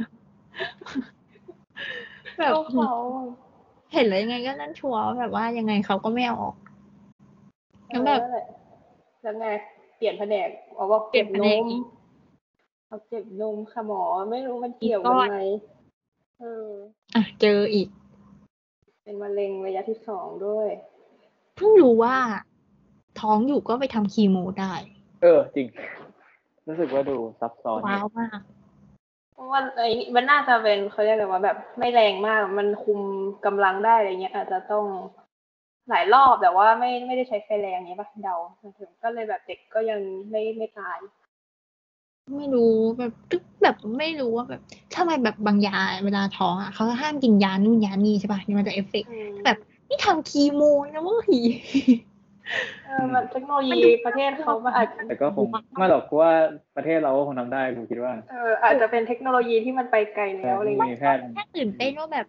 Speaker 1: แบบ
Speaker 3: ลูกเรา
Speaker 1: เห็นแล้วยังไงก็นั่นชัวร์แบบว่ายังไงเขาก็ไม่เอาออก แล้วแบบ
Speaker 3: เออแล้วไงเปลี่ยนแผนกเอาว่า
Speaker 1: เปลี่ยนแผนกอีก
Speaker 3: เอาเจ็บนมค่ะหมอไม่รู้มันเกี่ยวกันไหมเออ
Speaker 1: อ่ะเจออีก
Speaker 3: เป็นมะเร็งระยะที่สองด้วย
Speaker 1: เพิ่งรู้ว่า ท้องอยู่ก็ไปทำคีโมได้
Speaker 2: เออ จริง รู้สึกว่าดูซับซ้อน
Speaker 1: ว้าวมาก
Speaker 3: เพราะว่าไอ้นี่มันน่าจะเป็นเขาเรียกอะไรว่าแบบไม่แรงมาก มันคุมกำลังได้อะไรเงี้ย อาจจะต้องหลายรอบแต่ว่าไม่ไม่ได้ใช้ไฟแรงเงี้ยป่ะเดาถึงก็เลยแบบเด็กก็ยังไม่ไม่ตาย
Speaker 1: ไม่รู้แบบก็แบบไม่รู้ว่าแบบทำไมแบบบางยาเวลาท้องอ่ะเขาห้ามกินยานู่นยานี่ใช่ป่ะนี่มันจะเอฟเฟกต์
Speaker 3: อืม
Speaker 1: แบบ นี่ทำคีโมนะเว้ย
Speaker 3: เออมันเทคโนโลยีประเทศเขามันอาจ
Speaker 2: แต่ก็คงไม่หรอกเพราะว่าประเทศเราก็คงทำได้ผมคิดว่า
Speaker 3: เอออาจจะเป็นเทคโนโลยีที่มันไปไกล
Speaker 2: แพ
Speaker 3: แล้ว
Speaker 2: ทย์
Speaker 3: อะไร
Speaker 2: ไม่
Speaker 3: เงี้
Speaker 2: มี
Speaker 3: ย
Speaker 2: แพทย์
Speaker 1: แค่ตื่นเต้นว่าแบบ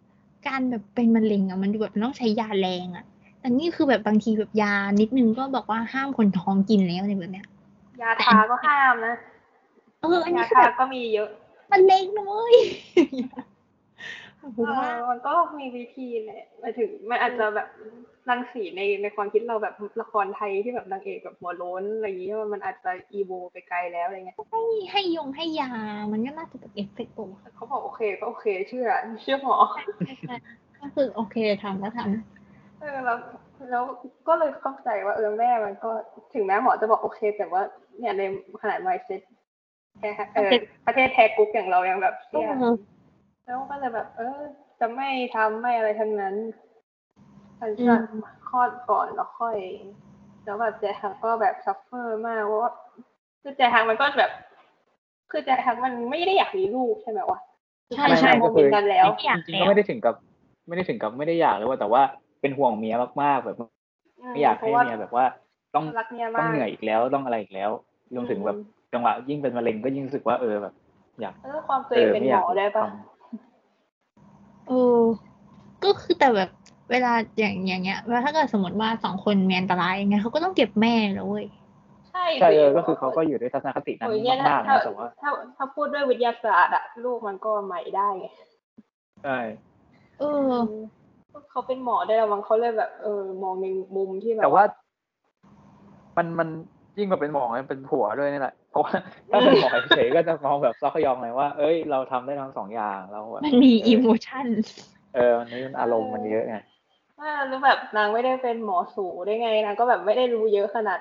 Speaker 1: การแบบเป็นมะเร็งอ่ะมันดูแบบต้องใช้ยาแรงอ่ะแต่นี่คือแบบบางทีแบบยานิดนึงก็บอกว่าห้ามคนท้องกินแล้วในแบบเนี้ย
Speaker 3: ยาทาก็ห้ามนะ
Speaker 1: เอออัน
Speaker 3: ยา
Speaker 1: นี้คือ
Speaker 3: ทา
Speaker 1: แบบ
Speaker 3: ก็มีเยอะ
Speaker 1: มะเร็งนะเว้ยผม
Speaker 3: เอ
Speaker 1: ว่า
Speaker 3: อมันก็มีวิธีแหละหมายถึงมันอาจจะแบบรังสีในในความคิดเราแบบละครไทยที่แบบนางเอกแบบหัวโล้นอะไรอย่างเงี้ยมันอาจจะอีโวไปไกลแล้วอะไรเงี้ย
Speaker 1: ให้ให้ยงให้ยามันก็น่าจะแบบเอฟเฟกต์ปะวะ
Speaker 3: เขาบอกโอเคก็โอเคเชื่อเชื่อหมอ
Speaker 1: ก็คือโอเคทำก็ท
Speaker 3: เออแล้วแล้วก็เลยเข้าใจว่าเออแม่มันก็ถึงแม้หมอจะบอกโอเค แต่ว่าเนี่ยในขนาด mindset แค่เออประเทศแทกุ๊กอย่างเรายังแบบ
Speaker 1: ำ
Speaker 3: เชื่อแล้วก็เลยแบบ เออ จะไม่ทำไม่อะไรทั้งนั้นมันจะคลอดก่อนแล้วค่อย แล้วแบบแจฮังก็แบบซัฟเฟอร์มากเพราะว่าคือแจฮังมันก็แบบ คือแจฮังมันไม่ได้อยากมีลูกใช่ไหมวะ
Speaker 1: ใช่
Speaker 3: มัน
Speaker 1: ใช่
Speaker 3: โมเมนต์นั้นแล้ว
Speaker 1: อยาก
Speaker 2: จริง
Speaker 1: แล้
Speaker 2: ๆ
Speaker 1: ว
Speaker 2: ก็ไม่ได้ถึงกับ ไม่ได้ถึงกับไม่ได้อยากเลยว่าแต่ว่าเป็นห่วงเมียมากๆ แบบไม่อยากให้เมียแบบว่า ต้อง
Speaker 3: รักเมีย
Speaker 2: ต้อ
Speaker 3: มางก
Speaker 2: เหนื่อยอีกแล้วต้องอะไรอีกแล้วรวมถึงแบบจังหวะยิ่งเป็นมะเร็งก็ยิ่งรู้สึกว่าเออแบบ อยาก
Speaker 3: เออความตัวเองเป็น
Speaker 2: ไม่
Speaker 3: ห
Speaker 2: ยาม ก
Speaker 3: อได้
Speaker 2: ท
Speaker 3: ปะ
Speaker 2: ำ
Speaker 1: เออ ก็คือแต่แบบเวลาอย่างอย่างเงี้ยแล้วถ้าเกิดสมมติว่าสองคนมีอันตรายอย่างเงี้ยเขาก็ต้องเก็บแม่แล้วเว้ย
Speaker 3: ใช่
Speaker 2: ใช่เลย ก็คือเขาก็อยู่ด้วยทัศนคตินั้น
Speaker 3: โอ้ยเนี่ย
Speaker 2: มา
Speaker 3: ถ้า
Speaker 2: ๆ
Speaker 3: กถ้า
Speaker 2: นะแต่ว่า
Speaker 3: ถ้าถ้าพูดด้วยวิทยาศาสตร์อะลูกมันก็ใหม่ได้ไง
Speaker 2: ใช่
Speaker 1: เออ
Speaker 3: เขาเป็นหมอได้แล้วมั้งเขาเลยแบบเออมองในมุมที่แบบ
Speaker 2: แต่ว่า มันมันยิ่งกว่าเป็นหมอไงเป็นผัวด้วยนี่แหละ เพราะว่าถ้าเป็นหมอเฉยๆก็จะมองแบบซอกขยองเลยว่า เอ้ยเราทำได้ทั้งสองอย่างเราแบบ
Speaker 1: มันมีอิโมชัน
Speaker 2: เออมันนี่มันอารมณ์มันเยอะไง
Speaker 3: ว่าหรือแบบนางไม่ได้เป็นหมอสูได้ไงนางก็แบบไม่ได้รู้เยอะขนาด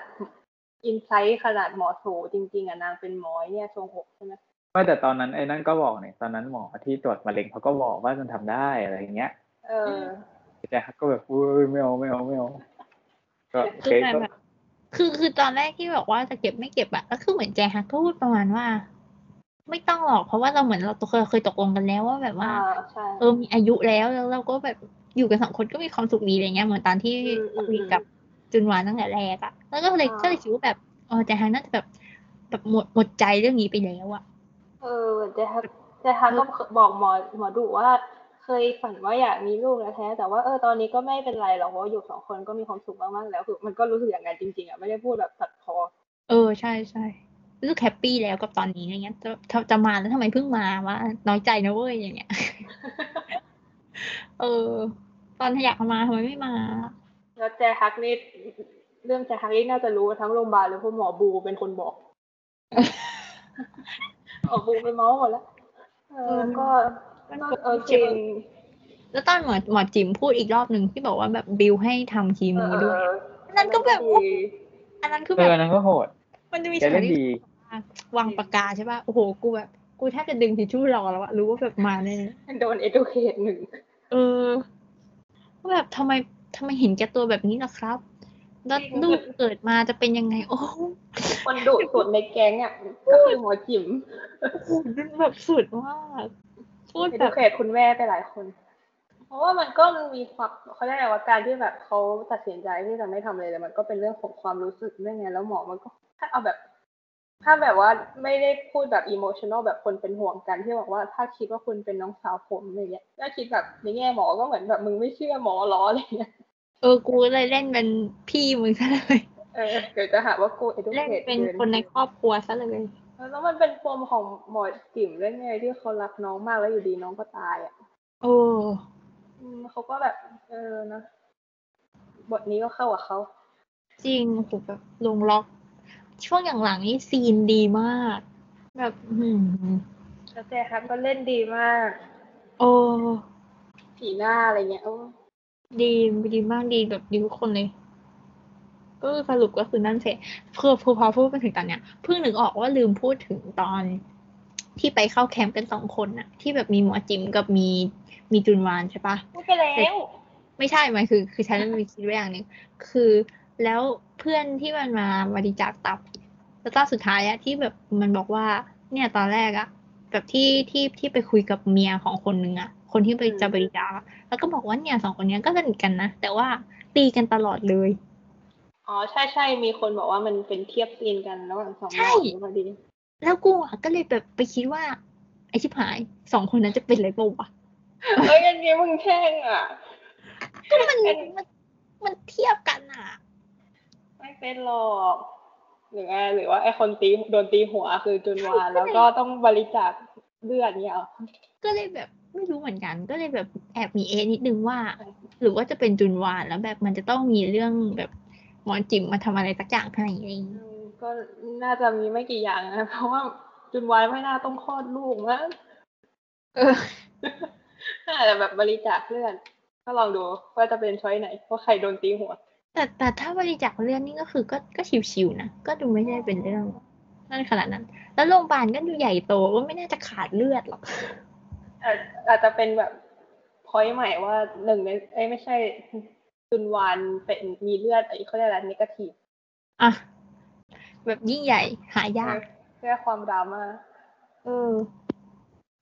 Speaker 3: อินไซต์ขนาดหมอสูจริง ๆอะนางเป็นหมอไอ้เนี่ยทรงหกใช่ไหม
Speaker 2: ไม่แต่ตอนนั้นไอ้นั่นก็บอกเนี่ยตอนนั้นหมอที่ตรวจมะเร็งเขาก็บอกว่ามันทำได้อะไรอย่างเงี้ย
Speaker 3: เออ
Speaker 2: แต่ก็แบบเอ้ยไม่เอาไม่เอาไม่เอาก็โอเค
Speaker 1: คือ
Speaker 2: ก็
Speaker 1: แบบ คือคือตอนแรกที่บอกว่าจะเก็บไม่เก็บอะก็คือเหมือนแจฮักก็พูดประมาณว่า ไม่ต้องหรอกเพราะว่าเราเหมือนเราเคยเคยตกลงกันแล้วว่าแบบว่า
Speaker 3: อ่าใช่
Speaker 1: เออมีอายุแล้วแล้วเราก็แบบอยู่กันสองคนก็มีความสุขดีอะไรเงี้ยเหมือนตอนที่
Speaker 3: อืมอืม
Speaker 1: คุยกับจุนวานตั้งแต่แรกอะแล้วก็เลย
Speaker 3: อ่า
Speaker 1: ก็เลยคิดว่าแบบเออแจฮักน่าจะแบบแบบหมดหมดใจเรื่องนี้ไปแล้วอะ
Speaker 3: เออเจฮักเจฮักก็บอกหมอหมอดูว่า เคยฝันว่าอยากมีลูกนะแท้ แต่ว่าเออตอนนี้ก็ไม่เป็นไรหรอกเพราะว่าอยู่สองคนก็มีความสุขมากๆแล้วคือมันก็รู้สึกอย่างนั้นจริงๆอ่ะไม่ได้พูดแบบตัดพอ
Speaker 1: เออใช่ใช่รู้สึกแฮปปี้แล้วกับตอนนี้อะไรเงี้ยจะจะจะมาแล้วทำไมเพิ่งมาว่าน้อยใจนะเว้ยอย่างเงี้ย เออ ตอนอยากมาทำไมไม่มา
Speaker 3: แล้วแจฮักนี่เรื่องแจฮักนี่น่าจะรู้ทั้งโรงพยาบาลเลยเพราะหมอบูเป็นคน บอก หมอบูไปเมาส์หมดแล้วเออก็ก็เออจริง
Speaker 1: แล้วตอนหมอหมอจิ๋มพูดอีกรอบหนึ่งที่บอกว่าแบบบิวให้ทำคี
Speaker 3: เอ
Speaker 1: โม
Speaker 3: อ
Speaker 1: ด้วย อันนั้นก็แบบ อันนั้นคือ
Speaker 2: เอ
Speaker 1: แบ
Speaker 2: อบ อันนั้นก็โหด
Speaker 1: มันจะมี
Speaker 2: แก
Speaker 1: ฉาก
Speaker 2: เล่น
Speaker 1: ที่
Speaker 2: ดี
Speaker 1: วางปากกาใช่ป่ะ โอ้โห กูแบบ กูแทบจะดึงทิชชู่รอแล้วอะรู้ว่าแบบมาแน่
Speaker 3: โดน educate หนึ่ง
Speaker 1: เออว่าแบบทำไมทำไมเห็นแก่ตัวแบบนี้ล่ะครับ แล้ว
Speaker 3: จริง
Speaker 1: ลูกเกิดมาจะเป็นยังไง โอ้โห
Speaker 3: คนดุสุดในแก๊งอ่ะก็คือหมอจิ๋ม
Speaker 1: มันแบบสุดมากพูด
Speaker 3: เอ
Speaker 1: แบ
Speaker 3: ดู
Speaker 1: บ
Speaker 3: เคทคุณแม่ไปหลายคน เพราะว่ามันก็มีความเขาเรียกอะไรว่าการที่แบบเขาตัดสินใจที่จะไม่ทำเลยแต่มันก็เป็นเรื่องของความรู้สึกด้วยไงแล้วหมอมันก็ถ้าเอาแบบ ถ้าแบบว่าไม่ได้พูดแบบอิโมชันอลแบบคนเป็นห่วงกันที่บอกว่าถ้าคิดว่าคุณเป็นน้องสาวผมอะไรเงี้ยถ้าคิดแบบในแง่หมอก็เหมือนแบบมึงไม่เชื่อหมอล้ออะไรเงี้ย
Speaker 1: เออ กูเลยเล่นเป็นพี่มึงซะเลย
Speaker 3: เออเดี๋ยวจะหาว่ากูเอดู
Speaker 1: เล่น
Speaker 3: เคท
Speaker 1: เป็นคนในครอบครัวซะเลย
Speaker 3: แล้วมันเป็นปมของหมอจิ๋มด้วยไงที่เขารักน้องมากแล้วอยู่ดีน้องก็ตายอ่ะ
Speaker 1: โอ้
Speaker 3: อืมเขาก็แบบเออนะบทนี้ก็เข้ากับเขา
Speaker 1: จริงผมแบบลงล็อก ช่วงหลังๆนี่ซีนดีมาก แบบอื้อหือ
Speaker 3: แล้วแจครับก็เล่นดีมาก
Speaker 1: โอ้
Speaker 3: ผีหน้าอะไรเงี้ยโอ้
Speaker 1: ดีดีมากดีแบบดีทุกคนเลย ก็สรุปก็คือนั่นเสร็จเพื่อพอพอพูดมาถึงตอนเนี้ยเพิ่งนึกออกว่าลืมพูดถึงตอนที่ไปเข้าแคมป์กันสองคนน่ะ ที่แบบมีหมอจิมกับมีมีจุนวานใช่ปะ
Speaker 3: พูดไปแล้ว
Speaker 1: ไม่ใช่มันคือ คือฉันมีคิดไว้อย่างหนึ่งคือแล้วเพื่อนที่มันมาบริจาคตับ แล้วตอนสุดท้ายอะที่แบบมันบอกว่า เนี่ยตอนแรกอะกับที่ที่ที่ไปคุยกับเมียของคนนึงอะคนที่ไป
Speaker 3: อืม
Speaker 1: จะบริจาคอะแล้วก็บอกว่าเนี่ยสองคนเนี้ยก็สนิทกันนะแต่ว่าตีกันตลอดเลย
Speaker 3: อ๋อใช่ใช่มีคนบอกว่ามันเป็นเทียบซีนกันระหว่างสองหม
Speaker 1: ใช่
Speaker 3: อพอดี
Speaker 1: แล้วกูอะก็เลยแบบไปคิดว่าไอชิบหายสองคนนั้นจะเป็นอะไรบ้างวะ
Speaker 3: เอ้ยอันนี้มึงแช่งอ่ะ
Speaker 1: ก็มัน
Speaker 3: เป็น
Speaker 1: มันมันเทียบกันอะ
Speaker 3: ไม่เป็นหรอกหรือไงหรือว่าไอคนตีโดนตีหัวคือจุนวานแล้วก็ต้องบริจาคเลือดเนี่ยเหรอ
Speaker 1: ก็เลยแบบไม่รู้เหมือนกัน ก็เลยแบบแอบมีเอะนิดนึงว่า หรือว่าจะเป็นจุนวานแล้วแบบมันจะต้องมีเรื่องแบบหมอจิ๋มมาทำอะไรสักอย่างให้อะไรอย่าง
Speaker 3: อื
Speaker 1: เงี้ย
Speaker 3: มก็น่าจะมีไม่กี่อย่างนะ เพราะว่าจุนวานไม่น่าต้องคลอดลูกมั้ง
Speaker 1: เออ
Speaker 3: น่าจะแบบบริจาคเลือดก็ลองดูว่าจะเป็นช้อยไหนว่าใครโดนตีหัว
Speaker 1: แต่แต่ถ้าบริจาคเลือดนี่ก็คือก็ก็ชิวๆนะ ก็ดูไม่ได้เป็นเรื่องนั่นขนาดนั้น แล้วโรงพยาบาลก็ดูใหญ่โตก็ไม่น่าจะขาดเลือดหรอก
Speaker 3: อาจอาจจะเป็นแบบพอยต์ใหม่ว่าหนึ่งในเอ้ยไม่ใช่จุนวานเป็นมีเลือดไอ้เขาเรียกอะไรนิเกทีฟ
Speaker 1: อ่ะ แบบยิ่งใหญ่หายาก
Speaker 3: เพื่อความดราม่า
Speaker 1: เออ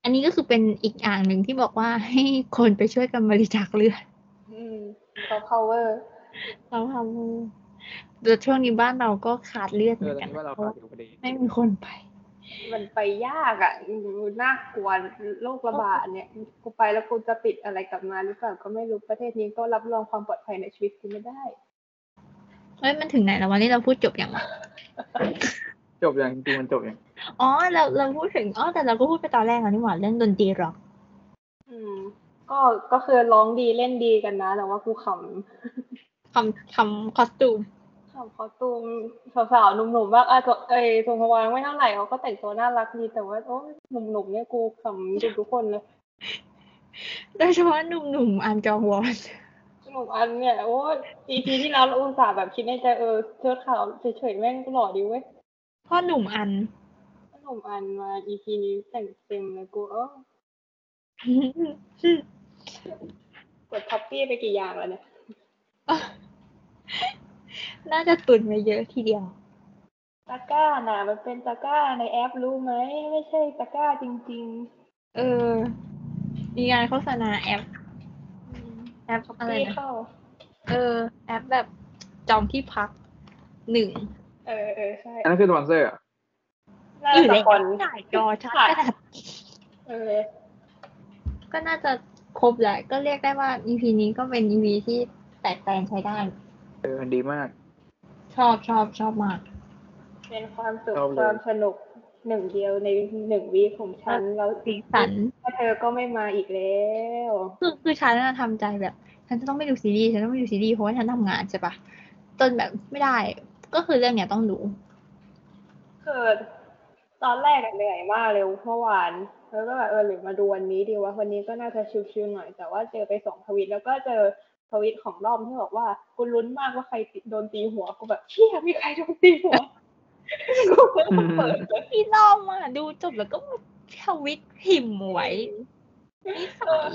Speaker 1: อันนี้ก็คือเป็นอีกอ่างหนึ่งที่บอกว่าให้คนไปช่วยกันบริจาคเลือด
Speaker 3: อืมเขา cover
Speaker 1: เราทำแต่ช่วงนี้บ้านเราก็ขาดเลือดเห
Speaker 2: เอ
Speaker 1: มื
Speaker 2: อ
Speaker 1: อน
Speaker 2: ต
Speaker 1: กัน
Speaker 2: อนนี้ว่าเรา
Speaker 1: เพราะว่า
Speaker 2: อยู่พอดี
Speaker 1: ไม่มีคนไป
Speaker 3: มันไปยากอะ่ะอืมน่ากลัวโรคระบาดเนี่ยกูไปแล้วกูจะติดอะไรกลับมาหรือเปล่าก็ไม่รู้ประเทศนี้ก็รับรองความปลอดภัยในชีวิตกูไม่ได้
Speaker 1: เอ้ยมันถึงไหนแล้ววันนี้เราพูดจบอย่างวะ
Speaker 2: จบยังจริงๆมันจบยัง
Speaker 1: อ๋อเราเราพูดถึงอ๋อแต่เราก็พูดไปตอนแรกแล้วนี่หว่าเรื่องดนตรีร็อก
Speaker 3: อืม ก็ก็คือร้องดีเล่นดีกันนะแต่ว่ากูขำ
Speaker 1: คำคำคอสตูม
Speaker 3: ขอบเขาตูมสาวๆหนุ่มๆบ้างอาจจะเอยทรงพวังไม่เท่าไหร่เขาก็แต่งตัวน่ารักดีแต่ว่าโอ้ยหนุ่มๆเนี่ยกูขำจุดทุกคนเลย
Speaker 1: โดยเฉพาะหนุ่มๆอันจองวอน
Speaker 3: หนุ่มอันเนี่ยโอ้ย EP ที่แล้วเราอุตส่าห์แบบคิดในใจเออเสื้อขาวเฉยๆแม่งก็หล่อดีเว้ย
Speaker 1: พ่อหนุ่มอัน
Speaker 3: หนุ่มอันมา EP นี้แต่งเต็มเลยกูเออกดท็อปปี้ไปกี่อย่างแล้วเนี่ย
Speaker 1: น่าจะตุนมาเยอะทีเดียว
Speaker 3: ตะกร้าน่ะมันเป็นตะกร้าในแอปรู้ไหมไม่ใช่ตะกร้าจริง
Speaker 1: เออ มีงานโฆษณาแอป
Speaker 3: ๆ
Speaker 1: แอป
Speaker 3: ท็อป
Speaker 1: อะไร
Speaker 3: ปี้
Speaker 1: นะ
Speaker 3: เข้า
Speaker 1: เออ แอปแบบจองที่พักหนึ่ง
Speaker 3: เออเออใช่
Speaker 2: อันนั้นคือสปอนเซอร์เหรอ
Speaker 3: น่า
Speaker 1: อยู่
Speaker 3: จะ
Speaker 1: ใน
Speaker 3: คน
Speaker 1: หน้าจอชัด
Speaker 3: ค่ะ
Speaker 1: กระดาษ
Speaker 3: เออ
Speaker 1: ก็น่าจะครบแหละ ก็เรียกได้ว่า EP นี้ก็เป็น EP ที่แตกแตนใช้ได้
Speaker 2: เออมันดีมาก
Speaker 1: ชอบชอบชอบมาก
Speaker 3: เป็นความสุข
Speaker 2: ชอบเลย
Speaker 3: ความสนุกหนึ่งเดียวในหนึ่งวีคของฉัน แล้ว
Speaker 1: สีสัน
Speaker 3: ถ้าเธอก็ไม่มาอีกแล้ว
Speaker 1: คือคือฉันน่ะทำใจแบบ ฉันจะต้องไม่ดูซีรีส์ฉันต้องไม่ดูซีรีส์เพราะว่าฉันทำงานใช่ปะจนแบบไม่ได้ ก็คือเรื่องเนี้ยต้องดู
Speaker 3: คือตอนแรกอะเหนื่อยมากเลยเมื่อวาน แล้วก็แบบเออหรือมาดูวันนี้ดีว่าวันนี้ก็น่าจะชิวๆหน่อย แต่ว่าเจอไปสองทวิตแล้วก็เจอทวิตของรอบที่บอกว่ากูลุ้นมากว่าใครติดโดนตีหัวกูแบบเชี่ยมีใครโดนตีหัว กูก็ต้องเปิดเลย
Speaker 1: พี่ล่อมอ่ะดูจบแล้วก็มาทวิตพิมพ์ไว้นิสัย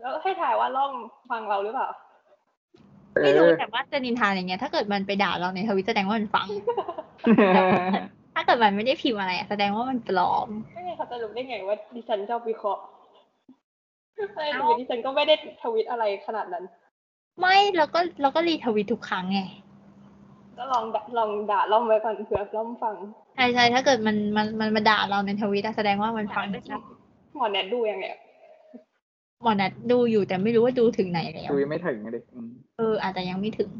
Speaker 3: แล้วให้ถ่ายว่าล่อมฟังเราหรือเปล่า
Speaker 1: ไม่รู้
Speaker 2: เออ
Speaker 1: แต่ว่าจะนินทาอะไรเงี้ย ถ้าเกิดมันไปด่าเราในทวิตแสดงว่ามันฟัง ถ้าเกิดมันไม่ได้พิมพ์อะไรอะแสดงว่ามันปลอม
Speaker 3: ไม่ไงเขาจะรู้ได้ไงว่าดิฉันชอบวิเคราะห์ไม่ดูดิฉันก็ไม่ได้ทวิตอะไรขนาดนั้น
Speaker 1: ไม่เราก็เราก็รีทวิตทุกครั้งไง
Speaker 3: ก็ลองด่าลองด่าล่อมไว้ก่อนเผื่อล่อมฟัง
Speaker 1: ใช่ใช่ถ้าเกิดมันมันมันมาด่าเราในทวิตอะแสดงว่ามันฟังจริง
Speaker 3: หมอแนทดูยังไงอะ
Speaker 1: หมอนัดดูอยู่แต่ไม่รู้ว่าดูถึงไหนแล้ว
Speaker 2: ดูยังไม่ถึงเลยอืม
Speaker 1: เออ อาจจะยังไม่ถึง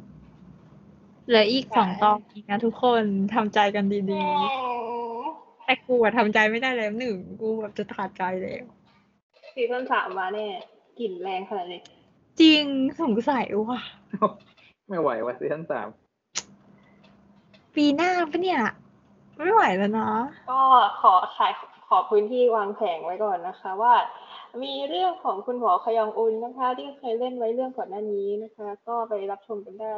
Speaker 1: เหลืออีกสองตอนอีกนะทุกคนทำใจกันดีๆ แต่กูอะทำใจไม่ได้แล้วหนึ่งกูแบบจะขาดใจแล้ว
Speaker 3: ซีซั่นสามมาแน่กลิ่นแรงขนาดนี้
Speaker 1: จริงสงสัยว่ะ
Speaker 2: ไม่ไหวว่ะซีซั่นสาม
Speaker 1: ปีหน้าปะเนี่ย ไม่ไหวแล้วนะ
Speaker 3: ก็ขอขายขอพื้นที่วางแผงไว้ก่อนนะคะ ว่า มีเรื่องของคุณหมอขยองอุนนะคะ ที่เคยเล่นไว้เรื่องก่อนหน้านี้นะคะ ก็ไปรับชมกันได้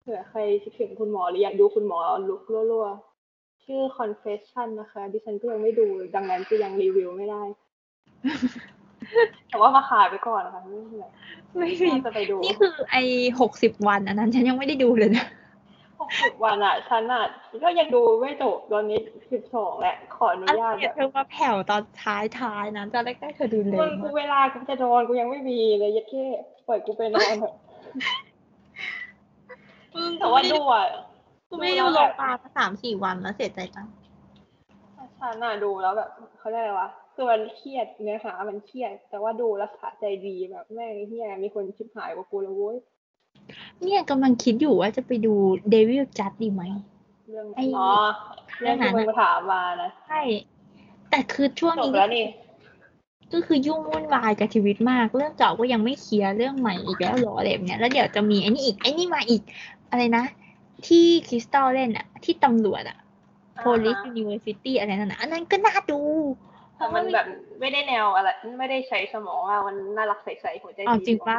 Speaker 3: เผื่อใครคิดถึงคุณหมอหรืออยากดูคุณหมอลุกรั่วๆ ชื่อ confession นะคะ ดิฉันก็ยังไม่ดูดังนั้นก็ยังรีวิวไม่ได้ แต่ว่ามาขายไปก่อนค่ะไม่เป็นไร
Speaker 1: ไม่มี
Speaker 3: น่าจะไปดู
Speaker 1: นี่คือไอหกสิบวันอันนั้นฉันยังไม่ได้ดูเลยนะ
Speaker 3: โห หกสิบวันอ่ะฉันอ่ะก็ยังดูไม่จบตอนนี้สิบสองแหละ ขออนุ
Speaker 1: อัน
Speaker 3: ญาต
Speaker 1: เนี้ย
Speaker 3: อะ
Speaker 1: เธอมาแผ่วตอนท้ายท้ายๆนะตอนแรกๆเธอดูเล
Speaker 3: มึง
Speaker 1: ย
Speaker 3: กูเวลากูจะนอนกูยังไม่มีเลยยัดแค่ปล่อยกูไปนอนเถอะแต่ว่าดูอ่ะ
Speaker 1: กูไม่ได้ดูลงมาสามสี่วันแล้วเสียใจจัง
Speaker 3: ฉันน่ะดูแล้วแบบเขาเรียกอะไรวะคือมันเครียดเนื้อหามันเครียด แต่ว่าดูแล้วสะใจดีแบบแม่งไอ้เฮียมีคนชิบหายกว่ากูแล้วเว้ย
Speaker 1: เนี่ยกำลังคิดอยู่ว่าจะไปดูเดวิลจัดดีไหม
Speaker 3: เรื่อง
Speaker 1: ไอ้
Speaker 3: อ๋อเรื่องที่
Speaker 1: เรื่
Speaker 3: มึ
Speaker 1: องงนั้นอะ
Speaker 3: ถามมานะ
Speaker 1: ใช่ แต่คือช่วง
Speaker 3: จบ
Speaker 1: นี้
Speaker 3: แล้วนี่
Speaker 1: ก็คือยุ่งวุ่นวายกับชีวิตมาก เรื่องเก่าก็ยังไม่เคลียร์เรื่องใหม่อีกแล้วเหรออะไรแบบเนี้ยแล้วเดี๋ยวจะมีไอ้นี่อีกไอ้นี่มาอีก อะไรนะ ที่คริสตัลเล่นอะที่ตำรวจอะ police
Speaker 3: อ่าฮะ
Speaker 1: university อะไรนั่นนะอันนั้นก็น่าดู
Speaker 3: แต่มันแบบไม่ได้แนวอะไรไม่ได้ใช้สมองอ่ะมันน่ารักใสๆหัวใจดี
Speaker 1: เอาจริงปะ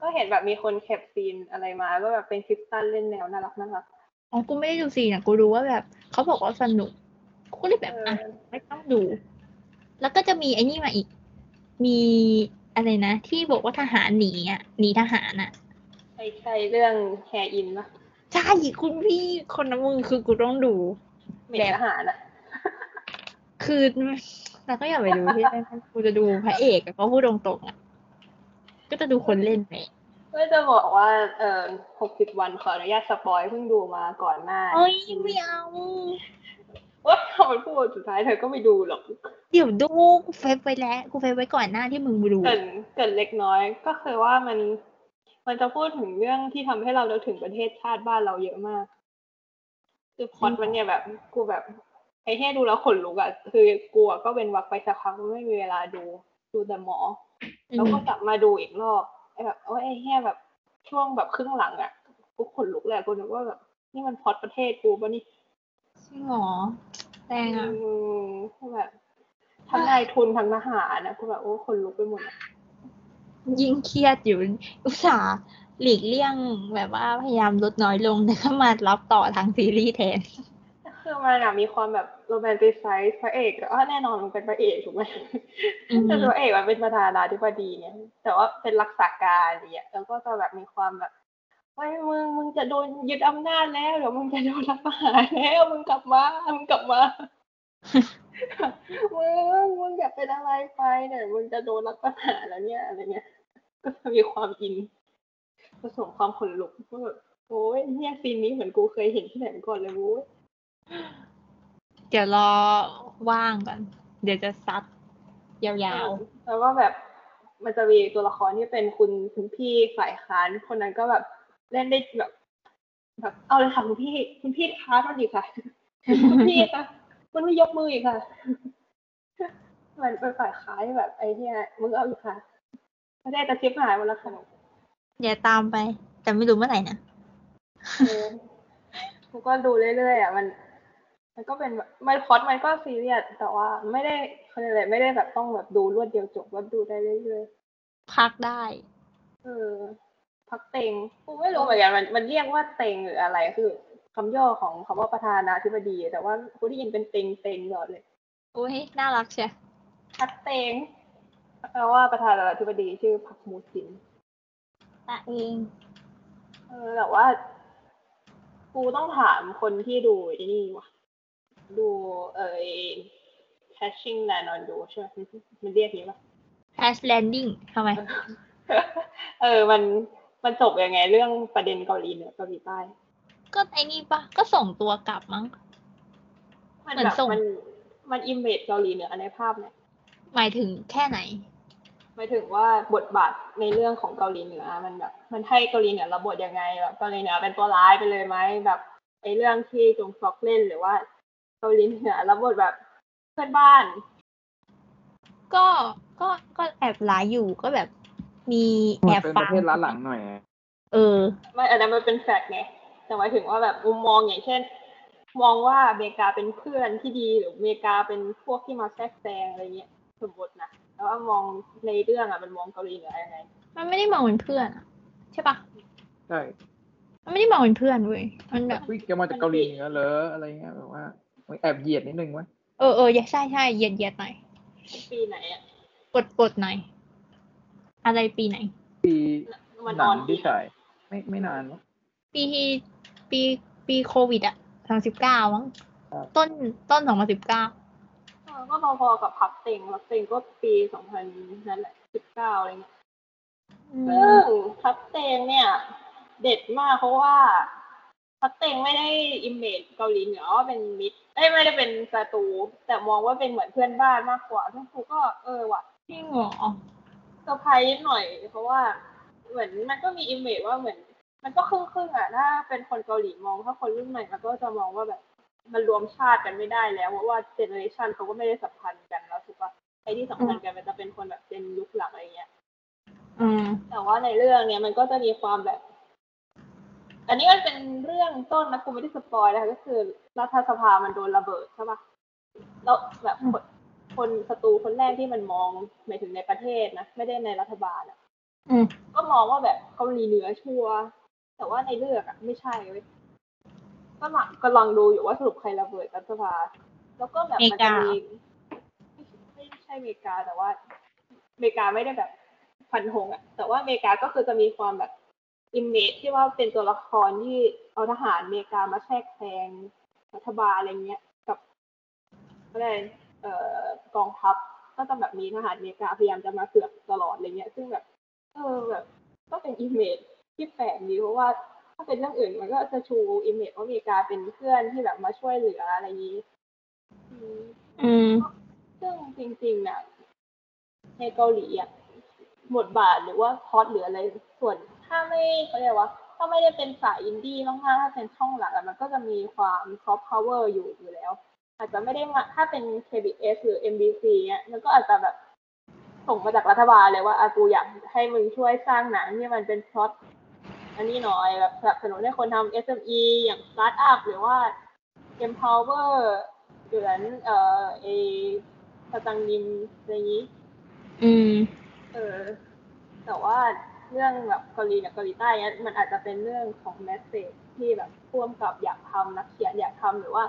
Speaker 3: ก็เห็นแบบมีคนแคปซีนอะไรมาก็แบบเป็นคลิปสั้นเล่นแนวน่ารักน่ารัก
Speaker 1: อ๋อกูไม่ได้ดูซีนะกูรู้ว่าแบบเขาบอกว่าสนุกกูเลยแบบอ่ะ
Speaker 3: เออ
Speaker 1: ไม่ต้องดู แล้วก็จะมีไอ้นี่มาอีก มีอะไรนะ ที่บอกว่าทหารหนีอ่ะ หนีทหารอ่ะ
Speaker 3: ใช่ใช่เรื่องแฮอินปะ
Speaker 1: ใช่คุณพี่คนน้ำมึงคือกูต้องดู
Speaker 3: เหม็นอาหารอ่ะ
Speaker 1: คือเราก็อย่าไปดูที่นั่นกูจะดูพระเอกอะก็พูดตรงๆอ่ะ ก็จะดูคนเล่นไป
Speaker 3: ก็จะบอกว่าเออหกสิบวันขออนุญาตสปอยเพิ่งดูมาก่อนหน้า
Speaker 1: โอ้ยไม่เอา
Speaker 3: ว่าคำมันพูดสุดท้ายเธอก็ไม่ดูหรอก
Speaker 1: เดี๋ยวดูกูเฟซไว้แล้ว กูเฟซไว้ก่อนหน้าที่มึงมาดู
Speaker 3: เกรินเกรินเล็กน้อย ก็คือว่ามัน มันจะพูดถึงเรื่องที่ทำให้เราเดาถึงประเทศชาติบ้านเราเยอะมาก คือพล็อดมันเนี่ยแบบ กูแบบไอ้แค่ดูแล้วขนลุกอะคือกูอะก็เว้นวักไปสักพักไม่มีเวลาดู ดูแต่หมอ
Speaker 1: อื
Speaker 3: แล้ว
Speaker 1: ม
Speaker 3: ก็กลับมาดูอีกรอบไอ้แบบโอ้ยไอ้แค่แบบช่วงแบบครึ่งหลังอะกูขนลุกเลยกูนึกว่าแบบนี่มันพล็อดประเทศกูปะนี่
Speaker 1: จริงเหรอแรงอ่ะ
Speaker 3: อืมคือแบบทั้งนายทุนทั้งทหารนะคือแบบโอ้คนลุกไปหมดอะ
Speaker 1: ยิ่งเครียดอยู่อุตส่าห์หลีกเลี่ยงแบบว่าพยายามลดน้อยลงแต่ก็มารับต่อทางซีรีส์แทน
Speaker 3: คือมันอะมีความแบบโรแมนติไซส์พระเอกก็แน่นอนมันเป็นพระเอกถูกไหม
Speaker 1: อืม
Speaker 3: แต่พระเอกมันเป็นประธานาธิบดีเนี่ยแต่ว่าเป็นรักษาการอย่างเนี่ยแล้วก็จะแบบมีความแบบว่ามึงมึงจะโดนยึดอำนาจแล้วเดี๋ยวมึงจะโดนรัฐประหารแล้วมึงกลับมามึงกลับมา มึงมึงอย่าเป็นอะไรไปเนี่ยวมึงจะโดนรัฐประหารแล้วเนี่ยอะไรเงี้ย ก็จะมีความอิน ผสมความขนลุกว่าแบบโอ้ยเนี่ยซีนนี้เหมือนกูเคยเห็นที่ไหนมาก่อนเลยโว้ย
Speaker 1: เดี๋ยวรอว่างก่อน เดี๋ยวจะซัดยาว
Speaker 3: แล้วก็แบบมันจะมีตัวละครที่เป็นคุณคุณพี่ฝ่ายค้านคนนั้นก็แบบเล่นได้แบบแบบเอาเลยค่ะคุณพี่ คุณพี่ค้าน มันดีค่ะ คุณพี่คะมันไม่ยกมืออีกค่ะ มันเป็นฝ่ายค้านแบบไอ้เนี่ยมึงเอาอีกค่ะไม่ได้แต่ชิปหายหมดแล้วค่ะ
Speaker 1: ๆ เดี๋ยวตามไป แต่ไม่รู้เมื่อไหร่นะ
Speaker 3: เออกูก็ดูเรื่อยๆอ่ะมัน มันก็เป็นแบบมันพล็อดมันก็ซีเรียสแต่ว่าไม่ได้เขาเรียกอะไรไม่ได้แบบต้องแบบดูรวดเดียวจบก็ดูได้เรื่อย
Speaker 1: พักได้
Speaker 3: ๆเออพักเต็งกูไม่รู้เหมือนกันมันมันเรียกว่าเต็งหรืออะไรคือคำย่อของคำว่าประธานาธิบดี แต่ว่ากูได้ยินเป็นเต็งเต็งตลอดเลย
Speaker 1: โอ้ย น่ารักเชีย
Speaker 3: พักเต็งแปลว่าประธานาธิบดีชื่อพักมูซิน
Speaker 1: ตะเอง
Speaker 3: เออแต่ว่า กูต้องถามคนที่ดูไอ้นี่ว่ะ ดูเออ catching land on do ใช่ไหมมันเรียกนี้ปะ
Speaker 1: แ a ชแลนดิ้งทำไม
Speaker 3: เออ มันมันจบยังไง เรื่องประเด็นเกาหลีเหนือเกาหลีใต้
Speaker 1: ก็ไอ้นี่ปะก็ส่งตัวกลับมั้ง
Speaker 3: มัน
Speaker 1: เหมือน
Speaker 3: แบบ
Speaker 1: ส่ง
Speaker 3: มันมันอิมเมจเกาหลีเหนือในภาพเนี่ย
Speaker 1: หมายถึงแค่ไหน
Speaker 3: หมายถึงว่าบทบาทในเรื่องของเกาหลีเหนือ มันแบบ มันให้เกาหลีเหนือรับบทยังไงแบบเกาหลีเหนือเป็นตัวร้ายไปเลยไหมแบบไอ้เรื่องที่จงซอกเล่นหรือว่าเกาหลีเหนือรับบทแบบเพื่อนบ้าน
Speaker 1: ก็ก็ก็แอบหลายอยู่ก็แบบมีแอบ
Speaker 2: เป็นป
Speaker 1: ฟั
Speaker 2: ระ
Speaker 1: ง
Speaker 2: เทศล้าหลังหน่อย
Speaker 1: เออ
Speaker 3: ไม่อันนั้นมันเป็นแฟกต์ไงแต่หมายถึงว่าแบบมุมมองอย่างเช่น มองว่าอเมริกาเป็นเพื่อนที่ดีหรืออเมริกาเป็นพวกที่มาแทรกแซงอะไรเงี้ยสมมตินะแล้วว่ามองในเรื่องอ่ะมันมองเกาหลีเหนือยังไง
Speaker 1: มันไม่ได้มองเป็นเพื่อนอะใช่ปะ
Speaker 2: ใช่
Speaker 1: มันไม่ได้มองเป็นเพื่อนเว้ย มันแบบ
Speaker 2: วิ่งจะมาจากเกาหลีเหนือเหรออะไรเงี้ยแบบว่าแอบเหยียดนิดนึงวะ
Speaker 1: เออเออใช่ใช่เหยียดเหยียดหน่อย
Speaker 3: ปีไหนอ่ะ
Speaker 1: กดกดหน่อย อะไรปีไหน
Speaker 2: ปี
Speaker 3: มัน
Speaker 2: ห
Speaker 3: น
Speaker 2: นั
Speaker 3: อง น
Speaker 2: ที่ฉายไม่ไม่นานหรอก
Speaker 1: ปีที่ปี ปีโควิดอะสองสิบเก้ามั้ง
Speaker 2: ครับ
Speaker 1: ต้นต้นสองพันสิบเก้า
Speaker 3: เออก็พอๆกับพับติงพับติงก็ปีสองพันนั่นแหละสิบเก้าอะไรเงี้ยซึ่งพับเตงเนี่ย เด็ดมากเพราะว่าพับเตงไม่ได้อิมเมจเกาหลีเหนือว่าเป็นมิตรเอ้ยไม่ได้เป็นศัตรูแต่มองว่าเป็นเหมือนเพื่อนบ้านมากกว่าซึ่งครูก็เออว่ะ
Speaker 1: ที่หงอ
Speaker 3: เซอร์ไพรส์นิดหน่อย เพราะว่าเหมือนมันก็มีอิมเมจว่าเหมือน มันก็ครึ่งครึ่งๆอ่ะถ้าเป็นคนเกาหลีมองถ้าคนรุ่นใหม่มันก็จะมองว่าแบบ มันรวมชาติกันไม่ได้แล้วเพราะว่าเจเนอเรชันเขาก็ไม่ได้สัมพันธ์กันแล้วถูกปะไอ้ที่สัมพันธ์กันมันจะเป็นคนแบบเจนยุคหลังอะไรเงี้ย
Speaker 1: อืม
Speaker 3: แต่ว่าในเรื่องเนี้ยมันก็จะมีความแบบ อันนี้มันเป็นเรื่องต้นนะกูไม่ได้สปอยนะคะก็คือรัฐสภามันโดนระเบิดใช่ปะแล้วแบบคนคนศัตรูคนแรกที่มันมองหมายถึงในประเทศนะไม่ได้ในรัฐบาลอะ
Speaker 1: อืม
Speaker 3: ก็มองว่าแบบเกาหลีเหนือชัวร์แต่ว่าในเรื่องอะไม่ใช่เว้ยก็หลังกำลังดูอยู่ว่าสรุปใครระเบิดรัฐสภา แล้วก็แบบมันจะมีไม่ใช่อเมริกาแต่ว่าอเมริกาไม่ได้แบบ ฟันธงอะแต่ว่าอเมริกาก็คือจะมีความแบบอิมเมจที่ว่าเป็นตัวละครที่เอาทหารอเมริกามาแทรกแซงรัฐบาลอะไรเงี้ย กับอะไรเอ่อกองทัพก็จะแบบมีทหารอเมริกาพยายามจะมาเสือกตลอดอะไรเงี้ย ซึ่งแบบ เออแบบก็เป็นอิมเมจที่แปลกดีเพราะว่าถ้าเป็นเรื่องอื่นมันก็จะชูอิมเมจว่าอเมริกาเป็นเพื่อนที่แบบมาช่วยเหลืออะไรอย่างนี้อืม
Speaker 1: อืม
Speaker 3: ซึ่งจริงๆนะในเกาหลีอ่ะบทบาทหรือว่าพล็อตหรืออะไรส่วนถ้าไม่เขาเรียกว่าถ้าไม่ได้เป็นสายอินดี้มากๆถ้าเป็นช่องหลักอะมันก็จะมีความซอฟต์พาวเวอร์อยู่อยู่แล้ว อาจจะไม่ได้มาถ้าเป็น KBS หรือ MBC เนี่ยมันก็อาจจะแบบส่งมาจากรัฐบาลเลยว่าอากูอยากให้มึงช่วยสร้างหนังที่มันเป็นพล็อตอันนี้หน่อยแบบสนับสนุนให้คนทำ SME อย่าง Startup หรือว่า Empower เหมือนเอ่อเอ ปาจังยิมอะไรอย่างนี้
Speaker 1: อืม
Speaker 3: เออ แต่ว่าเรื่องแบบเกาหลีเนี่ยเกาหลีใต้เนี่ยมันอาจจะเป็นเรื่องของแมสเซจที่แบบพ่วงกับอยากทำนักเขียนอยากทำหรือว่า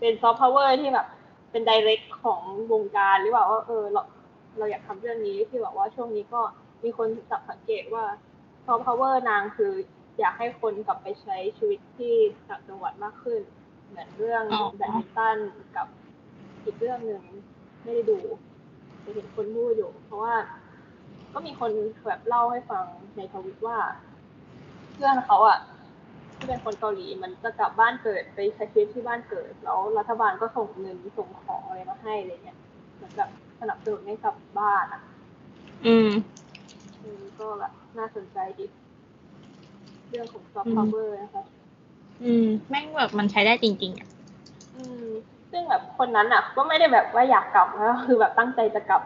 Speaker 3: เป็นซอฟต์พาวเวอร์ที่แบบเป็นไดเรกของวงการหรือเปล่าว่าเออเราเราอยากทำเรื่องนี้ที่แบบว่าช่วงนี้ก็มีคนจับสังเกตว่าซอฟต์พาวเวอร์นางคืออยากให้คนกลับไปใช้ชีวิตที่ต่างจังหวัดมากขึ้น เหมือนเรื่อง
Speaker 1: อ๋อ
Speaker 3: แบดมินตันกับอีกเรื่องหนึ่งไม่ได้ดูแต่เห็นคนพูดอยู่ เพราะว่า ก็มีคนแบบเล่าให้ฟังในทวิตว่า เพื่อนเขาอะที่เป็นคนเกาหลีมันจะกลับบ้านเกิดไปใช้ชีวิตที่บ้านเกิด แล้วรัฐบาลก็ส่งเงินส่งของอะไรมาให้อะไรเงี้ยเหมือนแบบสนับสนุนให้กลับบ้านอะ
Speaker 1: อืม
Speaker 3: อืมก็แบบน่าสนใจดีเรื่องของซอฟต์พาวเวอร์นะคะ
Speaker 1: อืม แม่งแบบมันใช้ได้จริง ๆอะ
Speaker 3: อืมซึ่งแบบคนนั้นอ่ะ ก็ไม่ได้แบบว่าอยากกลับนะ คือแบบตั้งใจจะกลับ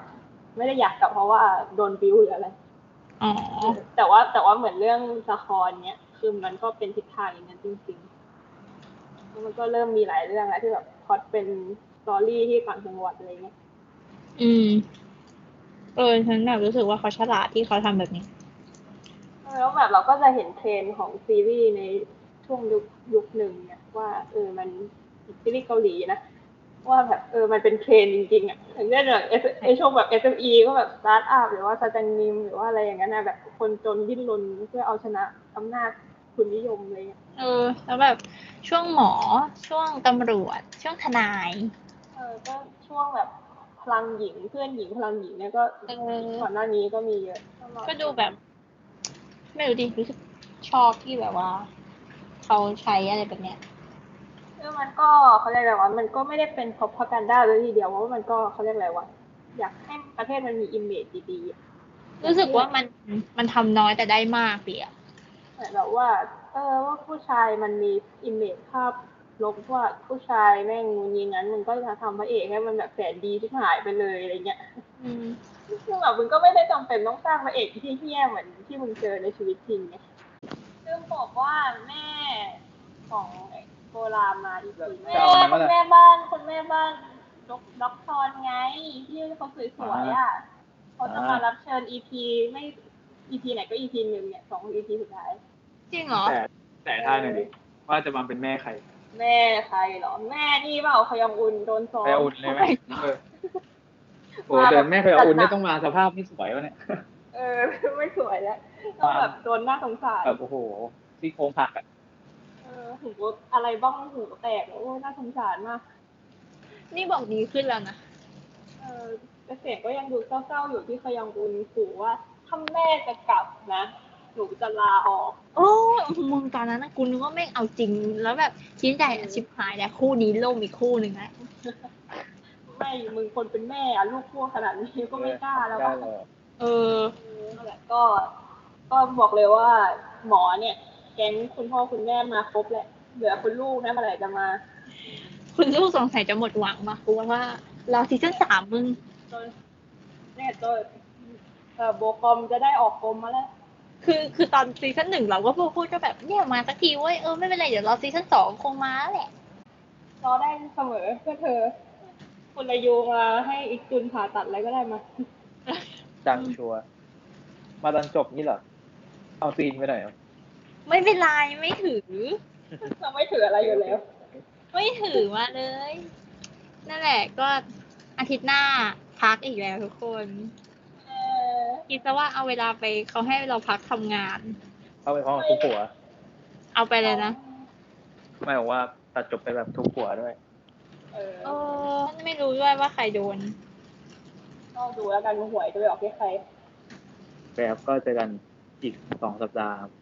Speaker 3: ไม่ได้อยากกลับเพราะว่าโดนบิวหรืออะไร
Speaker 1: อ๋อ
Speaker 3: แต่ว่าแต่ว่าเหมือนเรื่องละครเนี้ยคือมันก็เป็นทิศทางอย่างนั้นจริงๆแล้วมันก็เริ่มมีหลายเรื่องแล้วที่แบบพล็อดเป็นสตอรี่ที่ต่างจังหวัดอะไรเงี้ย
Speaker 1: อืม เออ ฉันแบบรู้สึกว่าเขาฉลาดที่เขาทำแบบนี้
Speaker 3: แล้วแบบเราก็จะเห็นเทรนด์ของซีรีส์ในช่วงยุคยุคหนึ่งเนี่ยว่าเออมันซีรีส์เกาหลีนะ ว่าแบบเออมันเป็นเทรนด์จริงๆอ่ะอย่างเช่นแบบ S- ไอช่วงแบบ SME ก็แบบสตาร์ทอัพหรือว่าซาจังนิมหรือว่าอะไรอย่างนั้นนะแบบคนจนดิ้นรนเพื่อเอาชนะอำนาจทุนนิยมอะไรอย่างเลย
Speaker 1: เออ แล้วแบบช่วงหมอ ช่วงตำรวจ ช่วงทนาย
Speaker 3: เออก็ช่วงแบบพลังหญิงเพื่อนหญิงพลังหญิงเนี่ยก็
Speaker 1: เออ
Speaker 3: ก่อนหน้านี้ก็มีเยอะ
Speaker 1: ก็ดูแบบ ไม่รู้ดิ รู้สึกชอบที่แบบว่า เขาใช้อะไรแบบเนี้ย
Speaker 3: เออมันก็เขาเรียกอะไรวะมันก็ไม่ได้เป็นพบพกันได้เลยทีเดียวเพราะว่ามันก็เขาเรียกอะไรวะอยากให้ประเทศมันมีอิมเมจดีๆ
Speaker 1: รู้สึกว่ามันมันทำน้อยแต่ได้มากดีอะ
Speaker 3: เหมือนแบบว่า เออว่าผู้ชายมันมีอิมเมจภาพลบว่าผู้ชายแม่งงูนยิงงั้นมึงก็จะทำพระเอกให้มันแบบแสนดีที่หายไปเลยอะไรเงี้ย
Speaker 1: อืม
Speaker 3: ซึ่งแบบมึงก็ไม่ได้จำเป็นต้องสร้างพระเอกที่เฮี้ยเหมือนที่มึงเจอในชีวิตจริงไงซึ่งบอกว่าแม่ของโบราณมาอีกทีแม่
Speaker 2: จะเอาอันนั้น
Speaker 3: คุ
Speaker 2: มา
Speaker 3: ณ
Speaker 2: ละ
Speaker 3: แม่บ้านคุณแม่บ้านด็อกด็อกทอนไง ที่เขาสวยๆอ่ะเขาจะมารับเชิญอีพีไม่อีพีไหนก็อีพีหนึ่งเนี่ยสองอีพีสุดท้าย
Speaker 1: จริงเหรอ
Speaker 2: แต่แต่ท่าหนึ่งดิว่าจะมาเป็นแม่ใคร
Speaker 3: แม่ใครเหรอ แม่นี่เปล่าขยองอุนโดนซ้อม
Speaker 2: แม่อุ่นเลยไหมเออโอ้
Speaker 3: มาแบบ
Speaker 2: แต่แม่เคยเอาอุ่นนี่ต้องมาสภาพไม่สวยวะเนี่ย
Speaker 3: เออ ไม่สวยแล้วต้องแบบโดนหน้าสงสาร
Speaker 2: แบบโอ้โหซี่โครงหักอ่ะ
Speaker 3: เออ หูอะไรบ้องหูแตกโอ้ยน่าสงสารมาก
Speaker 1: นี่บอกดีขึ้นแล้วนะ
Speaker 3: เออแต่เสียงก็ยังดูเศร้าๆอยู่ที่เขายังบุญขู่ว่าถ้าแม่จะกลับนะ หนูจะลาออก
Speaker 1: โอ้ยมึงตอนนั้นนะกูนึกว่าแม่งเอาจริง แล้วแบบชิ้นใหญ่อะชิบหายแล้วคู่นี้ล่มอีกคู่หนึ่งแล้ว
Speaker 3: ไม่มึงคนเป็นแม่อะลูกพวกขนาดนี้ก็ไม่กล้าแล้ว
Speaker 2: ได้
Speaker 3: ว่า
Speaker 2: เหรอ
Speaker 1: เออ
Speaker 3: นั่นแหละก็ก็บอกเลยว่า หมอเนี่ย แก๊งคุณพ่อคุณแม่มาครบแหละ เหลือคุณลูกนะเมื่อไหร่จะมา
Speaker 1: คุณลูกสงสัยจะหมดหวังมากูว่า เราซีซั่นสามมึง
Speaker 3: จนเนี่ยจนเออโบกอมจะได้ออกกรมมาแล้ว
Speaker 1: คือคือตอนซีซั่นหนึ่งเราก็พูดพูดก็แบบเนี่ยมาสักทีเว้ยเออไม่เป็นไรเดี๋ยวรอซีซั่นสองคงมาแหละ
Speaker 3: รอได้เสมอเพื่อเธอ คุณระยูมาให้อีกจุนผ่าตัดอะไรก็ได้มา
Speaker 2: ดังชัวร์มาตอนจบนี่เหรอ เอาซีนไปหน่อยเหรอ
Speaker 1: ไม่เป็นไรไม่ถือ
Speaker 3: เราไม่ถืออะไรอยู่แล้ว
Speaker 1: ไม่ถือมาเลย นั่นแหละก็อาทิตย์หน้าพักอีกแล้วทุกคน
Speaker 3: เออ
Speaker 1: คิดซะว่าเอาเวลาไปเขาให้เราพักทำงาน
Speaker 2: เข้าไปพร้อมกับทุกหัว
Speaker 1: เอาไปเลยนะ
Speaker 2: ไม่บอกว่าตัดจบไปแบบทุกหัวด้วย
Speaker 3: เออ
Speaker 1: เออไม่รู้ด้วยว่าใครโดน
Speaker 3: ก็ดูแล้วกันว่าหวยจะไปออกที่ใคร
Speaker 2: แปครับก็เจอกันอีกสองสัปดาห์ครับ